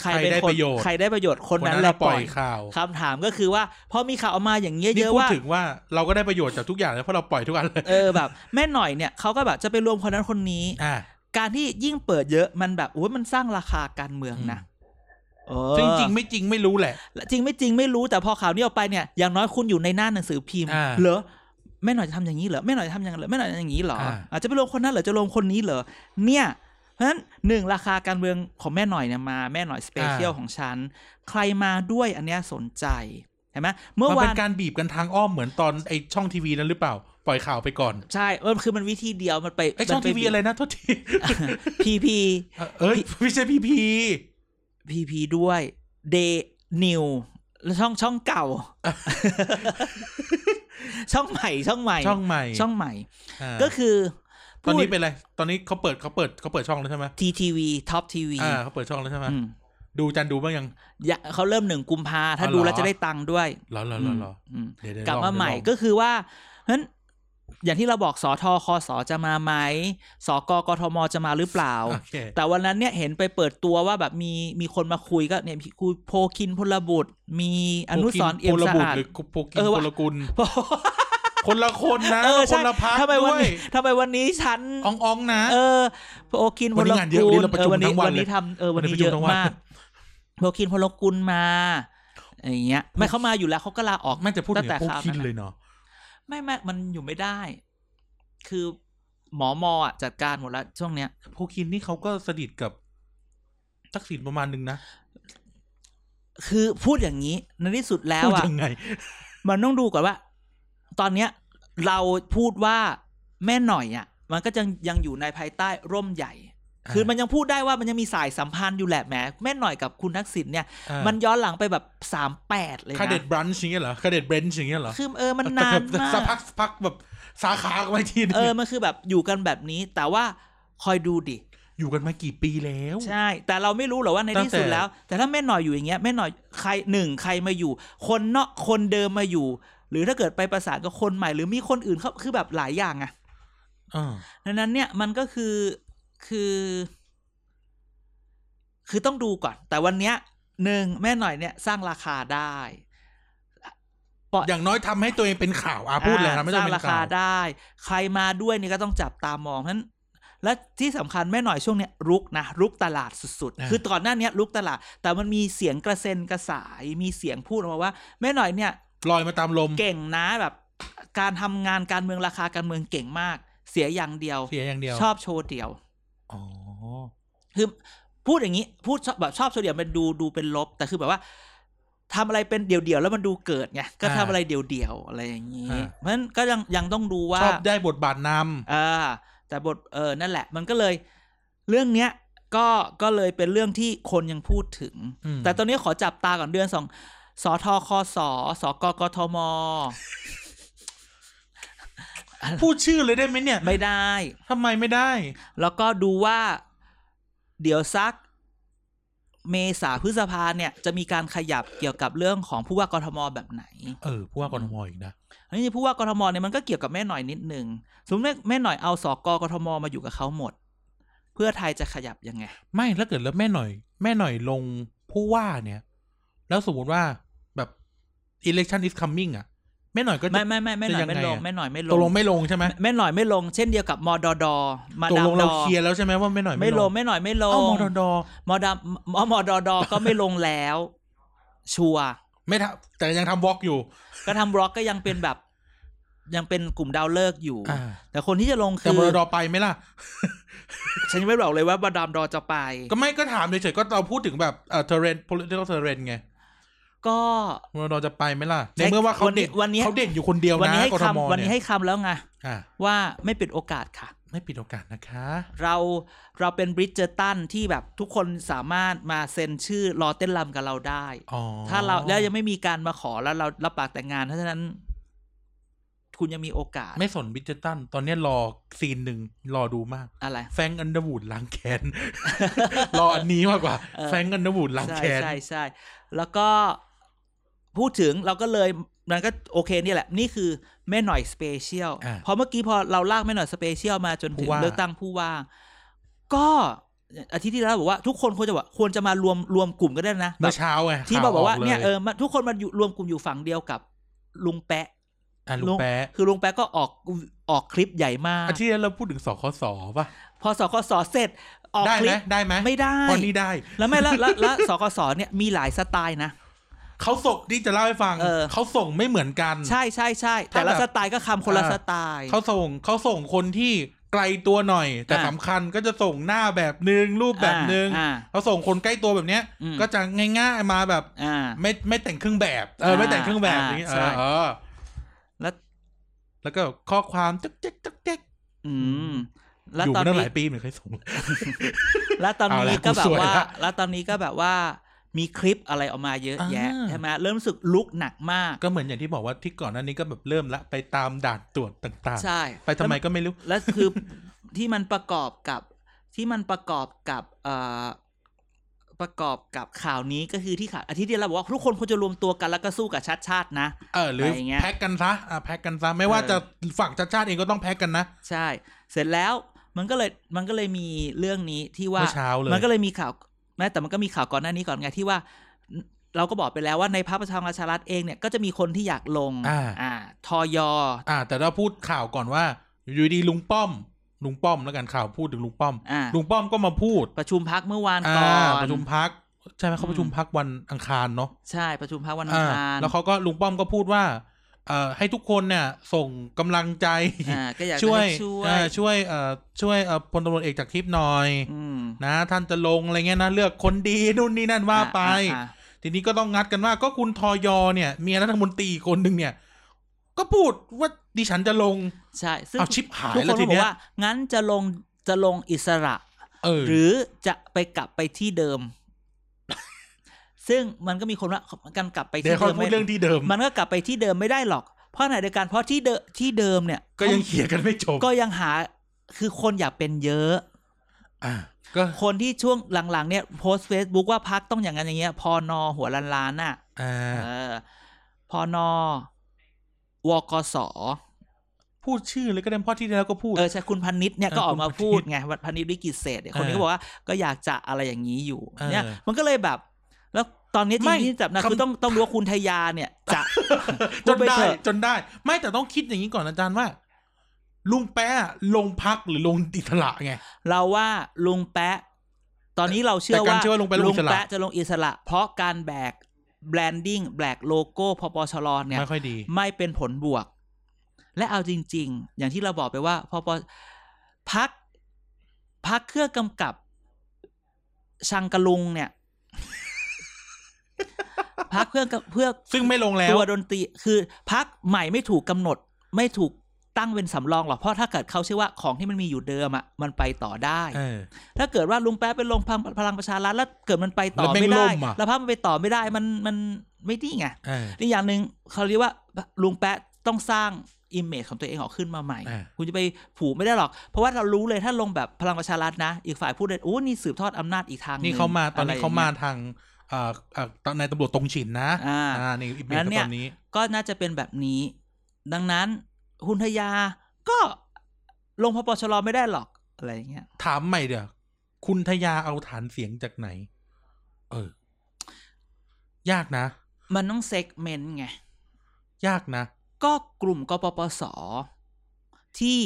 Speaker 1: ใคร
Speaker 2: ใคร
Speaker 1: เป็น
Speaker 2: ได้
Speaker 1: คน
Speaker 2: ประโยชน์
Speaker 1: ใครได้ประโยชน์คนนั้นแห
Speaker 2: เรา
Speaker 1: ละ
Speaker 2: ป
Speaker 1: ปล่
Speaker 2: ล่อ
Speaker 1: อย ย
Speaker 2: ข่าว
Speaker 1: คำถามก็คือว่าพอมีข่าวออกมาอย่างเงี้ย
Speaker 2: นี่
Speaker 1: เยอะ
Speaker 2: พูด
Speaker 1: ว่า
Speaker 2: ถึงว่าเราก็ได้ประโยชน์จากทุกอย่างเลยเพราะเราปล่อยทุกอันเลย
Speaker 1: เออแบบ แม่หน่อยเนี่ยเขาก็แบบจะไปรวมคนนั้นคนนี้
Speaker 2: อ่า
Speaker 1: การที่ยิ่งเปิดเยอะมันแบบโอ้ยมันสร้างราคาการเมืองนะเออ
Speaker 2: จริงจริงๆไม่จริงไม่รู้แหละ
Speaker 1: จริงไม่จริงไม่รู้แต่พอข่าวนี้ออกไปเนี่ยอย่างน้อยคุณอยู่ในหน้าหนังสือพิมพ์
Speaker 2: อ่า
Speaker 1: เหรอแม่หน่อยจะทำอย่างนี้เหรอแม่หน่อยจะทำอย่างนั้นเหรอแม่หน่อยจะอย่างนี้เหรอ
Speaker 2: อ่า
Speaker 1: อาจจะไปรวมคนนั้นเหรอจะรวมคนนี้เหรอเนี่ยเพราะฉะนั้นหนึ่งราคาการเมืองของแม่หน่อยเนี่ยมาแม่หน่อยสเปเชียลของฉันใครมาด้วยอันเนี้ยสนใจเห็นไหมเมื่อ
Speaker 2: มัน
Speaker 1: วา
Speaker 2: เป็น นการบีบกันทางอ้อมเหมือนตอนไอช่องทีวีนั้นหรือเปล่า ปล่อยข่าวไปก่อน
Speaker 1: ใช่เออคือมันวิธีเดียวมันไป
Speaker 2: ไอช่องทีวีอะไรนะโทษที
Speaker 1: พีพี
Speaker 2: เออเอ้ยไม่ใช่พีพี
Speaker 1: พีพีด้วยเดนิวแล้วช่องช่อง เก่า ช่องใหม่ช่องใหม่
Speaker 2: ช่องใหม่
Speaker 1: ช่องใหม่
Speaker 2: อ่า
Speaker 1: ก็คือ
Speaker 2: ตอนนี้เป็นอะไร ตอนนี้เขาเปิดเขาเปิดเขาเปิดช่องแล้วใช่ไหม
Speaker 1: ทีทีวีท็อปทีวี
Speaker 2: อ่าเขาเปิดช่องแล้วใช่ไหมดูจันดูบ้างยัง
Speaker 1: เขาเริ่มหนึ่งกุมภาถ้า
Speaker 2: อ๋อเหรอ
Speaker 1: ดูแล้วจะได้ตังค์ด้วย
Speaker 2: รอรอรอรอ
Speaker 1: อืม
Speaker 2: เดี๋ยวเดี๋ยว
Speaker 1: กลับ
Speaker 2: ลอง
Speaker 1: มาใหม่
Speaker 2: เดี๋ยวลอง
Speaker 1: ก็คือว่าเพราะฉะนั้นอย่างที่เราบอกสอทอคอสอจะมาไหมสกกทมจะมาหรือเปล่า
Speaker 2: โอเค
Speaker 1: แต่วันนั้นเนี่ยเห็นไปเปิดตัวว่าแบบมีมีคนมาคุยก็เนี่ยมีคุยโพคินพลบุตร มีอนุสรณ์เอี่ยม
Speaker 2: โพล
Speaker 1: สะ
Speaker 2: บุต
Speaker 1: อาด
Speaker 2: หรือโพกิน
Speaker 1: เออ
Speaker 2: โพ
Speaker 1: ว่ะ
Speaker 2: ลกุล คนละคนนะ
Speaker 1: เออ
Speaker 2: ค
Speaker 1: ใช่
Speaker 2: นละพัก
Speaker 1: ทำไม
Speaker 2: ด้
Speaker 1: วัน
Speaker 2: วย
Speaker 1: นี้ทำไมวันนี้ฉัน
Speaker 2: อองอองๆนะ
Speaker 1: เออโพคินพ
Speaker 2: วัน
Speaker 1: ลกุ
Speaker 2: นี้
Speaker 1: ล
Speaker 2: งานเยอะวันนี้เราประชุม
Speaker 1: ออ
Speaker 2: ทั้งวัน
Speaker 1: วันนี้
Speaker 2: เลย
Speaker 1: ทำเออวัน
Speaker 2: วัน
Speaker 1: นี้
Speaker 2: นี้ประชุ
Speaker 1: เยอะ
Speaker 2: มทั้งวัน
Speaker 1: มากโพคินพลกุลมาอย่างเงี้ยไม่เขามาอยู่แล้วเขาก็ลาออก
Speaker 2: ไม่จะพูด
Speaker 1: ตั้ง
Speaker 2: ถึง
Speaker 1: แต่
Speaker 2: โพ
Speaker 1: คราว
Speaker 2: กิน
Speaker 1: นั้น
Speaker 2: เล
Speaker 1: อะ
Speaker 2: ยเนาะ
Speaker 1: ไม่ไม่มันอยู่ไม่ได้ คือหมอมออะจัดการหมดแล้วช่วงเนี้ย
Speaker 2: โพกินนี่เขาก็สนิทกับทักษิณประมาณนึงนะ
Speaker 1: คือพูดอย่างนี้ในที่สุดแล้ว
Speaker 2: พูด
Speaker 1: อะ
Speaker 2: ยังไง
Speaker 1: มันต้องดูก่อนว่า ตอนเนี้ยเราพูดว่าแม่หน่อยอ่ะ มันก็ยังยังอยู่ในภายใต้ร่มใหญ่
Speaker 2: อ่า
Speaker 1: คือมันยังพูดได้ว่ามันยังมีสายสัมพันธ์อยู่แหละแหมแม่หน่อยกับคุณทักษิณเนี่ย
Speaker 2: อ่า
Speaker 1: มันย้อนหลังไปแบบสามแปดเลย
Speaker 2: คาเด็ด
Speaker 1: นะ
Speaker 2: บรันช์อย่างเงี้ยเหรอคาเด็ดเบรนช์อย่างเงี้ยเหรอ
Speaker 1: คือเออมันนานมาก
Speaker 2: สักพักสักพักแบบสาขากันไปทีนึง
Speaker 1: เออมันคือแบบอยู่กันแบบนี้ แต่ว่าคอยดูดิ
Speaker 2: อยู่กันมากี่ปีแล้ว
Speaker 1: ใช่ แต่เราไม่รู้หรอกว่าในที่สุด
Speaker 2: ตั้งแต่
Speaker 1: แล้ว แต่ถ้าแม่หน่อยอยู่อย่างเงี้ยแม่หน่อยใครหนึ่งใครมาอยู่ คนเนาะคนเดิมมาอยู่ หรือถ้าเกิดไปประสานกับคนใหม่ หรือมีคนอื่นเขาคือแบบหลายอย่างอะ
Speaker 2: เออ
Speaker 1: ดังนั้นเนี่ยมันก็คือคือ คือต้องดูก่อน แต่วันเนี้ยหนึ่งแม่หน่อยเนี่ยสร้างราคาได้
Speaker 2: อย่างน้อยทำให้ตัวเองเป็นข่าวอ่ะพูดเลย
Speaker 1: อ่า
Speaker 2: นะ
Speaker 1: ส
Speaker 2: ไม่ใช่
Speaker 1: ร้าง
Speaker 2: เป็
Speaker 1: รานคา
Speaker 2: ข่า
Speaker 1: ว ได้ ใครมาด้วยนี่ก็ต้องจับตามองเพราะฉะนั้น และที่สำคัญแม่หน่อยช่วงเนี้ยรุกนะรุกตลาดสุดๆ คือก่อนหน้าเนี้ยรุกตลาด แต่มันมีเสียงกระเซ็นกระสายมีเสียงพูดออกมาว่า แม่หน่อยเนี่ย
Speaker 2: ลอยมาตามลม
Speaker 1: เก่งนะแบบ การทำงานการเมืองราคาการเมืองเก่งมาก เสียอย่างเดียว
Speaker 2: เสียอย่างเดียว
Speaker 1: ชอบโชว์เดี่ยว
Speaker 2: อ๋อ
Speaker 1: คือพูดอย่างนี้พูดชอบแบบชอบเฉลี่ยมันดูดูเป็นลบ แต่คือแบบว่าทำอะไรเป็นเดี่ยวๆแล้วมันดูเกิดไงก็ทำอะไรเดี่ยวๆอะไรอย่างนี้เพราะฉะนั้นก็ยังยังต้องดูว่า
Speaker 2: ชอบได้บทบาทนำ
Speaker 1: เออแต่บทเออนั่นแหละ มันก็เลย เรื่องเนี้ยก็ก็เลยเป็นเรื่องที่คนยังพูดถึง
Speaker 2: อืม
Speaker 1: แต่ตอนนี้ขอจับตาก่อนเดือนสองสอทอคอสอสกกทม
Speaker 2: พูดชื่อเลยได้ไหมเนี่ย
Speaker 1: ไม่ได้
Speaker 2: ทำไมไม่ได้
Speaker 1: แล้วก็ดูว่าเดี๋ยวสักเมษาพฤษภาเนี่ย จะมีการขยับเกี่ยวกับเรื่องของผู้ว่ากทมแบบไหน
Speaker 2: เออผู้ว่ากรทมอีกนะ
Speaker 1: อันนี้ผู้ว่ากทมเนี่ยมันก็เกี่ยวกับแม่หน่อยนิดนึงสมมติแม่หน่อยเอาสกกทมมาอยู่กับเขาหมด เพื่อไทยจะขยับยังไง
Speaker 2: ไม่แล้วเกิดแล้วแม่หน่อย แม่หน่อยลงผู้ว่าเนี่ย แล้วสมมติว่าแบบ election is coming อ่ะ แม่หน่อยก็จะ
Speaker 1: ไม่ไม่ไม่แม่หน่อยไม่ลง
Speaker 2: จะยังไงอะ
Speaker 1: แม่หน่อยไม่ล
Speaker 2: ตกล
Speaker 1: ง
Speaker 2: งไม่ลงใช่ไหม
Speaker 1: แม่หน่อยไม่ลง เช่นเดียวกับมดดมา
Speaker 2: ตก
Speaker 1: ดา
Speaker 2: ล
Speaker 1: ม
Speaker 2: ง
Speaker 1: ด
Speaker 2: เรา
Speaker 1: อ
Speaker 2: เคลียร์แล้วใช่ไหมว่าแม่หน่อย
Speaker 1: ไม่ลงแม่หน่อยไม่ล
Speaker 2: เอ้าง มอดอดอ
Speaker 1: มดามมดดก็ไม่ลงแล้ว ชัวร์
Speaker 2: ไม่ทำแต่ยังทำบล็อกอยู่
Speaker 1: ก็ทำบล็อกก็ยังเป็นแบบ ยังเป็นกลุ่มดาวเลิกษ์อยู่
Speaker 2: อ่า
Speaker 1: แต่คนที่จะลง
Speaker 2: แต่
Speaker 1: คื
Speaker 2: มอ
Speaker 1: อ
Speaker 2: ดอไปไหมล่ะ
Speaker 1: ฉันยังไม่บอกเลยว่าบดามดอจะไป
Speaker 2: ก็ไม่ก็ถามเฉยๆก็เราพูดถึงแบบเอ่อ terrain political terrain ไง
Speaker 1: ก็
Speaker 2: มอดอจะไปไหมล่ะในเมื่อว่าเขา
Speaker 1: วัน
Speaker 2: เด็
Speaker 1: นี้
Speaker 2: ด
Speaker 1: วันนี้
Speaker 2: เขาเด่นอยู่คนเดียว
Speaker 1: วัน
Speaker 2: นะ
Speaker 1: นี้ให้
Speaker 2: กรทม
Speaker 1: คำวันนี้
Speaker 2: เนี่ย
Speaker 1: ให้คำแล้วไง
Speaker 2: อ่า
Speaker 1: ว่าไม่ปิดโอกาสค่ะ
Speaker 2: ไม่ปิดโอกาสนะคะ
Speaker 1: เราเราเป็นบริดเจอร์ตันที่แบบทุกคนสามารถมาเซ็นชื่อรอเต้นรำกับเราได้
Speaker 2: อ๋อ
Speaker 1: ถ้าเราแล้วยังไม่มีการมาขอแล้วเรารับปากแต่งงานเพราะฉะนั้น คุณยังมีโอกาส
Speaker 2: ไม่สนบิจตันตอนเนี้ยรอซีนหนึ่งรอดูมาก
Speaker 1: อะไร
Speaker 2: แฟรงก์อันเดอร์วูดล้างแค้น รออันนี้มากกว่า
Speaker 1: เออ
Speaker 2: แฟรงก์อันเดอร์วูดล้าง
Speaker 1: ใช่
Speaker 2: แค้น
Speaker 1: ใช่ใช่แล้วก็พูดถึงเราก็เลยมันก็โอเคนี่แหละ นี่คือแม่หน่อยสเปเชียลพอเมื่อกี้พอเราลากแม่หน่อยสเปเชียลมาจนถึงเลือกตั้งผู้ว่า ก็อาทิตย์ที่แล้วบอกว่าทุกคนควรจะว่าควรจะมารวมรวมกลุ่มกันได้นะแบ
Speaker 2: เมื่
Speaker 1: บ
Speaker 2: อเช้าไง
Speaker 1: ที่บอกว่าเนี่ยเอ
Speaker 2: ข่
Speaker 1: อมาทุกคนมาอยู่รวมกลุ่มอยู่ฝั่งเดียวกับลุงแปะ
Speaker 2: ออกลยะลุงแปะ
Speaker 1: คือลุงแปะก็ออกออกคลิปใหญ่มาก
Speaker 2: อาทิตย์ที่แล้วเราพูดถึงสคสป่ะ
Speaker 1: พอสคสเสร็จออก
Speaker 2: ได้
Speaker 1: ค
Speaker 2: ไห
Speaker 1: ลิ
Speaker 2: ม
Speaker 1: ป
Speaker 2: ได้ไหม
Speaker 1: ไม่ได้
Speaker 2: ตอนนี้ได้
Speaker 1: แล้วไม่และและและสคสเนี่ยมีหลายสไตล์นะ
Speaker 2: เขาส่งที่จะเล่าให้ฟัง
Speaker 1: เออ
Speaker 2: เขาส่งไม่เหมือนกัน
Speaker 1: ใช่ใช่ใช่แต่ละสไตล์ก็คำคนละสไตล์
Speaker 2: เขาส่งเขาส่งคนที่ไกลตัวหน่อย แต่
Speaker 1: อ่า
Speaker 2: สำคัญก็จะส่งหน้าแบบนึงรูปแบบนึง
Speaker 1: อ่าอ่า
Speaker 2: เขาส่งคนใกล้ตัวแบบเนี้ย
Speaker 1: อืม
Speaker 2: ก็จะง่ายๆมาแบบ
Speaker 1: อ่า
Speaker 2: ไม่ไม่แต่งเครื่องแบบ เออไม่แต่งเครื่องแบบ
Speaker 1: อ่า
Speaker 2: อย่างนี้
Speaker 1: ใช่
Speaker 2: เออเออ
Speaker 1: แล้ว
Speaker 2: แล้วก็ข้อความจ๊กจ๊กจ๊กจ๊ก
Speaker 1: อืม
Speaker 2: อ
Speaker 1: แล้ว
Speaker 2: ยู่
Speaker 1: ตอ
Speaker 2: มาน ตั้งห
Speaker 1: นี้
Speaker 2: ลายปีไม่เคยส่ง
Speaker 1: แล้วตอน
Speaker 2: เอาละ
Speaker 1: นี้ก็แบ
Speaker 2: กูส
Speaker 1: บ
Speaker 2: วย
Speaker 1: ว่า
Speaker 2: ละ
Speaker 1: แล้วตอนนี้ก็แบบว่ามีคลิปอะไรออกมาเยอะแยะ
Speaker 2: อ่า
Speaker 1: ใช่ไหมเริ่มรู้สึกลุกหนักมาก
Speaker 2: ก็เหมือนอย่างที่บอกว่าที่ก่อนหน้านี้ก็แบบเริ่มละไปตามด่านตรวจต่าง
Speaker 1: ใช่
Speaker 2: ๆ ไปทำไมก็ไม่รู้
Speaker 1: แล้วแล้วคือ ที่มันประกอบกับที่มันประกอบกับเอ่อประกอบกับข่าวนี้ก็คือที่ข่าวอาทิตย์ที่แล้วบอกว่าทุกคนควรจะรวมตัวกันแล้วก็สู้กับชาติชาตินะ
Speaker 2: เออหรืออะไร
Speaker 1: เงี้ย
Speaker 2: แพ็กกันซะอ่ะแพ็กกันซะไม่ว่า
Speaker 1: เออ
Speaker 2: จะฝั่งชาติชาติเองก็ต้องแพ็กกันนะ
Speaker 1: ใช่ เสร็จแล้วมันก็เลยมันก็เลยมีเรื่องนี้ที่ว่า
Speaker 2: เมื่อเช้าเลย
Speaker 1: มันก็เลยมีข่าวแม้แต่มันก็มีข่าวก่อนหน้านี้ก่อนไงที่ว่า เราก็บอกไปแล้วว่าในพรรคประชาประชารัฐเองเนี่ยก็จะมีคนที่อยากลง
Speaker 2: อ่า
Speaker 1: อ่าทอยอ
Speaker 2: อ่า แต่เราพูดข่าวก่อนว่า อยู่ดีลุงป้อม ลุงป้อมแล้วกันข่าวพูดถึงลุงป้อม
Speaker 1: อ่า
Speaker 2: ลุงป้อมก็มาพูด
Speaker 1: ประชุมพักเมื่อวาน
Speaker 2: อ่า
Speaker 1: ก่อน
Speaker 2: ประชุมพักใช่ไหมเขา
Speaker 1: อืม
Speaker 2: ประชุมพักวันอังคารเนาะ
Speaker 1: ใช่ประชุมพักวันอั
Speaker 2: อ่าง
Speaker 1: คาร
Speaker 2: แล้วเขาก็ลุงป้อมก็พูดว่าเอ่อให้ทุกคนเนี่ย ส่งกำลังใจ
Speaker 1: อ่าก็อยากจะ
Speaker 2: ช่วย
Speaker 1: ให้ช่วย
Speaker 2: อ่าช่วยเอ่อช่วยเอ่อพลตำรวจเอกจากทิพย์หน่อย
Speaker 1: อืม
Speaker 2: นะ ท่านจะลงอะไรเงี้ยนะ เลือกคนดีนู่นนี่นั่นว่าไป
Speaker 1: อ่าอ่า
Speaker 2: ทีนี้ก็ต้องงัดกันว่าก็คุณทอยอเนี่ยเมียรัฐมนตรีคนหนึ่งเนี่ย ก็พูดว่าดิฉันจะลง
Speaker 1: ใช่ซึ่ง
Speaker 2: เอาชิปหาย
Speaker 1: ทุกค
Speaker 2: แล้ว
Speaker 1: น
Speaker 2: ที
Speaker 1: ก็บอ
Speaker 2: เนี้
Speaker 1: ก
Speaker 2: ย
Speaker 1: ว่า งั้นจะลงจะลงอิสระ
Speaker 2: เออ
Speaker 1: หรือจะไปกลับไปที่เดิม ซึ่งมันก็มีคนว่าการกลับไป
Speaker 2: เดี๋ย
Speaker 1: ที่
Speaker 2: วเขา
Speaker 1: เดิม
Speaker 2: พูด
Speaker 1: ไม่
Speaker 2: เรื่องที่เดิม
Speaker 1: มันก็กลับไปที่เดิมไม่ได้หรอก เพราะไหนเดียวกันเพราะที่เดิมที่เดิมเนี่ย
Speaker 2: ก็ยังเขียร์กันไม่จบ
Speaker 1: ก็ยังหาคือคนอยากเป็นเยอะ
Speaker 2: อ่ะก็
Speaker 1: คนที่ช่วงหลังๆ เนี่ยโพสต์ Facebook ว่าพักต้องอย่างนั้นอย่างเงี้ยพอนอหัวล้านล้านๆน่ะ
Speaker 2: อ่า
Speaker 1: เออพอนอวกส
Speaker 2: พูดชื่อเลยก็ได้เพราะที่แล้วก็พูด
Speaker 1: เออใช่คุณพันนิดเนี่ย
Speaker 2: เออ
Speaker 1: ก็ออกมา
Speaker 2: คุณพนิช
Speaker 1: พูดไงวันพันนิดวิกิตเศษเนี่ยคนนี้
Speaker 2: เออ
Speaker 1: ก็บอกว่าก็อยากจะอะไรอย่างนี้อยู่
Speaker 2: เออ
Speaker 1: เนี่ย มันก็เลยแบบ แล้วตอนนี้จ
Speaker 2: ไม่
Speaker 1: ริงๆที่จับนะคือ
Speaker 2: คำ
Speaker 1: ต้องต้องรู้ว่าคุณทยาเนี่ย จะ
Speaker 2: จนได้
Speaker 1: พูดปเถอะ
Speaker 2: จนได้ ไม่แต่ต้องคิดอย่างนี้ก่อนอาจารย์ว่า ลุงแปะลงพักหรือลงอิสระไง
Speaker 1: เราว่าลุงแปะ ตอนนี้เราเชื่อ
Speaker 2: แต่การ
Speaker 1: ว่า
Speaker 2: เชื่อว่าลุงแป๊ะลงอิสระ
Speaker 1: แปะจะลงอิสระ เพราะการแบกแบรนดิ้งแบกโลโก้พปชรเนี่ย
Speaker 2: ไม่ค่อยดี
Speaker 1: ไม่เป็นผลบวก และเอาจริง ๆ อย่างที่เราบอกไปว่าพอพอพักพักเครือกำกับ ชังกะลุงเนี่ย พักเพื่อกำเพื่อ
Speaker 2: ซึ่งไม่ลงแล้ว
Speaker 1: ตัวดนตรี คือพักใหม่ไม่ถูกกำหนด ไม่ถูกตั้งเป็นสำรองหรอกเพราะถ้าเกิดเขาเชื่อว่าของที่มันมีอยู่เดิมอะมันไปต่อได้
Speaker 2: เออ
Speaker 1: ถ้าเกิดว่าลุงแป๊ะไปลงพลังพลังประชารัฐแล้วเกิดมันไปต่อ
Speaker 2: แล้วแม่ง
Speaker 1: ไม่ได้
Speaker 2: ล่มอะ
Speaker 1: แล้วพักมันไปต่อไม่ได้มันมันไม่ดีไง
Speaker 2: เออ
Speaker 1: อีกอย่างหนึ่งเขาเรียกว่าลุงแปะต้องสร้างอิมเมจของตัวเองออกขึ้นมาใหม่
Speaker 2: อ่า
Speaker 1: คุณจะไปผูกไม่ได้หรอก เพราะว่าเรารู้เลยถ้าลงแบบพลังประชารัฐนะ อีกฝ่ายพูดเลยโอ้นี่สืบทอดอำนาจอีกทางห
Speaker 2: นี่เขามาตอน
Speaker 1: ะ
Speaker 2: นี้
Speaker 1: ไรย่งงี้ย
Speaker 2: เขามาทางเอ่อเอ่อตอนนายตำรวจตรงฉินนะ
Speaker 1: อ่า
Speaker 2: นี่อีกเบ
Speaker 1: งั้
Speaker 2: ล
Speaker 1: นเนี่
Speaker 2: ต
Speaker 1: ย
Speaker 2: อนนี้
Speaker 1: ก็น่าจะเป็นแบบนี้ ดังนั้นคุณทยาก็ลงพปชรไม่ได้หรอกอะไรอย่างเงี้ย
Speaker 2: ถามใหม่เดี๋ยวคุณทยาเอาฐานเสียงจากไหน เออ ยากนะ
Speaker 1: มันต้องเซกเมนต์ไง
Speaker 2: ยากนะ
Speaker 1: ก็กลุ่มกปปส ที่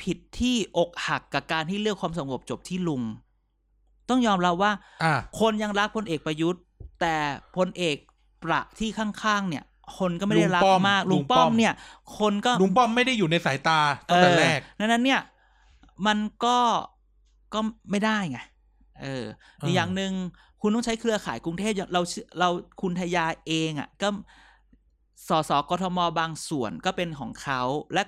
Speaker 1: ผิดที่อกหักกับการที่เลือกความสงบจบที่ลุง ต้องยอมรับว่า
Speaker 2: อ่ะ
Speaker 1: คนยังรักพลเอกประยุทธ์ แต่พลเอกประที่ข้างๆ เนี่ย คนก็ไม่ได้รักมากลุงป้อมเนี่ย คนก็
Speaker 2: ลุงป้อมไม่ได้อยู่ในสายตาตั้งแต่แรก
Speaker 1: เออดังนั้นเนี่ย มันก็ก็ไม่ได้ไงเออ
Speaker 2: เออ
Speaker 1: อ
Speaker 2: อ
Speaker 1: ย่างหนึ่งคุณต้องใช้เครือข่ายกรุงเทพอย่างเราเชื่อเราคุณทยาเองอ่ะ ก็สสกทมบางส่วนก็เป็นของเขาและ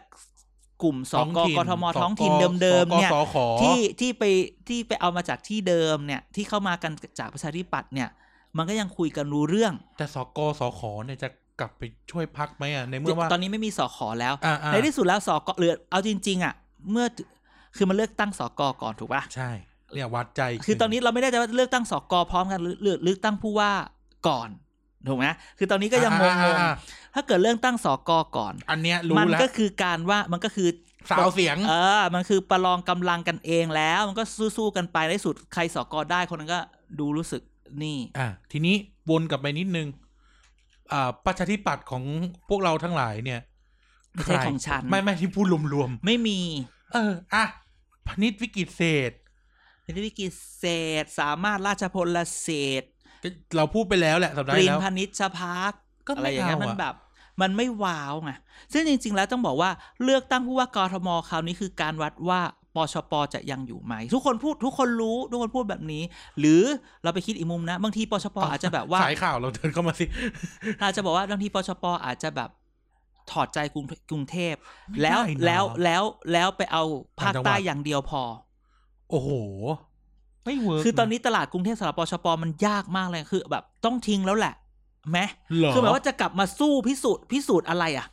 Speaker 1: กลุ่มส
Speaker 2: ท้อง
Speaker 1: ก
Speaker 2: ถิ่น
Speaker 1: กทมท้องถิ่น
Speaker 2: สก
Speaker 1: เดิมๆเนี่ย
Speaker 2: สกสขอ
Speaker 1: ที่ที่ไปที่ไปเอามาจากที่เดิมเนี่ย ที่เข้ามากันจากประชาธิปัตย์เนี่ย มันก็ยังคุยกันรู้เรื่อง
Speaker 2: แต่สกสขอเนี่ยจะกลับไปช่วยพักไหมอ่ะในเมื่อว่า
Speaker 1: ตอนนี้ไม่มีสอขอแล้ว
Speaker 2: อ่า
Speaker 1: ในที่สุดแล้วสอกอเหลือเอาจริง ๆ อ่ะ เมื่อคือมันเลือกตั้งสอกอก่อนถูกปะ
Speaker 2: ใช่เนี่ยวัดใจ
Speaker 1: คือตอนนี้เราไม่ได้จะว่าเลือกตั้งสอกอพร้อมกันหรือหรือเลือกตั้งผู้ว่าก่อนถูกไหมคือตอนนี้ก็ยังง
Speaker 2: อ่าง อ่าอ่า
Speaker 1: ๆถ้าเกิดเลือกตั้งสอกอก่อน
Speaker 2: อันเนี้ยรู้
Speaker 1: มั
Speaker 2: แล้ว
Speaker 1: ก็คือการว่ามันก็คือ
Speaker 2: สาวเสียง
Speaker 1: เออ มันคือประลองกำลังกันเองแล้ว มันก็สู้ๆกันไปในที่สุดใครสอกอได้คนนั้นก็ดูรู้สึกนี่
Speaker 2: อ่ะทีนี้วนกลับไปนิดนึง อ่าประชาธิปัตย์ของพวกเราทั้งหลายเนี่ย
Speaker 1: ไม่ใช่ของฉัน
Speaker 2: ไม่ไม่ที่พูดรวม
Speaker 1: ไม่มี
Speaker 2: ๆเออ อ่ะพนิษฐ์วิกิตเศรษฐ์
Speaker 1: นิติวิกิจเศษสามารถราชพลเศษ
Speaker 2: ก็เราพูดไปแล้วแหละสัปดาห์
Speaker 1: ปรี
Speaker 2: ที่
Speaker 1: น
Speaker 2: แล้ว
Speaker 1: พนิชพัก
Speaker 2: ก็
Speaker 1: อะไร
Speaker 2: ไม่
Speaker 1: อย่าง
Speaker 2: เอา
Speaker 1: เงี้ยมัน
Speaker 2: อ่ะ
Speaker 1: แบบ มันไม่ว้าวไงซึ่งจริง ๆ แล้วต้องบอกว่าเลือกตั้งผู้ว่ากทมคราวนี้คือการวัดว่าปชปจะยังอยู่ไหม ทุกคนพูดทุกคนรู้ทุกคนพูดแบบนี้ หรือเราไปคิดอีกมุมนะ บางทีปช ปอาจจะแบบว่า
Speaker 2: สายข่าวเราเดินเข้ามาสิ
Speaker 1: อาจจะบอกว่าบางทีปชปอาจจะแบบถอดใจกรุงกรุงเทพ
Speaker 2: ไม่
Speaker 1: แล้ว
Speaker 2: ได้นะ
Speaker 1: แล้วแล้วแล้วไปเอาภาค
Speaker 2: ต่างจังหวัด
Speaker 1: ใต้อย่างเดียวพอ
Speaker 2: โอ้โห ไม่เวิร์ก
Speaker 1: คือตอนนี้ตลาดกรุงเทพสำหรับปชปมันยากมากเลยคือ แบบ ต้องทิ้งแล้วแหละไหม
Speaker 2: เหรอ
Speaker 1: คือหมายว่าจะกลับมาสู้พิสูจน์พิสูจน์อะไรอ่ะ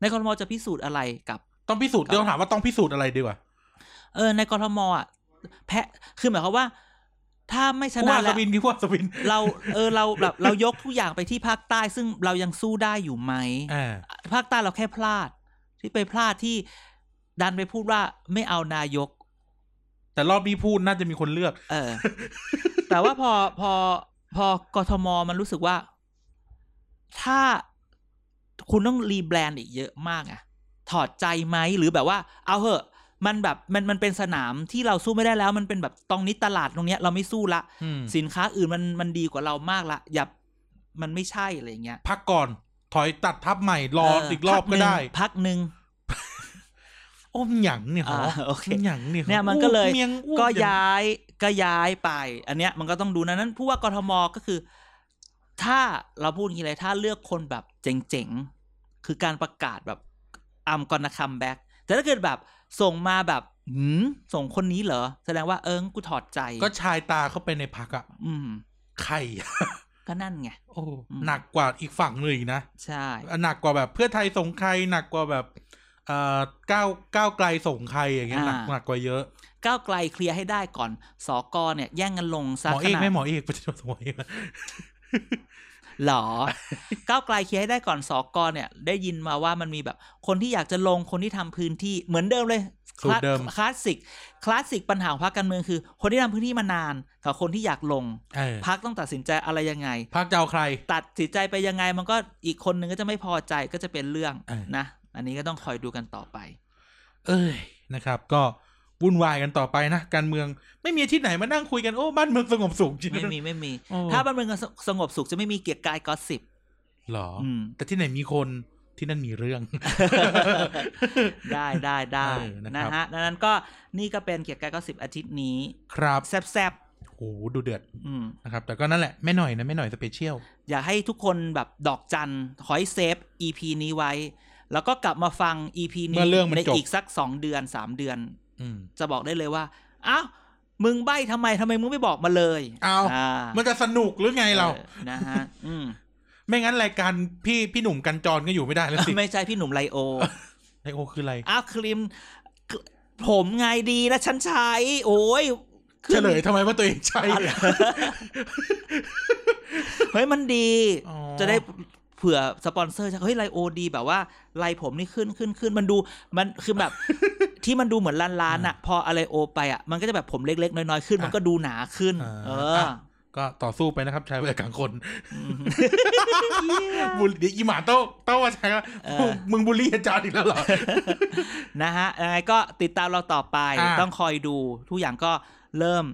Speaker 1: ในกรทมจะพิสูจน์อะไรกับ
Speaker 2: ต้องพิสูจน์เดี๋ยวถามว่าต้องพิสูจน์อะไรดีกว่า
Speaker 1: เออในกรทมอ่ะแพ้คือหมายความว่า ถ้าไม่ชนะ
Speaker 2: ผู้ว่าส
Speaker 1: แล้ว
Speaker 2: วินที่ผู้ว่าสวิน
Speaker 1: เราเออเราแบบเรายกทุกอย่างไปที่ภาคใต้ซึ่งเรายังสู้ได้อยู่ไหม
Speaker 2: อ่า
Speaker 1: ภาคใต้เราแค่พลาด ที่ไปพลาดที่ดันไปพูดว่าไม่เอานายก
Speaker 2: แต่รอบนี้พูดน่าจะมีคนเลือก
Speaker 1: เออ แต่ว่าพอพอพอกทมมันรู้สึกว่า ถ้าคุณต้องรีแบรนด์อีกเยอะมากอะถอดใจไหมหรือแบบว่า เอาเหอะ มันแบบมันมันเป็นสนามที่เราสู้ไม่ได้แล้ว มันเป็นแบบตรงนี้ตลาดตรงเนี้ย เราไม่สู้ละ
Speaker 2: อืม
Speaker 1: สินค้าอื่นมันมันดีกว่าเรามากละอย่ามันไม่ใช่อะไรอย่างเงี้ย
Speaker 2: พักก่อน ถอยตัดทับใหม่รออีกรอบก็ได้
Speaker 1: พักหนึ่ง
Speaker 2: อ้มหยังเนี่ยหรอ
Speaker 1: อ่าโอเค
Speaker 2: มหยังเนี่ย
Speaker 1: เนี่ยมันก็เลย
Speaker 2: อ้วมีงอ้ว
Speaker 1: ก็
Speaker 2: ง
Speaker 1: ย้ายก็ย้ายไป อันเนี้ยมันก็ต้องดูนะนั้นผู้ว่ากทมก็คือ ถ้าเราพูดอย่างนี้เลยถ้าเลือกคนแบบเจ๋งๆ คือการประกาศแบบอัมกอนคัมแบ็กแต่ถ้าเกิดแบบส่งมาแบบหืมส่งคนนี้เหรอ แสดงว่าเอิงกูถอดใจ
Speaker 2: ก็ชายตาเข้าไปในพักอะ
Speaker 1: อืม
Speaker 2: ไข่
Speaker 1: ก็นั่นไง
Speaker 2: โอ้
Speaker 1: อืม
Speaker 2: หนักกว่าอีกฝั่งหนึ่งอีกนะ
Speaker 1: ใช่
Speaker 2: หนักกว่าแบบเพื่อไทยส่งใครหนักกว่าแบบเอ่อก้าวก้าวไกลส่งใครอย่างเงี้ยหนักหนักกว่าเยอะ
Speaker 1: ก้าวไกลเคลียร์ให้ได้ก่อนสอกอเนี่ย แย่งกันลง
Speaker 2: ห
Speaker 1: ซะ
Speaker 2: มอ
Speaker 1: ข
Speaker 2: เอก
Speaker 1: นาด
Speaker 2: ไม่หมอเอกประชาชนสงหมอเอกนะ
Speaker 1: หรอ ก้าวไกลเคลียร์ให้ได้ก่อนสอกเนี่ย ได้ยินมาว่ามันมีแบบ คนที่อยากจะลงคนที่ทำพื้นที่เหมือนเดิมเลย
Speaker 2: สูตรเดิม
Speaker 1: คลาสสิกคลาสสิกปัญหาของพรรคการเมืองคือ คนที่ทำพื้นที่มานานกับคนที่อยากลง
Speaker 2: เออ
Speaker 1: พรรคต้องตัดสินใจอะไรยังไง
Speaker 2: พักจะเอาใคร
Speaker 1: ตัดสินใจไปยังไงมันก็อีกคนนึงก็จะไม่พอใจก็จะเป็นเรื่อง
Speaker 2: เออ
Speaker 1: นะ อันนี้ก็ต้องคอยดูกันต่อไป
Speaker 2: เอ้ยนะครับ ก็วุ่นวายกันต่อไปนะการเมืองไม่มีที่ไหนมานั่งคุยกันโอ้บ้านเมืองสงบสุขจริง
Speaker 1: ไม่มีไม่มี
Speaker 2: โอ้
Speaker 1: ถ้าบ้านเมืองสงบสุขจะไม่มีเกียรติกายกอสซิบ
Speaker 2: หรอ
Speaker 1: อืม
Speaker 2: แต่ที่ไหนมีคนที่นั่นมีเรื่อง
Speaker 1: ได้ได้ได้
Speaker 2: เออนะครับ
Speaker 1: นะฮะดังนั้นก็นี่ก็เป็นเกียรติกายกอสซิบอาทิตย์นี้
Speaker 2: ครับ
Speaker 1: แซบแซบ
Speaker 2: โหดูเดือด
Speaker 1: ๆอืม
Speaker 2: นะครับแต่ก็นั่นแหละแม่หน่อยนะแม่หน่อยสเปเชียล
Speaker 1: อยากให้ทุกคนแบบดอกจันขอให้เซฟ EP นี้ไว้ แล้วก็กลับมาฟัง EP นี้
Speaker 2: เมื่อเรื่องมัน
Speaker 1: ใน
Speaker 2: จบ
Speaker 1: อีกสักสองเดือนสามเดือน
Speaker 2: อืม
Speaker 1: จะบอกได้เลยว่า อ้าว มึงใบ้ทำไมทำไมมึงไม่บอกมาเลย
Speaker 2: อ้าว มันจะสนุกหรือไงเรา
Speaker 1: ออนะฮะ อืม
Speaker 2: ไม่งั้นรายการพี่พี่หนุ่มกันจรก็อยู่ไม่ได้แล้วสิ
Speaker 1: ไม่ใช่พี่หนุ่มไลโอ
Speaker 2: ไอโอคืออะไร
Speaker 1: อ้าวครีมผมไงดีนะฉันใช้ โอ้ย
Speaker 2: เฉลยทำไมว่าตัวเองใช่
Speaker 1: อะไรเฮ้ยมันดี
Speaker 2: อ๋อ
Speaker 1: จะได้เผื่อสปอนเซอร์จะเฮ้ยไลโอดีแบบว่าไลผมนี่ขึ้นขึ้นขึ้นมันดูมันคือแบบ ที่มันดูเหมือนล้านล้านๆอะพออะไรโอไปอะมันก็จะแบบผมเล็ก ๆ น้อย ๆ ขึ้น มันก็ดูหนาขึ้น
Speaker 2: อ่า
Speaker 1: เอ
Speaker 2: อ่ะ
Speaker 1: อ
Speaker 2: ก็ต่อสู้ไปนะครับ ใช้เวลากลางคน
Speaker 1: อืม
Speaker 2: บูลลี่อีหมาโต้โต้ว่าใช่ว่า
Speaker 1: เออ
Speaker 2: มึงบูลลี่อาจารย์อีกแล้วเหรอ
Speaker 1: นะฮะยังไงก็ติดตามเราต่อไป
Speaker 2: อ่ะ
Speaker 1: ต้องคอยดู ทุกอย่างก็เริ่ม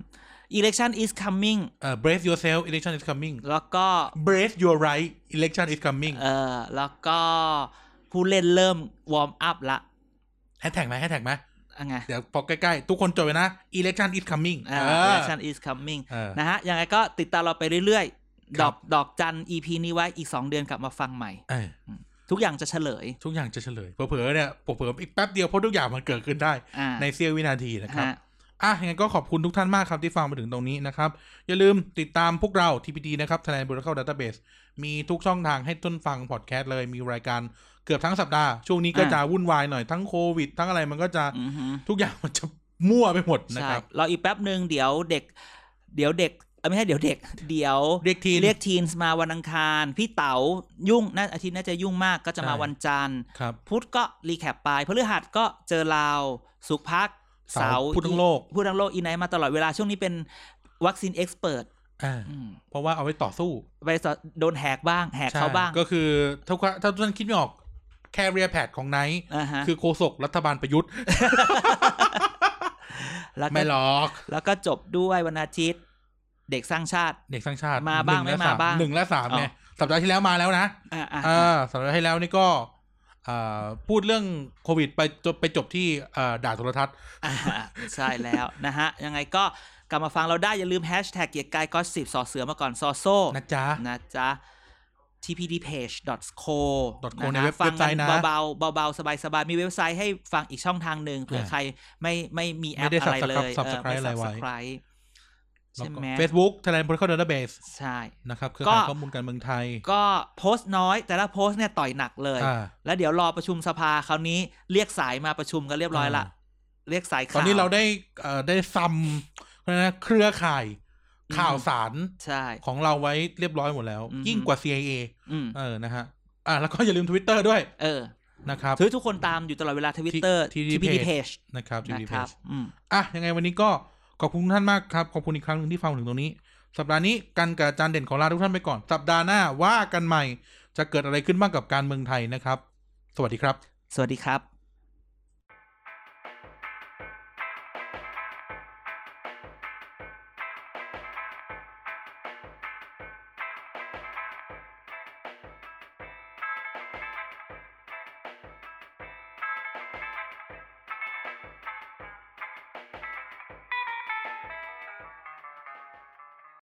Speaker 1: election is coming
Speaker 2: เออ brace yourself election is coming
Speaker 1: แล้วก็
Speaker 2: brace your right election is coming
Speaker 1: เออแล้วก็ผู้เล่นเริ่มวอร์มอัพละ
Speaker 2: แฮชแท็กไหมแฮชแท็กไหม
Speaker 1: อะไง
Speaker 2: เดี๋ยวพอใกล้ๆ ทุกคนจดไว้นะ election is coming
Speaker 1: อ่า
Speaker 2: เออ
Speaker 1: election is coming
Speaker 2: เออ
Speaker 1: นะฮะ ยังไงก็ติดตามเราไปเรื่อยๆ
Speaker 2: ค
Speaker 1: ด
Speaker 2: รั
Speaker 1: อบ กดอกจัน EP นี้ไว้อีก 2 เดือนกลับมาฟังใหม่
Speaker 2: เออ
Speaker 1: ทุกอย่างจะเฉลย
Speaker 2: ทุกอย่างจะเฉลย เผลอๆเนี่ย เผลอๆอีกแป๊บเดียวเพราะทุกอย่างมันเกิดขึ้นได้
Speaker 1: อ่า
Speaker 2: ในเสี้ยววินาทีนะครับ
Speaker 1: ฮะ
Speaker 2: อ่ะยังไงก็ขอบคุณทุกท่านมากครับที่ฟังมาถึงตรงนี้นะครับ อย่าลืมติดตามพวกเรา TPD นะครับ Thailand Biological Database มีทุกช่องทางให้ต้นฟังพอดแคสต์เลย มีรายการเกือบทั้งสัปดาห์ ช่วงนี้ก็จะวุ่นวายหน่อยทั้งโควิด ทั้งอะไรมันก็จะ
Speaker 1: อือฮึ
Speaker 2: ทุกอย่างมันจะมั่วไปหมดนะ
Speaker 1: ใช่
Speaker 2: ครับ
Speaker 1: รออีกแป๊บหนึ่งเดี๋ยวเด็ก เดี๋ยวเด็ก เอ้ยไม่ใช่เดี๋ยวเด็ก เดี๋ยว
Speaker 2: เด็กทีน
Speaker 1: เรียกทีนมาวันอังคาร พี่เต๋ายุ่งน่าอาทิตย์น่าจะยุ่งมากก็จะมา
Speaker 2: ใช่
Speaker 1: วันจันทร์
Speaker 2: ครับ
Speaker 1: พุธก็รีแคปไปพฤหัสก็เจอลาว สุขพัก
Speaker 2: เสาร์พุธทั้งโลก
Speaker 1: พูดทั้งโลก อีไนท์มาตลอดเวลาช่วงนี้เป็นวัคซีนเอ็กซ์เพรส
Speaker 2: อ่าเพราะว่าเอาไว้ต่อสู้
Speaker 1: ไปสอดโดนแหกบ้าง แหกเขา
Speaker 2: ใช่
Speaker 1: บ้าง
Speaker 2: ก็คือถ้าว่าถ้าท่านคิดไม่ออกแคเรียแพดของไนท์
Speaker 1: อ่าฮะ
Speaker 2: คือโฆษกรัฐบาลประยุทธ์
Speaker 1: แล้วก็
Speaker 2: ไม่หรอก
Speaker 1: แล้วก็จบด้วยวันอาทิตย์ เด็กสร้างชาติ
Speaker 2: เด็กสร้างชาติ
Speaker 1: มาบ้าง
Speaker 2: หนึ่
Speaker 1: ไม่
Speaker 2: และ
Speaker 1: มา
Speaker 2: ส
Speaker 1: บ้าง
Speaker 2: หนึ่งและสาม
Speaker 1: อ๋อ
Speaker 2: เนี่ยสัปดาห์ที่แล้วมาแล้วนะ
Speaker 1: อ่าอ่า
Speaker 2: เออสัปดาห์ที่แล้วนี่ก็อ่าพูดเรื่องโควิดไปจบไปจบที่อ่าด่าโทรทัศน์
Speaker 1: อ่า ใช่แล้วนะฮะ ยังไงก็กลับมาฟังเราได้ อย่าลืมแฮชแท็กเกียร์กายก็สิบสอเสือมาก่อนซอโซ
Speaker 2: นะจ๊ะ
Speaker 1: นะจ๊ะ tpdpage.co
Speaker 2: .co
Speaker 1: ะ
Speaker 2: ใน
Speaker 1: ฮะ
Speaker 2: เว็บ
Speaker 1: ฟัง
Speaker 2: เว็บไซต์นะ
Speaker 1: เบาๆเบาๆ สบายๆ มีเว็บไซต์ให้ฟังอีกช่องทางหนึ่งเผื่อ
Speaker 2: เออ
Speaker 1: ใครไม่ไม่มีแอป
Speaker 2: ไม่ได้
Speaker 1: อะไรเลย
Speaker 2: subscribe- subscribe อะไรไว้
Speaker 1: subscribe ใช่ไหม
Speaker 2: เฟซบุ๊กไทยแลนด์พลเข้าเดต้าเบส
Speaker 1: ใช่
Speaker 2: นะครับเครือข่าย
Speaker 1: ก็
Speaker 2: ข้อมูลการเมืองไทย
Speaker 1: ก็โพสต์น้อยแต่ละโพสต์เนี่ยต่อยหนักเลย
Speaker 2: อ่า
Speaker 1: แล้วเดี๋ยวรอประชุมสภาคราวนี้เรียกสายมาประชุมกันเรียบร้อยละ
Speaker 2: อ่
Speaker 1: เรียกสาย
Speaker 2: ต
Speaker 1: ข่าว
Speaker 2: อนนี้เราได้เอ่อได้ซ้ำนะเครือข่าย
Speaker 1: อืม
Speaker 2: ข่าวสาร
Speaker 1: ใช่
Speaker 2: ของเราไว้เรียบร้อยหมดแล้ว
Speaker 1: อือฮึ
Speaker 2: ยิ่งกว่า CIA
Speaker 1: อืม
Speaker 2: เออนะฮะอ่ะแล้วก็อย่าลืม Twitter ด้วย
Speaker 1: เออ
Speaker 2: นะครับ
Speaker 1: ถือทุกคนตามอยู่ตลอดเวลาทวิตเตอร์
Speaker 2: TPD
Speaker 1: tpdpage
Speaker 2: นะครับ
Speaker 1: นะ
Speaker 2: TDP
Speaker 1: ครับอืม
Speaker 2: อ่ะยังไงวันนี้ก็ขอบคุณทุกท่านมากครับ ขอบคุณอีกครั้งหนึ่งที่ฟังถึงตรงนี้ สัปดาห์นี้กันกับอาจารย์เด่นขอลาทุกท่านไปก่อน สัปดาห์หน้าว่ากันใหม่จะเกิดอะไรขึ้นบ้างกับการเมืองไทยนะครับ สวัสดีครับ
Speaker 1: สวัสดีครับ